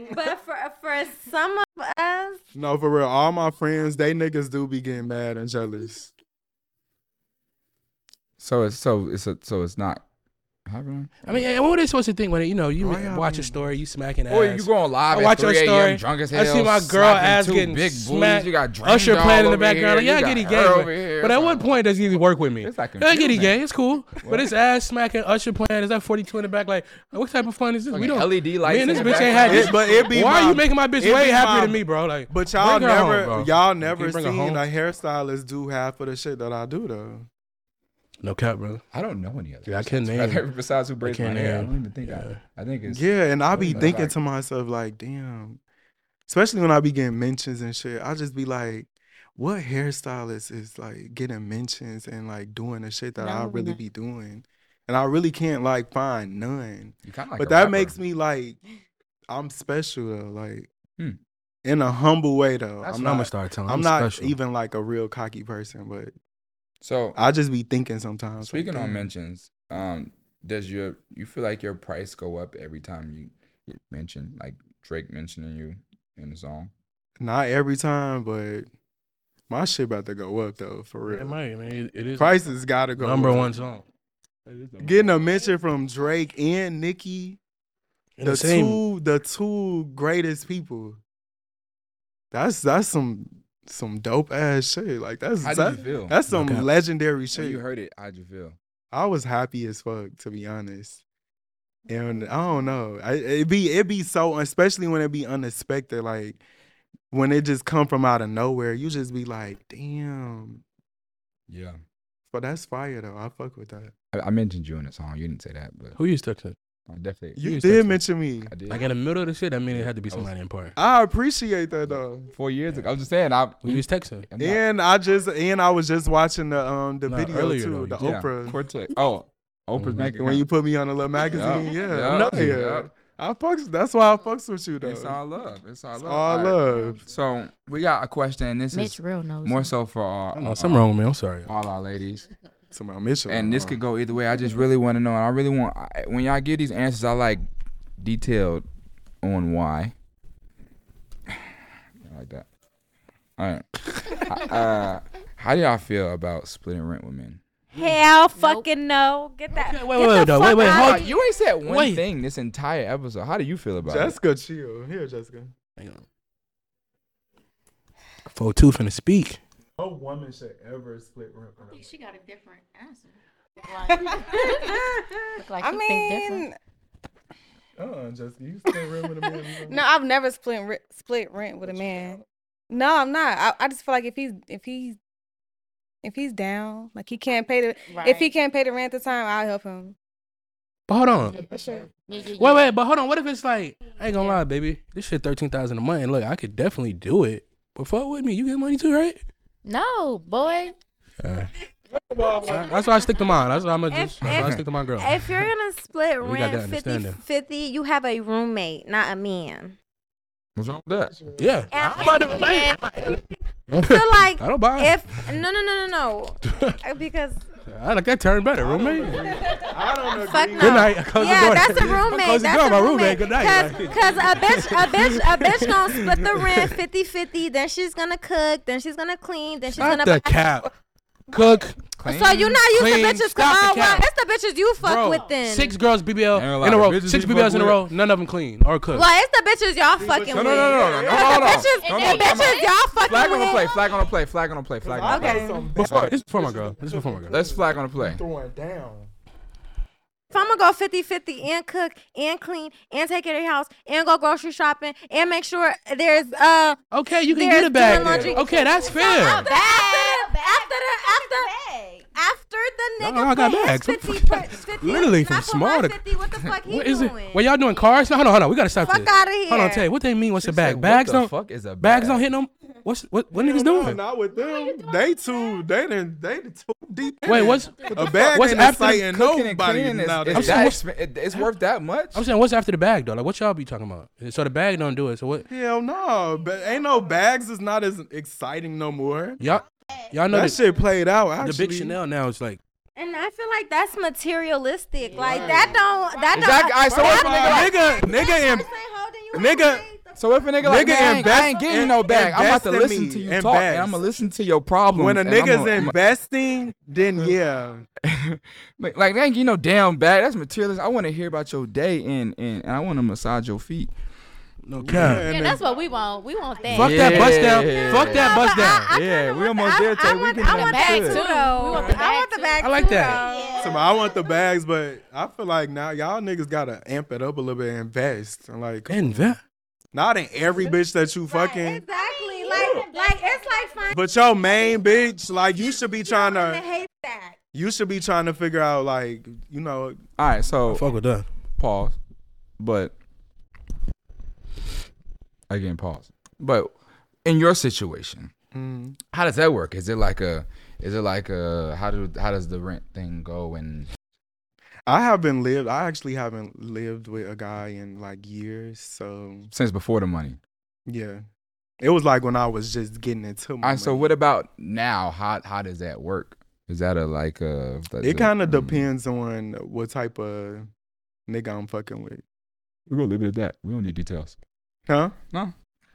Speaker 3: don't.
Speaker 6: But for for some of us,
Speaker 2: No, for real. All my friends, they niggas do be getting mad and jealous.
Speaker 3: So it's so it's a, so it's not happening.
Speaker 4: I mean, and what are they supposed to think when, you know, you
Speaker 2: Why y'all
Speaker 4: watch a
Speaker 2: being-
Speaker 4: story, you smacking ass.
Speaker 3: Or you going live
Speaker 4: I
Speaker 3: at
Speaker 4: watch your
Speaker 3: 3 a.m.
Speaker 4: story.
Speaker 3: drunk as
Speaker 4: I
Speaker 3: hell.
Speaker 4: see my girl
Speaker 3: slapping
Speaker 4: ass
Speaker 3: two
Speaker 4: getting
Speaker 3: big
Speaker 4: smacked.
Speaker 3: Bullies. You got Dream
Speaker 4: Usher
Speaker 3: Doll
Speaker 4: playing in the
Speaker 3: over
Speaker 4: background.
Speaker 3: Here.
Speaker 4: Like,
Speaker 3: you
Speaker 4: yeah, I get
Speaker 3: got
Speaker 4: he gay.
Speaker 3: her
Speaker 4: But,
Speaker 3: over here.
Speaker 4: but at
Speaker 3: It's
Speaker 4: what
Speaker 3: like-
Speaker 4: point does he work with me?
Speaker 3: It's like
Speaker 4: yeah, I get he
Speaker 3: confusing.
Speaker 4: gay. It's cool. But it's ass smacking, Usher playing. Is that 42 in the back? Like, what type of fun is this?
Speaker 3: Fucking LED E lights
Speaker 4: Man,
Speaker 3: in
Speaker 4: this
Speaker 3: the
Speaker 4: bitch ain't
Speaker 3: background.
Speaker 4: had this.
Speaker 2: It- but it be
Speaker 4: Why
Speaker 2: my-
Speaker 4: are you making my bitch
Speaker 2: it
Speaker 4: way
Speaker 2: be
Speaker 4: happier
Speaker 2: my-
Speaker 4: than me, bro? Like,
Speaker 2: But y'all
Speaker 4: bring her home,
Speaker 2: never,
Speaker 4: bro.
Speaker 2: y'all
Speaker 4: Can you
Speaker 2: never
Speaker 4: bring
Speaker 2: seen
Speaker 4: her
Speaker 2: a
Speaker 4: home?
Speaker 2: hairstylist do half of the shit that I do though.
Speaker 4: no cap, bro.
Speaker 3: I don't know any other.
Speaker 4: Yeah, I can't
Speaker 3: bitches,
Speaker 4: name.
Speaker 3: Besides who braids my
Speaker 4: can't
Speaker 3: hair, I
Speaker 4: name.
Speaker 3: don't even think I. I think it's.
Speaker 2: Yeah, and I
Speaker 3: Well,
Speaker 2: be
Speaker 3: that's
Speaker 2: thinking
Speaker 3: like-
Speaker 2: to myself like, damn. Especially when I be getting mentions and shit, I just be like, what hairstylist is like getting mentions and like doing the shit that I
Speaker 5: No
Speaker 2: really
Speaker 5: one.
Speaker 2: be doing, and I really can't like find none.
Speaker 3: You kind of like.
Speaker 2: but
Speaker 3: a
Speaker 2: that
Speaker 3: rapper.
Speaker 2: makes me like I'm special though, like
Speaker 3: Hmm.
Speaker 2: in a humble way though.
Speaker 3: That's
Speaker 2: I'm
Speaker 4: I'm
Speaker 2: not,
Speaker 4: gonna start telling.
Speaker 2: I'm not
Speaker 4: special.
Speaker 2: even like a real cocky person, but
Speaker 3: So
Speaker 2: I just be thinking sometimes. like,
Speaker 3: speaking on
Speaker 2: damn.
Speaker 3: mentions, um, does your you feel like your price go up every time you get mentioned, like Drake mentioning you in the song?
Speaker 2: not every time, but my shit about to go up though, for
Speaker 4: It
Speaker 2: real.
Speaker 4: might, man. It- it is
Speaker 2: Prices gotta go
Speaker 4: number
Speaker 2: up.
Speaker 4: one song.
Speaker 2: Getting a mention from Drake and Nicki,
Speaker 4: And
Speaker 2: the
Speaker 4: the same.
Speaker 2: two the two greatest people. That's that's some some dope ass shit. Like that's
Speaker 3: How
Speaker 2: that-
Speaker 3: did you feel?
Speaker 2: that's some
Speaker 4: Okay.
Speaker 2: legendary shit.
Speaker 3: When you heard it, how'd you feel?
Speaker 2: I was happy as fuck, to be honest. And I don't know. I, it be it be so, especially when it be unexpected. Like when it just come from out of nowhere, you just be like, "Damn!"
Speaker 3: Yeah.
Speaker 2: But that's fire though. I fuck with that.
Speaker 3: I, I mentioned you in the song. You didn't say that, but
Speaker 4: Who you stuck to?
Speaker 3: I definitely
Speaker 2: You
Speaker 4: was
Speaker 2: did
Speaker 4: touching.
Speaker 2: mention me.
Speaker 3: I did.
Speaker 4: Like in the middle of the shit, I mean, it had to be somebody important.
Speaker 2: I appreciate that though.
Speaker 3: four years ago. I was just saying. I
Speaker 4: We was texting.
Speaker 3: I'm not-
Speaker 2: And I just and I was just watching the um the
Speaker 4: No,
Speaker 2: video
Speaker 4: earlier,
Speaker 2: too,
Speaker 4: though,
Speaker 2: the
Speaker 4: you-
Speaker 3: yeah,
Speaker 2: Oprah
Speaker 3: Quartet. Oh, Oprah's
Speaker 4: Mhm.
Speaker 3: making
Speaker 2: when you put me on a little magazine. Yeah, I know,
Speaker 3: yeah,
Speaker 2: yeah.
Speaker 3: yeah.
Speaker 2: I fucks. That's why I fucks with you though.
Speaker 3: It's all love. It's all
Speaker 2: It's
Speaker 3: love.
Speaker 2: all
Speaker 3: All right.
Speaker 2: love.
Speaker 3: So we got a question. and This
Speaker 5: Mitch
Speaker 3: is
Speaker 5: real knows.
Speaker 3: more so for our,
Speaker 4: Oh, something wrong with me. I'm sorry.
Speaker 3: all our ladies.
Speaker 2: Somebody mentioned
Speaker 3: and this
Speaker 2: her.
Speaker 3: could go either way. I just really want to know. And I really want I, when y'all get these answers. I like detailed on why. I like that. All right. uh, how do y'all feel about splitting rent with men?
Speaker 6: Hell fucking no. Get that.
Speaker 4: Okay, wait,
Speaker 6: get
Speaker 4: wait,
Speaker 6: the
Speaker 4: wait, though, wait,
Speaker 6: fuck
Speaker 4: wait,
Speaker 6: out
Speaker 4: hold-
Speaker 6: of
Speaker 3: Uh,
Speaker 6: here.
Speaker 3: you ain't said one
Speaker 4: Wait.
Speaker 3: thing this entire episode. How do you feel about it?
Speaker 2: Jessica, chill. Here, Jessica.
Speaker 4: Hang on. Four two finna speak.
Speaker 2: No woman should ever split rent.
Speaker 5: I think she got a different answer. Look like
Speaker 7: I
Speaker 5: she think different.
Speaker 7: mean,
Speaker 2: Uh, Jessica, you split rent with a man.
Speaker 7: no, I've never split ri- split rent with a man. No, I'm not. I, I just feel like if he's if he's if he's down, like he can't pay the if he
Speaker 5: Right.
Speaker 7: can't pay the rent at the time, I'll help him.
Speaker 4: But hold on.
Speaker 5: Yeah, yeah,
Speaker 4: Wait,
Speaker 5: yeah.
Speaker 4: wait, but hold on. What if it's like, I ain't gonna lie, baby. This shit thirteen thousand a month. And look, I could definitely do it. But fuck with me, you get money too, right?
Speaker 5: No, boy.
Speaker 4: I- That's why I stick to mine. That's why I'm gonna
Speaker 6: If-
Speaker 4: just. That's why I
Speaker 6: if-
Speaker 4: stick to my girl.
Speaker 6: If you're gonna split
Speaker 4: We got that
Speaker 6: rent 50
Speaker 4: understanding.
Speaker 6: 50, you have a roommate, not a man.
Speaker 3: What's wrong with that?
Speaker 4: yeah.
Speaker 6: And-
Speaker 4: I'm about to
Speaker 6: and-
Speaker 4: relate.
Speaker 6: So like,
Speaker 4: I don't buy it.
Speaker 6: if no, no, no, no, no, because
Speaker 4: I like that term better, roommate.
Speaker 2: I don't agree.
Speaker 6: fuck no.
Speaker 4: Good night. I close
Speaker 6: yeah,
Speaker 4: the door.
Speaker 6: that's a
Speaker 4: I
Speaker 6: roommate.
Speaker 4: close the
Speaker 6: That's
Speaker 4: door,
Speaker 6: a
Speaker 4: my
Speaker 6: roommate.
Speaker 4: roommate. Good night.
Speaker 6: Cause, 'cause a bitch, a bitch, a bitch gonna split the rent 50-50. Then she's gonna cook. Then she's gonna clean. Then she's
Speaker 4: Shut
Speaker 6: gonna.
Speaker 4: the
Speaker 6: buy-
Speaker 4: cap. Cook.
Speaker 6: So you not used
Speaker 4: Clean.
Speaker 6: to bitches?
Speaker 4: Stop the
Speaker 6: oh, well,
Speaker 4: cap.
Speaker 6: it's the bitches you fuck
Speaker 4: Bro,
Speaker 6: with then.
Speaker 4: Six girls
Speaker 3: Ain't a
Speaker 4: BBL
Speaker 3: lot
Speaker 4: in a
Speaker 3: of
Speaker 4: row.
Speaker 3: bitches
Speaker 4: Six
Speaker 3: you fuck
Speaker 4: BBLs in a
Speaker 3: with.
Speaker 4: row. None of them clean or cook.
Speaker 6: Well, it's the bitches y'all
Speaker 3: No,
Speaker 6: fucking with.
Speaker 3: no, no, no, no, no, hold on.
Speaker 6: It's the bitches,
Speaker 3: No, no,
Speaker 6: the bitches y'all fucking
Speaker 3: Flag on
Speaker 6: with.
Speaker 3: the play. Flag on the play. Flag on the play. Flag on the play.
Speaker 2: Okay.
Speaker 4: Before, this is before my girl. This is before my girl.
Speaker 3: Let's flag on the play.
Speaker 2: Throwing down.
Speaker 6: If I'm gonna go 50 50 and cook and clean and take care of your house and go grocery shopping and make sure there's uh
Speaker 4: Okay, you can
Speaker 6: There's
Speaker 4: get it back.
Speaker 6: doing
Speaker 4: then.
Speaker 6: laundry.
Speaker 4: Okay, that's fair.
Speaker 6: after, after, after, after, after
Speaker 4: No,
Speaker 6: the nigga
Speaker 4: I got
Speaker 6: put his
Speaker 4: bags. What the
Speaker 6: 50,
Speaker 4: fuck?
Speaker 6: put 50
Speaker 4: Literally
Speaker 6: and I
Speaker 4: from
Speaker 6: put my
Speaker 4: small to-
Speaker 6: 50, what the fuck he
Speaker 4: What is it?
Speaker 6: doing?
Speaker 4: Well, y'all doing cars? Hold on, hold on. We gotta stop
Speaker 6: Fuck
Speaker 4: this.
Speaker 6: outta here.
Speaker 4: Hold on, Tay. What they mean? What's
Speaker 3: She
Speaker 4: a bag?
Speaker 3: said, what
Speaker 4: bags
Speaker 3: the
Speaker 4: don't.
Speaker 3: fuck is a bag?
Speaker 4: bags don't hit them. What's what? What niggas
Speaker 2: No,
Speaker 4: doing?
Speaker 2: not with them. They too. They done. They done too deep. in
Speaker 4: Wait,
Speaker 2: it.
Speaker 4: what's?
Speaker 2: a bag
Speaker 4: What's
Speaker 2: in the
Speaker 4: after
Speaker 2: sight
Speaker 4: the
Speaker 2: and
Speaker 3: Cooking and
Speaker 2: nobody
Speaker 3: cleaning
Speaker 2: now
Speaker 3: is,
Speaker 2: that-
Speaker 3: is that exp- it- it's worth that much?
Speaker 4: I'm saying, what's after the bag though? Like, what y'all be talking about? So the bag don't do it. So what?
Speaker 2: Hell no, but ain't no bags is not as exciting no more.
Speaker 4: Y'all, y'all know
Speaker 2: That
Speaker 4: the,
Speaker 2: shit played out.
Speaker 4: the
Speaker 2: Actually,
Speaker 4: big Chanel now is like.
Speaker 6: And I feel like that's materialistic. Like that don't that don't
Speaker 3: Exactly. All right, so
Speaker 6: that
Speaker 3: what's my
Speaker 6: don't-
Speaker 2: nigga, nigga, and
Speaker 6: This ain't holding you
Speaker 2: nigga-
Speaker 6: up, like,
Speaker 3: So if a
Speaker 2: Nigga
Speaker 3: nigga like, man, I ain't- I ain't
Speaker 2: invest-
Speaker 3: getting you no bag. I'm about to
Speaker 2: invest in
Speaker 3: listen
Speaker 2: me.
Speaker 3: to you
Speaker 2: Invest.
Speaker 3: talk, and I'm gonna listen to your problems.
Speaker 2: when a
Speaker 3: and I'ma-
Speaker 2: nigga's
Speaker 3: I'ma-
Speaker 2: investing, then yeah,
Speaker 3: Like, like, thank you, no damn bag. That's materialist. I want to hear about your day and, and, and I want to massage your feet.
Speaker 4: No
Speaker 2: Yeah, and
Speaker 4: cap.
Speaker 5: Yeah,
Speaker 2: then-
Speaker 5: that's what we want. We want that.
Speaker 4: Fuck that bust down. Fuck that bust down.
Speaker 6: I
Speaker 3: Yeah,
Speaker 6: kinda
Speaker 3: we
Speaker 6: want
Speaker 3: almost
Speaker 6: the,
Speaker 3: there, Tay.
Speaker 6: I, I
Speaker 3: We
Speaker 6: want,
Speaker 3: can
Speaker 6: I want
Speaker 5: bag
Speaker 6: that
Speaker 5: too.
Speaker 6: too, though.
Speaker 5: We want the
Speaker 6: I
Speaker 5: bag
Speaker 6: want the bag
Speaker 4: too. I like
Speaker 6: too,
Speaker 4: that.
Speaker 6: though.
Speaker 2: So, I want the bags, but I feel like now y'all niggas gotta amp it up a little bit and invest. And like,
Speaker 4: Invest.
Speaker 2: not in every bitch that you fucking,
Speaker 6: Exactly. Like, like it's like finding
Speaker 2: but your main bitch, like you should be trying
Speaker 6: a
Speaker 2: to,
Speaker 6: haystack.
Speaker 2: you should be trying to figure out like, you know,
Speaker 3: All right, so
Speaker 4: Fuck with that.
Speaker 3: pause, but again, pause. But in your situation,
Speaker 2: mm,
Speaker 3: how does that work? Is it like a, is it like a, how do how does the rent thing go? And
Speaker 2: I haven't lived. I actually haven't lived with a guy in like years. So
Speaker 3: since before the money.
Speaker 2: yeah, it was like when I was just getting into my.
Speaker 3: All right, so
Speaker 2: money.
Speaker 3: what about now? How how does that work? Is that a like a? mm.
Speaker 2: It kind of
Speaker 3: depends.
Speaker 2: depends on what type of nigga I'm fucking with,
Speaker 9: We're gonna leave it at that. We don't need details.
Speaker 2: huh?
Speaker 3: No.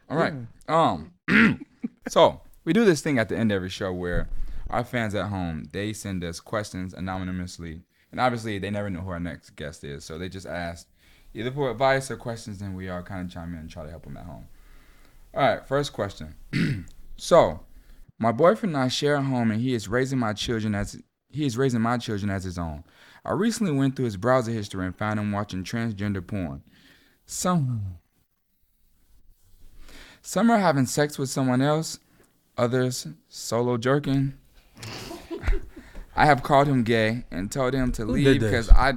Speaker 3: All right. Um. so we do this thing at the end of every show where our fans at home they send us questions anonymously, and obviously they never know who our next guest is, so they just ask either for advice or questions, and we all kind of chime in and try to help them at home. All right. First question. so, my boyfriend and I share a home, and he is raising my children as He is raising my children as his own. I recently went through his browser history and found him watching transgender porn. Some some are having sex with someone else, others solo jerking. I have called him gay and told him to leave
Speaker 4: did this?
Speaker 3: because I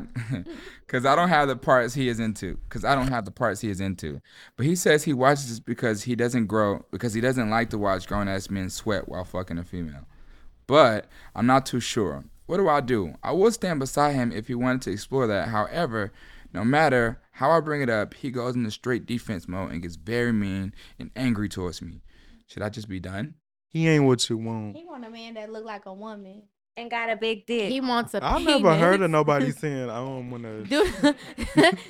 Speaker 3: because I don't have the parts he is into. Because I don't have the parts he is into. But he says he watches this because he doesn't grow because he doesn't like to watch grown ass men sweat while fucking a female. But I'm not too sure. What do I do? I would stand beside him if he wanted to explore that. However, no matter how I bring it up, he goes into straight defense mode and gets very mean and angry towards me. Should I just be done?
Speaker 2: He ain't what you want.
Speaker 8: He want a man that look like a woman.
Speaker 6: and got a big dick.
Speaker 5: He wants a
Speaker 2: I
Speaker 5: penis.
Speaker 2: never heard of nobody saying I don't want to.
Speaker 5: Do,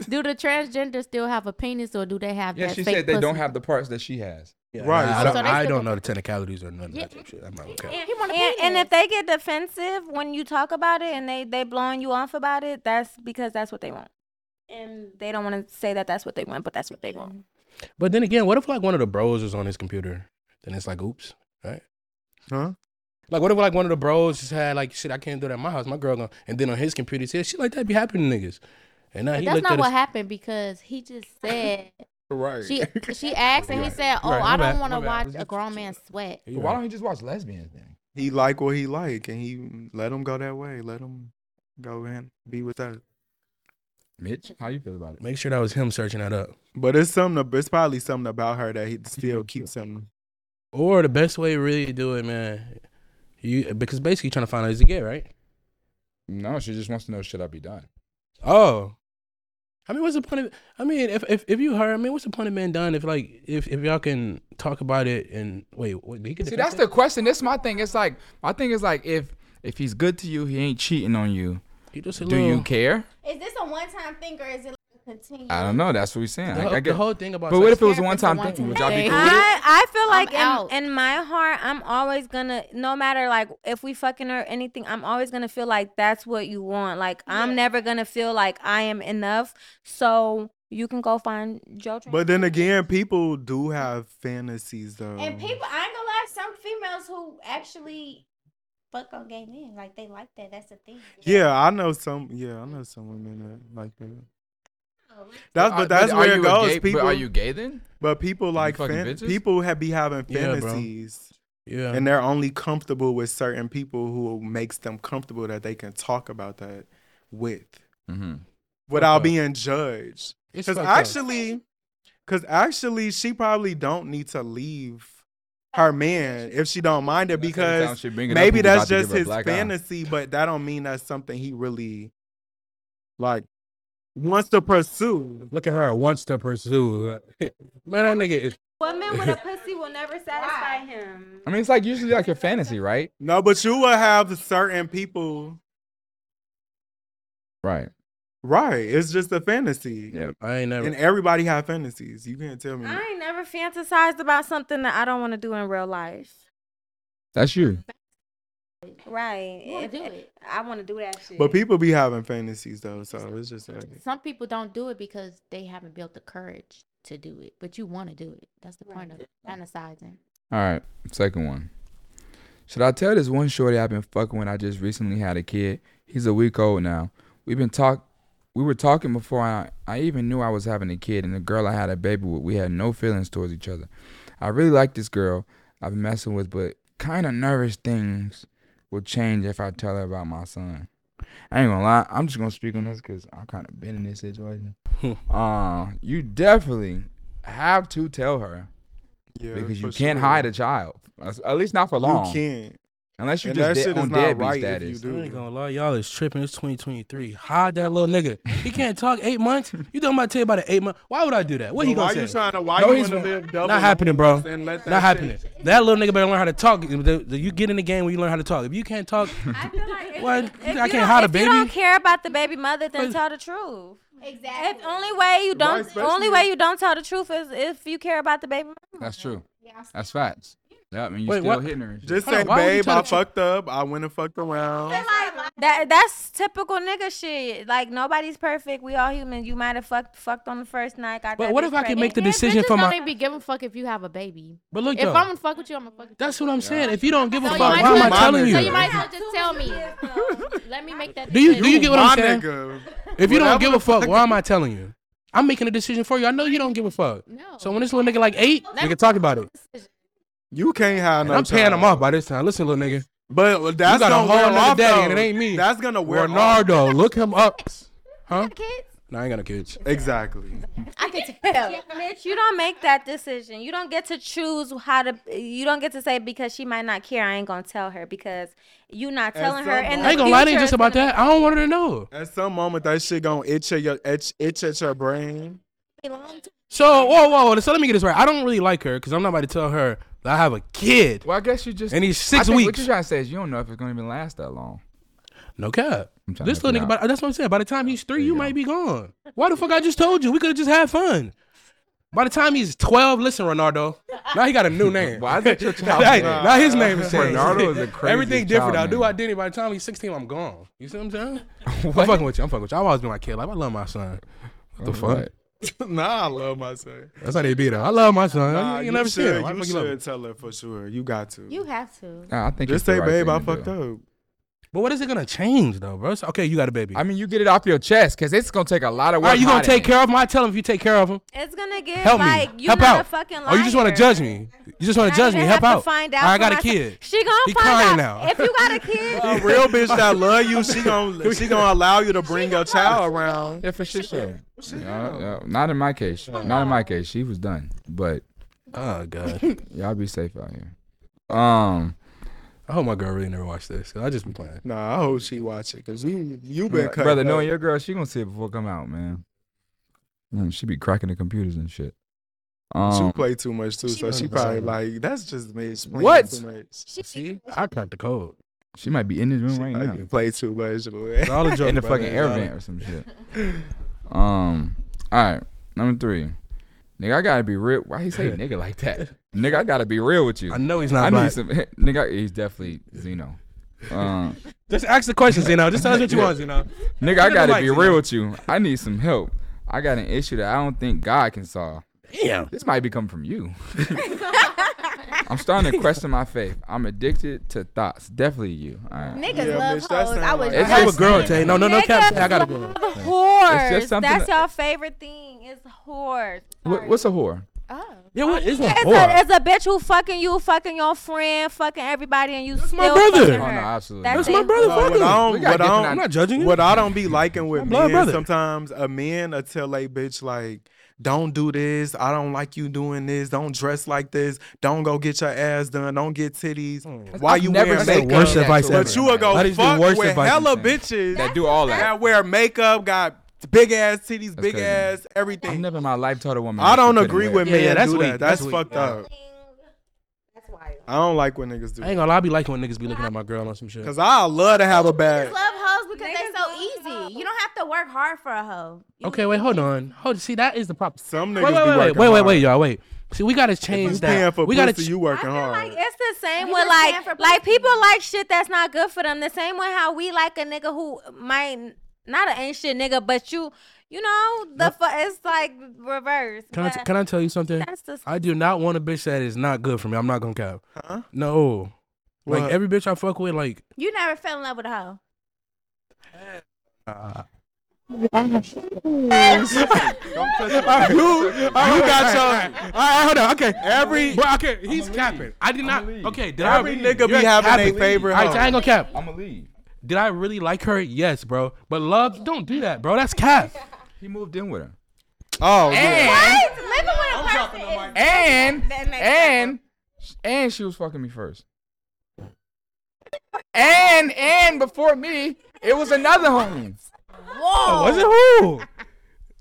Speaker 5: do the transgender still have a penis or do they have
Speaker 3: Yeah,
Speaker 5: that
Speaker 3: she
Speaker 5: fake
Speaker 3: said they don't
Speaker 5: pussy?
Speaker 3: have the parts that she has.
Speaker 2: Right,
Speaker 4: I,
Speaker 2: so-
Speaker 4: don't,
Speaker 5: So they
Speaker 4: I
Speaker 5: still
Speaker 4: don't
Speaker 5: got-
Speaker 4: know the technicalities or none of that type shit. I'm not okay.
Speaker 6: And,
Speaker 5: He wanna
Speaker 6: and-
Speaker 5: be
Speaker 6: and
Speaker 5: there.
Speaker 6: if they get defensive when you talk about it and they they blowing you off about it, that's because that's what they want. And they don't want to say that that's what they want, but that's what they want.
Speaker 4: But then again, what if like one of the bros is on his computer? Then it's like, oops, right?
Speaker 2: Huh?
Speaker 4: Like, what if like one of the bros just had like, shit, I can't do that at my house. My girl gone. And then on his computer, he said, shit like that be happening to niggas. And now
Speaker 5: But
Speaker 4: he
Speaker 5: that's
Speaker 4: looked
Speaker 5: not
Speaker 4: at
Speaker 5: what
Speaker 4: his,
Speaker 5: happened because he just said
Speaker 2: Right.
Speaker 5: she she asked and he said, "Oh,
Speaker 4: Right, my
Speaker 5: I
Speaker 4: bad,
Speaker 5: don't want
Speaker 4: my
Speaker 5: to
Speaker 4: bad.
Speaker 5: watch a grown man sweat."
Speaker 4: You
Speaker 3: Why
Speaker 4: right.
Speaker 3: don't you just watch lesbians then?
Speaker 2: he like what he like, and he let him go that way. Let him go and be with us.
Speaker 3: Mitch, how you feel about it?
Speaker 4: Make sure that was him searching that up.
Speaker 2: But it's something. It's probably something about her that he still keeps him.
Speaker 4: Or the best way to really do it, man, you because basically you're trying to find out is he gay, right?
Speaker 3: No, she just wants to know should I be done?
Speaker 4: Oh. I mean, what's the point of? I mean, if if, if you heard, I mean, what's the point of being done if like if, if y'all can talk about it and wait, wait he could
Speaker 3: See, that's the question. That's my thing. It's like my thing is like if if he's good to you, he ain't cheating on you.
Speaker 4: you just a
Speaker 3: Do
Speaker 4: little,
Speaker 3: you care?
Speaker 8: Is this a one time thing or is it like a continuous?
Speaker 3: I don't know. That's what we're saying.
Speaker 4: The,
Speaker 3: I,
Speaker 4: whole-
Speaker 3: I
Speaker 4: the
Speaker 3: get,
Speaker 4: whole thing about
Speaker 3: but what
Speaker 4: sex-
Speaker 3: if it was a
Speaker 5: therapy
Speaker 3: one
Speaker 5: for
Speaker 3: time
Speaker 5: one
Speaker 3: thing?
Speaker 5: time
Speaker 3: Would y'all be
Speaker 5: thing.
Speaker 3: cool with it?
Speaker 6: I, I feel like
Speaker 5: I'm out.
Speaker 6: in, in my heart, I'm always gonna, no matter like if we fucking or anything, I'm always gonna feel like that's what you want. Like I'm never gonna feel like I am enough. So you can go find Joe.
Speaker 2: But then again, people do have fantasies though.
Speaker 8: And people, I ain't gonna lie, some females who actually fuck on gay men, like they like that. That's the thing.
Speaker 2: Yeah, I know some. Yeah, I know some women that like that.
Speaker 3: Uh,
Speaker 5: Oh,
Speaker 2: That's but that's
Speaker 3: are
Speaker 2: where
Speaker 3: you
Speaker 2: it
Speaker 3: a
Speaker 2: goes.
Speaker 3: Gay,
Speaker 2: people,
Speaker 3: But
Speaker 2: but,
Speaker 3: are you gay then?
Speaker 2: people like
Speaker 3: fucking
Speaker 2: fan,
Speaker 3: bitches?
Speaker 2: people have be having
Speaker 4: Yeah, bro.
Speaker 2: fantasies,
Speaker 4: yeah,
Speaker 2: and they're only comfortable with certain people who makes them comfortable that they can talk about that with
Speaker 3: Mm-hmm.
Speaker 2: without
Speaker 4: up.
Speaker 2: being judged.
Speaker 4: It's
Speaker 2: Because
Speaker 4: fucked up.
Speaker 2: actually, because actually, she probably don't need to leave her man if she don't mind it because maybe that's just his fantasy, but that don't mean that's something he really like wants to pursue.
Speaker 4: look at her wants to pursue. man, that nigga is
Speaker 6: Women with a pussy will never satisfy him.
Speaker 3: I mean, it's like usually like your fantasy, right?
Speaker 2: No, but you will have certain people.
Speaker 3: Right.
Speaker 2: Right, it's just a fantasy,
Speaker 3: Yeah.
Speaker 4: I ain't never.
Speaker 2: and everybody have fantasies. You can't tell me.
Speaker 4: Mm.
Speaker 6: I ain't never fantasized about something that I don't want to do in real life.
Speaker 3: That's you.
Speaker 6: Right.
Speaker 5: You wanna
Speaker 6: If-
Speaker 5: do it.
Speaker 6: I want to do that shit.
Speaker 2: But people be having fantasies though, so it's just like
Speaker 5: Some people don't do it because they haven't built the courage to do it, but you want to do it. That's the point of fantasizing.
Speaker 3: All right. Second one. Should I tell this one shorty I've been fucking when I just recently had a kid? He's a week old now. We've been talk. We were talking before I, I even knew I was having a kid, and the girl I had a baby with, we had no feelings towards each other. I really like this girl I've been messing with, but kind of nervous things will change if I tell her about my son. I ain't gonna lie, I'm just gonna speak on this because I've kind of been in this situation. uh, you definitely have to tell her
Speaker 2: yeah,
Speaker 3: because you
Speaker 2: for
Speaker 3: can't
Speaker 2: sure.
Speaker 3: hide a child, At- at least not for long,
Speaker 2: You can't.
Speaker 3: unless you
Speaker 2: And
Speaker 3: just
Speaker 2: that
Speaker 3: dead-
Speaker 2: shit is
Speaker 3: on
Speaker 2: not
Speaker 3: deadbeat
Speaker 2: right if you
Speaker 3: status.
Speaker 2: do.
Speaker 4: I ain't gonna lie, y'all is tripping. It's 2023. Hide that little nigga. He can't talk eight months. You talking about tell you about an eight month? Why would I do that? What he
Speaker 2: But why
Speaker 4: gonna
Speaker 2: you
Speaker 4: say?
Speaker 2: trying to? Why
Speaker 4: No,
Speaker 2: you
Speaker 4: he's
Speaker 2: want to
Speaker 4: not-
Speaker 2: live double?
Speaker 4: Not happening, bro.
Speaker 2: lives and let that
Speaker 4: Not
Speaker 2: shit-
Speaker 4: happening. That little nigga better learn how to talk. The- the- You get in the game where you learn how to talk. If you can't talk,
Speaker 6: I feel like if,
Speaker 4: Why-
Speaker 6: if
Speaker 4: I
Speaker 6: you
Speaker 4: can't
Speaker 6: don't-
Speaker 4: hide a
Speaker 6: If you don't
Speaker 4: baby.
Speaker 6: care about the baby mother, then
Speaker 4: But-
Speaker 6: tell the truth. If
Speaker 8: Exactly.
Speaker 6: only way you don't,
Speaker 2: especially-
Speaker 6: only way you don't tell the truth is if you care about the baby. mother.
Speaker 3: That's true. That's facts. Yeah, I mean, you
Speaker 4: Wait,
Speaker 3: still
Speaker 4: what?
Speaker 3: hitting her. and shit.
Speaker 2: Just
Speaker 4: Hold on,
Speaker 2: say,
Speaker 4: why would you
Speaker 2: babe,
Speaker 4: tell
Speaker 2: I
Speaker 4: the truth?"
Speaker 2: fucked up. I went and fucked around.
Speaker 6: That that's typical nigga shit. Like nobody's perfect. We all human. You might have fucked fucked on the first night. Got
Speaker 4: But
Speaker 6: that
Speaker 4: what
Speaker 6: bitch
Speaker 4: if I can
Speaker 6: pregnant.
Speaker 4: make the
Speaker 5: And
Speaker 4: decision
Speaker 5: bitches
Speaker 4: for
Speaker 5: Don't
Speaker 4: my?
Speaker 5: even be giving a fuck if you have a baby.
Speaker 4: But look
Speaker 5: if
Speaker 4: though,
Speaker 5: I'm gonna fuck with you, I'm gonna fuck with you.
Speaker 4: that's what I'm saying. If you don't give a
Speaker 5: So
Speaker 4: fuck, why
Speaker 5: you might
Speaker 4: am I
Speaker 5: as well-
Speaker 4: telling
Speaker 5: So you
Speaker 4: you?
Speaker 5: might as well just tell me. Let me make that.
Speaker 4: Do you
Speaker 5: decision.
Speaker 4: do you get what
Speaker 2: My
Speaker 4: I'm saying?
Speaker 2: nigga.
Speaker 4: If you don't
Speaker 2: Whatever
Speaker 4: give
Speaker 2: the
Speaker 4: a fuck,
Speaker 2: fuck-
Speaker 4: why am I telling you? I'm making a decision for you. I know you don't give a fuck.
Speaker 5: No.
Speaker 4: So when this little nigga like eight, we can talk about it.
Speaker 2: You can't have
Speaker 4: And
Speaker 2: no
Speaker 4: I'm paying
Speaker 2: child.
Speaker 4: him off by this time. Listen, little nigga,
Speaker 2: But that's
Speaker 4: got a
Speaker 2: gonna
Speaker 4: whole
Speaker 2: wear
Speaker 4: nother
Speaker 2: off,
Speaker 4: daddy, and
Speaker 2: though.
Speaker 4: it ain't me.
Speaker 2: That's gonna wear off.
Speaker 4: Renardo, look him up. Huh?
Speaker 6: Kids,
Speaker 4: No, I ain't got no kids.
Speaker 2: Exactly.
Speaker 8: I can tell.
Speaker 6: bitch, you don't make that decision. You don't get to choose how to. You don't get to say because she might not care. I ain't gonna tell her because you not telling her. And
Speaker 2: some-
Speaker 6: the
Speaker 4: I ain't gonna lie, it ain't
Speaker 6: future
Speaker 4: just
Speaker 6: is
Speaker 4: about
Speaker 6: gonna
Speaker 4: that. I don't want her to know.
Speaker 2: At some moment, that shit gonna itch at your itch, itch at your brain.
Speaker 6: be long term.
Speaker 4: So whoa, whoa, whoa. So let me get this right. I don't really like her because I'm not about to tell her that I have a kid.
Speaker 3: Well, I guess you just.
Speaker 4: And he's six
Speaker 3: I think What
Speaker 4: weeks.
Speaker 3: you trying to say is you don't know if it's going to even last that long.
Speaker 4: No cap.
Speaker 3: I'm trying to
Speaker 4: This
Speaker 3: help
Speaker 4: little
Speaker 3: you
Speaker 4: nigga,
Speaker 3: out.
Speaker 4: by, that's what I'm saying. By the time he's three,
Speaker 3: There
Speaker 4: you
Speaker 3: you
Speaker 4: might
Speaker 3: go.
Speaker 4: be gone. Why the fuck I just told you? We could have just had fun. By the time he's 12, listen, Ronaldo. Now he got a new name.
Speaker 3: Why is it your
Speaker 4: now,
Speaker 3: child name?
Speaker 4: now his name is changed.
Speaker 3: Ronaldo is the craziest
Speaker 4: Everything different.
Speaker 3: child
Speaker 4: I do
Speaker 3: name.
Speaker 4: identity. By the time he's 16, I'm gone. You see what I'm saying? I'm fucking with you. I'm fucking with you. I've always been my kid. Like, I love my son. What the fuck?
Speaker 3: Alright.
Speaker 2: nah, I love myself.
Speaker 4: That's how they be though. I love my son.
Speaker 2: Nah,
Speaker 4: you,
Speaker 2: you,
Speaker 4: never see
Speaker 2: should.
Speaker 4: him. Why the
Speaker 2: You
Speaker 4: fuck you love him?
Speaker 2: should tell her for sure. You got to.
Speaker 8: You have to.
Speaker 3: Nah, I think
Speaker 2: just
Speaker 3: it's the
Speaker 2: say,
Speaker 3: right
Speaker 2: babe,
Speaker 3: thing
Speaker 2: I
Speaker 3: to
Speaker 2: fucked
Speaker 3: do.
Speaker 2: up.
Speaker 4: But what is it gonna change though, bro? So- okay, you got a baby.
Speaker 3: I mean, you get it off your chest because it's going to take a lot of
Speaker 4: All
Speaker 3: work.
Speaker 4: right, you gonna
Speaker 3: hiding
Speaker 4: take
Speaker 3: it.
Speaker 4: care of him? I tell him if you take care of him.
Speaker 6: It's gonna get
Speaker 4: Help me.
Speaker 6: like you
Speaker 4: Help
Speaker 6: not a
Speaker 4: out.
Speaker 6: fucking. Liar.
Speaker 4: Oh, you just want to judge me? You just
Speaker 6: I
Speaker 4: want to judge
Speaker 6: even
Speaker 4: me?
Speaker 6: have
Speaker 4: Help
Speaker 6: to
Speaker 4: out.
Speaker 6: Find out
Speaker 4: I
Speaker 6: for
Speaker 4: got a
Speaker 6: myself.
Speaker 4: kid.
Speaker 6: She gonna
Speaker 4: He
Speaker 6: find
Speaker 4: crying
Speaker 6: out.
Speaker 4: now.
Speaker 6: If you got a kid,
Speaker 3: Oh,
Speaker 2: A real bitch that love you, she gonna she gonna allow you to bring your child around.
Speaker 3: Yeah, for sure. sure. Yeah, yeah, Not in my case. Not in my case. She was done. But
Speaker 4: Oh god.
Speaker 3: y'all be safe out here. Um,
Speaker 4: I hope my girl really never watched this. 'cause I just been playing.
Speaker 2: Nah, I hope she watch it cause you you been
Speaker 3: brother,
Speaker 2: cut.
Speaker 3: brother, knowing your girl, she gonna see it before it come out, man. Mm, She be cracking the computers and shit.
Speaker 2: she
Speaker 3: Um,
Speaker 2: play too much too, so she probably like that's just me. explaining
Speaker 3: What?
Speaker 2: Too much.
Speaker 4: See, I cracked the code.
Speaker 3: she might be in this room
Speaker 2: She
Speaker 3: right now.
Speaker 2: fucking play too much. boy.
Speaker 4: It's all a joke.
Speaker 3: in the
Speaker 4: brother.
Speaker 3: fucking
Speaker 4: It's
Speaker 3: air
Speaker 4: all-
Speaker 3: vent or some shit. Um. All right. Number three. Nigga, I gotta be real. Why he say nigga like that? Nigga, I gotta be real with you.
Speaker 4: I know he's
Speaker 3: I
Speaker 4: not
Speaker 3: need
Speaker 4: black.
Speaker 3: some. Nigga, he's definitely Zeno. Um,
Speaker 4: Just ask the questions, you know. Just tell us what you want, you know.
Speaker 3: nigga, I
Speaker 4: the
Speaker 3: gotta
Speaker 4: mic,
Speaker 3: be
Speaker 4: Zeno.
Speaker 3: real with you. I need some help. I got an issue that I don't think God can solve.
Speaker 4: Damn.
Speaker 3: This might be coming from you. I'm starting to question my faith. I'm addicted to thoughts. Definitely you. All right.
Speaker 8: Niggas
Speaker 2: Yeah,
Speaker 8: love
Speaker 2: bitch, that
Speaker 8: hoes. I
Speaker 2: sound
Speaker 8: was
Speaker 2: like-
Speaker 4: It's have a
Speaker 8: just
Speaker 4: girl,
Speaker 8: saying-
Speaker 4: Tay. No, no, no cap.
Speaker 6: Niggas
Speaker 4: Tay, I gotta go.
Speaker 6: love Whores.
Speaker 3: It's just something
Speaker 6: That's
Speaker 3: that-
Speaker 6: our favorite thing. Is whores.
Speaker 3: What, what's a whore?
Speaker 8: Oh.
Speaker 4: Yeah, what is that?
Speaker 6: It's a, it's a bitch who fucking you, fucking your friend, fucking everybody, and you still
Speaker 4: my brother.
Speaker 6: fucking
Speaker 3: Oh, no,
Speaker 6: her.
Speaker 3: absolutely.
Speaker 4: That's
Speaker 6: That's
Speaker 3: That's
Speaker 4: my
Speaker 6: it.
Speaker 4: brother.
Speaker 2: Nah,
Speaker 4: Fuck
Speaker 2: what
Speaker 4: him.
Speaker 2: I
Speaker 3: We
Speaker 2: don't,
Speaker 3: got
Speaker 2: what I
Speaker 3: different
Speaker 2: don't,
Speaker 4: I'm not judging you.
Speaker 2: what I don't be liking with
Speaker 4: blood
Speaker 2: men
Speaker 4: brother.
Speaker 2: sometimes a man until they bitch like don't do this I don't like you doing this don't dress like this don't go get your ass done don't get titties why
Speaker 3: I've
Speaker 2: you
Speaker 3: never
Speaker 2: wearing
Speaker 3: said
Speaker 2: makeup
Speaker 4: the Hmm. worst
Speaker 3: that
Speaker 4: advice
Speaker 3: to a
Speaker 4: ever.
Speaker 2: but you will go
Speaker 4: That is the
Speaker 2: fuck
Speaker 4: worst
Speaker 2: with
Speaker 4: advice you
Speaker 2: hella
Speaker 4: said.
Speaker 2: bitches
Speaker 3: that do all that.
Speaker 2: that wear makeup got big ass titties big
Speaker 3: crazy.
Speaker 2: ass
Speaker 3: I've
Speaker 2: everything
Speaker 3: never in my life told a woman.
Speaker 2: I
Speaker 3: that she
Speaker 2: don't
Speaker 3: couldn't
Speaker 2: agree
Speaker 3: wear-
Speaker 2: with
Speaker 4: Yeah,
Speaker 2: men
Speaker 4: yeah, that's
Speaker 2: do
Speaker 4: weak,
Speaker 2: that that's
Speaker 4: that's weak,
Speaker 2: fucked
Speaker 4: yeah.
Speaker 2: up I don't like when niggas do
Speaker 4: I
Speaker 2: that
Speaker 4: ain't gonna lie, I be liking when niggas be looking at my girl on some shit.
Speaker 2: cause I love to have a bag
Speaker 8: Love hoes because they
Speaker 6: Niggas
Speaker 8: so
Speaker 6: love
Speaker 8: easy.
Speaker 6: hoes.
Speaker 8: You don't have to work hard for a hoe. You
Speaker 4: Okay, wait, hold on. Hold see that is the problem.
Speaker 2: some niggas
Speaker 4: Wait, wait,
Speaker 2: be
Speaker 4: wait, wait,
Speaker 2: working
Speaker 4: wait, wait,
Speaker 2: hard.
Speaker 4: wait, y'all, wait. See, we gotta change
Speaker 2: You paying
Speaker 4: that.
Speaker 2: for
Speaker 4: We gotta
Speaker 2: pussy,
Speaker 4: ch-
Speaker 2: you working
Speaker 6: Like
Speaker 2: hard
Speaker 6: it's the same
Speaker 8: You
Speaker 6: with
Speaker 8: just stand for
Speaker 6: like like
Speaker 8: pussy.
Speaker 6: people like shit that's not good for them. The same way how we like a nigga who might not an ain't shit nigga, but you you know the fu- it's like reverse.
Speaker 4: Can I,
Speaker 6: but
Speaker 4: can I tell you something?
Speaker 6: that's the
Speaker 4: I do not want a bitch that is not good for me. I'm not gonna cap.
Speaker 2: Huh?
Speaker 4: No. Like
Speaker 2: What?
Speaker 4: every bitch I fuck with, like
Speaker 8: You never fell in love with a hoe.
Speaker 4: you, Oh, you
Speaker 2: got your-
Speaker 4: All right, hold on. Okay,
Speaker 2: Every-
Speaker 4: But okay, he's capping. I did not.
Speaker 3: leave.
Speaker 4: Okay, did I
Speaker 2: Every nigga be having
Speaker 4: capping.
Speaker 2: their favorite
Speaker 4: All right, so I ain't
Speaker 2: hoe.
Speaker 4: gonna cap.
Speaker 3: I'ma leave.
Speaker 4: Did I really like her? Yes, bro. But love, don't do that, bro. That's cap.
Speaker 3: He moved in with her.
Speaker 2: Oh, yeah.
Speaker 8: Living with a person is
Speaker 3: And
Speaker 8: That makes
Speaker 3: and and she was fucking me first. And and before me, it was another homie.
Speaker 4: Oh, was it who?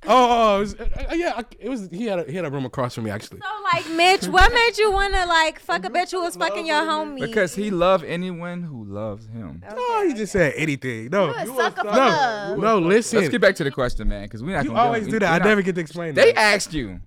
Speaker 4: Oh, oh, it was, uh, uh, yeah. I- It was. He had a, he had a room across from me actually.
Speaker 6: so like Mitch, what made you wanna like fuck a bitch who was fucking your homie?
Speaker 3: Because he loved anyone who loves him.
Speaker 2: Oh,
Speaker 4: No, he just said anything. No,
Speaker 8: a sucker for
Speaker 4: no,
Speaker 8: love.
Speaker 4: no. Listen,
Speaker 3: Let's get back to the question, man, because we're not
Speaker 4: you
Speaker 3: gonna deal
Speaker 4: always
Speaker 3: with-
Speaker 4: do that. I
Speaker 3: we're not-
Speaker 4: never get to explain.
Speaker 3: They
Speaker 4: that.
Speaker 3: asked you.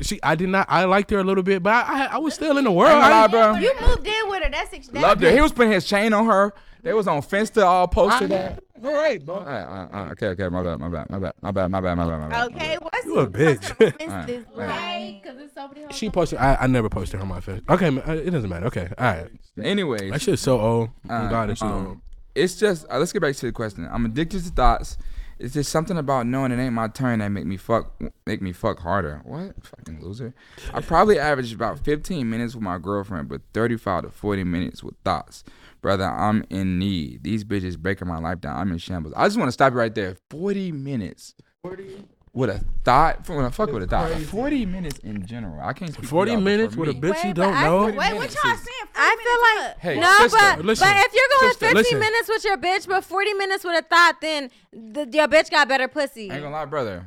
Speaker 4: She, I did not. I liked her a little bit, but I, I, I was still in the world.
Speaker 3: Ain't gonna
Speaker 4: I,
Speaker 3: lie, bro.
Speaker 6: You moved in with her. That's ex- that-
Speaker 3: Loved her. He was putting his chain on her. They was on Finsta all posted. that.
Speaker 4: all right, bro.
Speaker 3: All right, all right, all right. Okay, okay. My bad, my bad, my bad, my bad, my bad, my bad, my bad.
Speaker 6: Okay, what's
Speaker 4: You a bitch.
Speaker 3: Alright,
Speaker 6: this?
Speaker 3: alright.
Speaker 5: Right, because it's so many hoes
Speaker 4: She
Speaker 5: on
Speaker 4: posted. I, I never posted her on my face. Okay, ma- uh, it doesn't matter. Okay, all right.
Speaker 3: Anyways,
Speaker 4: That shit's so old. I'm
Speaker 3: Uh,
Speaker 4: glad it's so
Speaker 3: um,
Speaker 4: old.
Speaker 3: it's just uh, let's get back to the question. I'm addicted to thoughts. It's just something about knowing it ain't my turn that make me fuck make me fuck harder. What fucking loser? I probably average about 15 minutes with my girlfriend, but 35 to 40 minutes with thoughts. Brother, I'm in need. These bitches breaking my life down. I'm in shambles. I just want to stop you right there. 40 minutes. 40 with a thought. When I fuck with a thought. 40 minutes in general. I can't. Speak for
Speaker 4: 40
Speaker 3: y'all, but
Speaker 4: minutes
Speaker 3: for
Speaker 4: with a
Speaker 3: me-
Speaker 4: bitch you
Speaker 6: but
Speaker 4: don't
Speaker 6: I-
Speaker 4: know.
Speaker 6: Wait, what y'all saying? I feel like
Speaker 3: Hey,
Speaker 6: no,
Speaker 3: sister,
Speaker 6: but
Speaker 4: listen,
Speaker 6: but if you're going
Speaker 4: sister,
Speaker 6: 15
Speaker 4: listen.
Speaker 6: minutes with your bitch, but 40 minutes with a thought, then the, your bitch got better pussy.
Speaker 3: I ain't gonna lie, brother.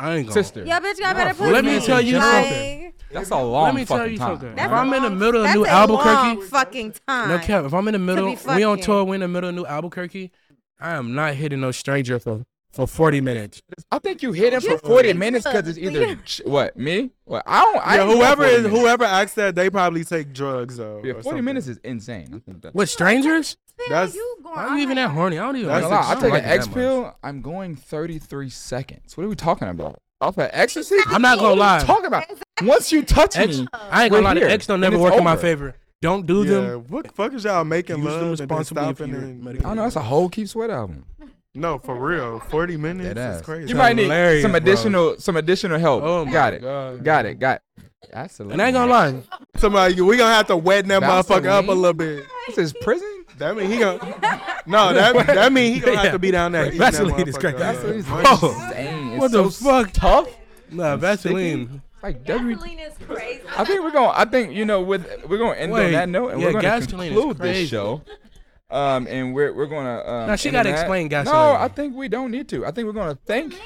Speaker 4: I ain't gonna.
Speaker 3: Sister.
Speaker 6: Your bitch got better pussy.
Speaker 4: Let me tell you
Speaker 6: Like,
Speaker 4: something.
Speaker 3: That's a long
Speaker 4: Let me
Speaker 3: fucking
Speaker 4: tell you
Speaker 3: time.
Speaker 4: something.
Speaker 6: That's
Speaker 4: if I'm
Speaker 6: a
Speaker 4: in the
Speaker 6: long-
Speaker 4: middle of
Speaker 6: that's
Speaker 4: New
Speaker 6: a
Speaker 4: Albuquerque,
Speaker 6: long fucking time.
Speaker 4: no cap. If I'm in the middle,
Speaker 6: be
Speaker 4: we on
Speaker 6: fucking.
Speaker 4: tour. We in the middle of New Albuquerque. I am not hitting no stranger for for 40 minutes.
Speaker 3: I think you hit him for
Speaker 6: You
Speaker 3: 40
Speaker 6: think
Speaker 3: minutes because
Speaker 6: so.
Speaker 3: it's either ch- what me? What I don't. I
Speaker 2: Yeah,
Speaker 3: ain't doing
Speaker 2: whoever
Speaker 3: 40
Speaker 2: is
Speaker 3: minutes.
Speaker 2: whoever asked that, they probably take drugs though.
Speaker 3: Yeah,
Speaker 2: or
Speaker 3: 40
Speaker 2: something.
Speaker 3: minutes is insane. I think that's,
Speaker 4: What strangers?
Speaker 6: Pill,
Speaker 2: That's-
Speaker 6: you going,
Speaker 4: I'm
Speaker 6: I'm
Speaker 4: even
Speaker 6: like,
Speaker 4: that horny. I don't even.
Speaker 3: I
Speaker 2: That's
Speaker 3: ain't
Speaker 4: like
Speaker 3: gonna lie, I
Speaker 4: I don't
Speaker 3: take
Speaker 4: like
Speaker 3: an
Speaker 4: it that
Speaker 3: X
Speaker 4: much.
Speaker 3: pill. I'm going 33 seconds. What are we talking about? Off of ecstasy?
Speaker 4: I'm not
Speaker 3: What
Speaker 4: gonna
Speaker 3: are we
Speaker 4: lie.
Speaker 3: talking about once you touch
Speaker 4: X,
Speaker 3: me.
Speaker 4: I ain't
Speaker 3: We're
Speaker 4: gonna lie. The
Speaker 3: here,
Speaker 4: X don't
Speaker 3: and
Speaker 4: never
Speaker 3: it's
Speaker 4: work in my
Speaker 3: over.
Speaker 4: favor. Don't do
Speaker 2: Yeah,
Speaker 4: them.
Speaker 2: what the fuck is y'all making
Speaker 4: Use them
Speaker 2: love and then
Speaker 4: responsibly if
Speaker 2: stopping
Speaker 4: you're
Speaker 2: and
Speaker 3: I don't
Speaker 4: medicated.
Speaker 3: know. That's a whole Keep Sweat album.
Speaker 2: no for real. Forty minutes
Speaker 3: That
Speaker 2: is
Speaker 3: ass.
Speaker 2: crazy.
Speaker 3: You might need
Speaker 4: hilarious,
Speaker 3: some
Speaker 4: bro.
Speaker 3: additional some additional help.
Speaker 4: Oh my
Speaker 3: got it.
Speaker 4: God.
Speaker 3: Got it. Got it. That's a
Speaker 4: And I ain't gonna lie.
Speaker 2: Somebody, we gonna have to wet that motherfucker up a
Speaker 3: Vaseline?
Speaker 2: little bit.
Speaker 3: This is prison.
Speaker 2: That mean he gonna no. That that mean he gonna have
Speaker 4: Yeah.
Speaker 2: to be down there. eating that
Speaker 4: Vaseline is
Speaker 2: motherfucker
Speaker 4: crazy.
Speaker 2: up.
Speaker 3: That's
Speaker 4: Vaseline Bro.
Speaker 3: insane. It's
Speaker 4: What
Speaker 3: so
Speaker 4: the fuck?
Speaker 3: Tough.
Speaker 4: Nah, Vaseline.
Speaker 3: It's like W.
Speaker 6: Gasoline is crazy.
Speaker 3: I think we're gonna. I think you know with we're gonna end
Speaker 4: Wait,
Speaker 3: on that note, and
Speaker 4: yeah,
Speaker 3: we're gonna
Speaker 4: gasoline is
Speaker 3: conclude this
Speaker 4: crazy.
Speaker 3: show. Um, and we're we're gonna. Um,
Speaker 4: Nah, she
Speaker 3: end
Speaker 4: gotta
Speaker 3: on that.
Speaker 4: explain
Speaker 3: No,
Speaker 4: gasoline.
Speaker 3: I think we don't need to. I think we're gonna thank
Speaker 4: Y'all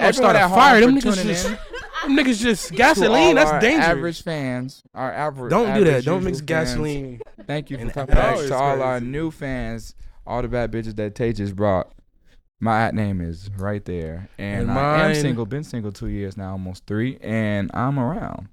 Speaker 3: everyone
Speaker 4: gonna start
Speaker 3: at
Speaker 4: a
Speaker 3: home
Speaker 4: fire. Them
Speaker 3: for
Speaker 4: niggas
Speaker 3: tuning
Speaker 4: just,
Speaker 3: in.
Speaker 4: them niggas just
Speaker 3: to all
Speaker 4: gasoline.
Speaker 3: our
Speaker 4: That's dangerous.
Speaker 3: Average fans, our average.
Speaker 4: Don't do that.
Speaker 3: average
Speaker 4: Don't
Speaker 3: usual
Speaker 4: mix
Speaker 3: fans.
Speaker 4: gasoline.
Speaker 3: Thank you for
Speaker 4: and
Speaker 3: coming back
Speaker 2: average.
Speaker 3: to all our
Speaker 2: Crazy.
Speaker 3: new fans, all the bad bitches that Tay just brought. My at name is right there, and,
Speaker 4: And
Speaker 3: I am
Speaker 4: mine-
Speaker 3: single. Been single two years now, almost three, and I'm around.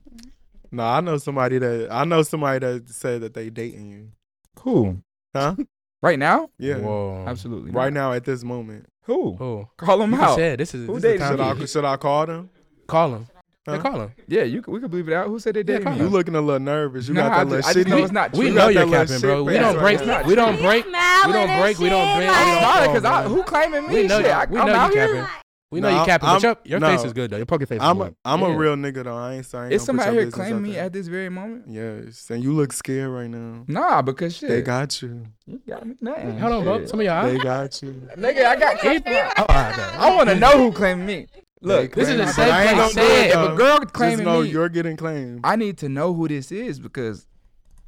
Speaker 2: No, I know somebody that I know somebody that said that they dating you.
Speaker 3: Cool.
Speaker 2: Huh?
Speaker 3: Right now?
Speaker 2: Yeah.
Speaker 4: Whoa.
Speaker 3: Absolutely.
Speaker 2: Right
Speaker 3: not.
Speaker 2: now at this moment.
Speaker 3: Um, Who?
Speaker 4: Oh.
Speaker 3: Call them
Speaker 4: You
Speaker 3: out.
Speaker 4: can say it. This is
Speaker 3: Who
Speaker 4: this is the
Speaker 3: dated
Speaker 4: time
Speaker 2: Should
Speaker 4: to
Speaker 2: I should I call them?
Speaker 4: call him. Yeah,
Speaker 2: Huh?
Speaker 4: call him.
Speaker 3: Yeah, you c- we could believe it out. Who said they
Speaker 4: Yeah,
Speaker 3: did
Speaker 4: come
Speaker 2: You looking a little nervous. You
Speaker 3: Nah,
Speaker 2: got
Speaker 3: I
Speaker 2: that
Speaker 3: just-
Speaker 2: little
Speaker 3: I just
Speaker 2: shit.
Speaker 3: know it's not
Speaker 4: We
Speaker 3: true.
Speaker 4: know
Speaker 2: got
Speaker 4: you're
Speaker 2: that little
Speaker 4: capping,
Speaker 2: shit
Speaker 4: bro. We
Speaker 2: fast
Speaker 4: don't
Speaker 2: right
Speaker 4: break.
Speaker 2: now.
Speaker 4: We don't
Speaker 6: She
Speaker 4: break.
Speaker 6: smiling
Speaker 4: We don't
Speaker 6: and
Speaker 4: break. We don't
Speaker 6: shit,
Speaker 4: bring.
Speaker 6: like-
Speaker 3: I'm sorry, cause I,
Speaker 4: Oh,
Speaker 3: who claiming me?
Speaker 4: We know
Speaker 3: Shit,
Speaker 4: you.
Speaker 3: I,
Speaker 4: We
Speaker 3: I'm
Speaker 4: know
Speaker 3: out
Speaker 4: you
Speaker 3: here.
Speaker 4: capping. We know
Speaker 2: No,
Speaker 4: you capping. But
Speaker 2: I'm-
Speaker 4: your your face
Speaker 2: no.
Speaker 4: is good though. Your poker face
Speaker 2: I'm
Speaker 4: is
Speaker 2: a,
Speaker 4: good.
Speaker 2: I'm
Speaker 3: Yeah.
Speaker 2: a real nigga though. I ain't saying.
Speaker 3: Is somebody
Speaker 2: claim
Speaker 3: here claiming me at this very
Speaker 4: Mm.
Speaker 3: moment?
Speaker 2: Yes, and you look scared right now.
Speaker 3: Nah, because shit,
Speaker 2: They got you.
Speaker 3: you got me nothing.
Speaker 4: Hold on, bro.
Speaker 3: Shit.
Speaker 4: Some of y'all.
Speaker 2: They got you.
Speaker 3: Nigga, I got.
Speaker 4: Keep- Oh, all right, bro.
Speaker 3: I want to know who claimed me. Look,
Speaker 4: This is
Speaker 2: claiming
Speaker 4: a
Speaker 2: me,
Speaker 4: safe
Speaker 2: but I ain't
Speaker 4: place.
Speaker 2: gonna do
Speaker 4: Say
Speaker 2: it,
Speaker 4: it.
Speaker 2: though.
Speaker 3: If a girl
Speaker 2: Just
Speaker 3: claiming
Speaker 2: know
Speaker 3: me,
Speaker 2: you're getting claimed.
Speaker 3: I need to know who this is because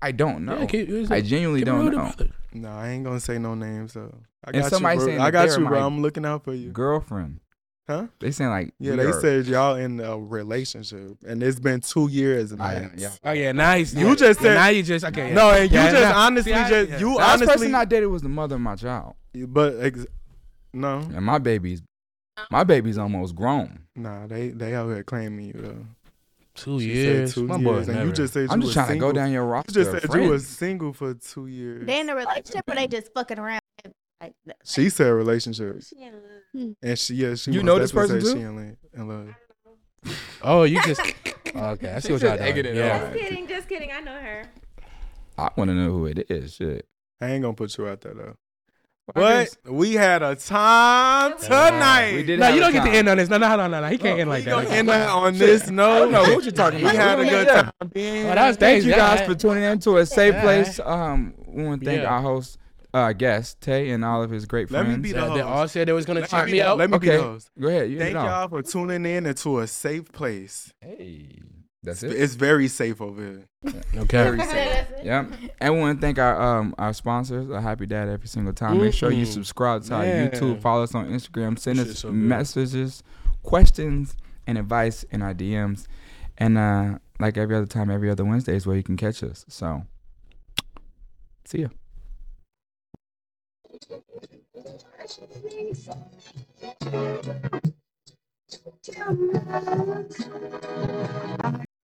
Speaker 3: I don't know.
Speaker 4: Yeah, keep- it's-
Speaker 3: I genuinely
Speaker 4: keep it
Speaker 3: don't
Speaker 4: real
Speaker 3: know.
Speaker 4: about it.
Speaker 2: No, I ain't gonna say no names though. I
Speaker 3: And
Speaker 2: got you,
Speaker 3: somebody
Speaker 2: bro.
Speaker 3: saying
Speaker 2: I
Speaker 3: that
Speaker 2: got
Speaker 3: they're
Speaker 2: you, bro.
Speaker 3: my-
Speaker 2: I'm looking out for you.
Speaker 3: Girlfriend,
Speaker 2: Huh?
Speaker 3: they saying like
Speaker 2: Yeah,
Speaker 3: we
Speaker 2: they
Speaker 3: are-
Speaker 2: said y'all in a relationship, and it's been two years.
Speaker 3: I am,
Speaker 2: Man.
Speaker 3: yeah.
Speaker 4: Oh yeah, now he's
Speaker 2: You just said-
Speaker 4: now you just okay. yeah.
Speaker 2: No, and you
Speaker 4: Yeah,
Speaker 2: just
Speaker 4: nah.
Speaker 2: honestly
Speaker 4: See, I-
Speaker 2: just
Speaker 4: yeah.
Speaker 2: you
Speaker 3: The last
Speaker 2: honestly,
Speaker 3: person I dated was the mother of my child,
Speaker 2: but ex- no,
Speaker 3: and my baby's, my baby's almost grown.
Speaker 2: nah, they they out here claiming you though.
Speaker 4: two
Speaker 2: She said
Speaker 4: years.
Speaker 2: two
Speaker 4: My boy,
Speaker 2: years, and
Speaker 4: never.
Speaker 2: you just said
Speaker 3: I'm
Speaker 2: you
Speaker 3: just
Speaker 2: was
Speaker 3: trying to
Speaker 2: single.
Speaker 3: go down your roster.
Speaker 2: You just
Speaker 3: of
Speaker 2: said
Speaker 3: friends.
Speaker 2: you was single for two years.
Speaker 8: They in a relationship where they just fucking around. Like,
Speaker 2: she said relationship,
Speaker 8: she in love.
Speaker 2: and she yeah she
Speaker 3: You
Speaker 2: most
Speaker 3: know this
Speaker 2: definitely
Speaker 3: person
Speaker 2: said
Speaker 3: too?
Speaker 2: She in, la- in love.
Speaker 4: Oh, you just okay. I see what y'all
Speaker 3: just egging
Speaker 4: doing.
Speaker 3: it
Speaker 4: Yeah.
Speaker 3: on.
Speaker 6: Just kidding, just kidding. I know her.
Speaker 3: I want to know who it is. Shit.
Speaker 2: I ain't gonna put you out there though.
Speaker 3: I
Speaker 2: But
Speaker 3: guess-
Speaker 2: we had a time tonight.
Speaker 3: We did
Speaker 4: No,
Speaker 3: have
Speaker 4: you
Speaker 3: a
Speaker 4: don't get to
Speaker 3: time.
Speaker 4: end on this. No, no, no, no, no. He can't
Speaker 2: We
Speaker 4: end like
Speaker 2: gonna
Speaker 4: that.
Speaker 2: end that on this
Speaker 3: I
Speaker 2: note.
Speaker 3: don't know what you're talking
Speaker 2: We
Speaker 3: about.
Speaker 2: had a
Speaker 3: Yeah.
Speaker 2: good time. being
Speaker 4: Well, that was
Speaker 3: Thank you
Speaker 4: Yeah.
Speaker 3: guys for tuning in to a safe
Speaker 4: Yeah.
Speaker 3: place. Um, we want to thank
Speaker 4: Yeah.
Speaker 3: our host, uh, guest Tay, and all of his great
Speaker 2: Let me
Speaker 3: friends.
Speaker 2: be the
Speaker 4: They, they
Speaker 2: host.
Speaker 4: all said they was gonna
Speaker 2: Let me
Speaker 4: check
Speaker 2: be
Speaker 4: me
Speaker 2: the-
Speaker 4: out.
Speaker 2: Let me be
Speaker 3: Okay.
Speaker 2: the host.
Speaker 3: Go ahead. You
Speaker 2: Thank
Speaker 3: end it off.
Speaker 2: y'all for tuning in into a safe place.
Speaker 3: Hey, that's it.
Speaker 2: It's very safe over here.
Speaker 4: Okay.
Speaker 3: Yeah, and we want to thank our um our sponsors, a Happy Dad every single time. Make sure you
Speaker 4: Mm.
Speaker 3: subscribe to our
Speaker 4: Yeah.
Speaker 3: YouTube, follow us on Instagram, send
Speaker 4: Shit's
Speaker 3: us
Speaker 4: so good.
Speaker 3: messages, questions, and advice in our DMs. And uh, like every other time, every other Wednesday is where you can catch us. So, see ya.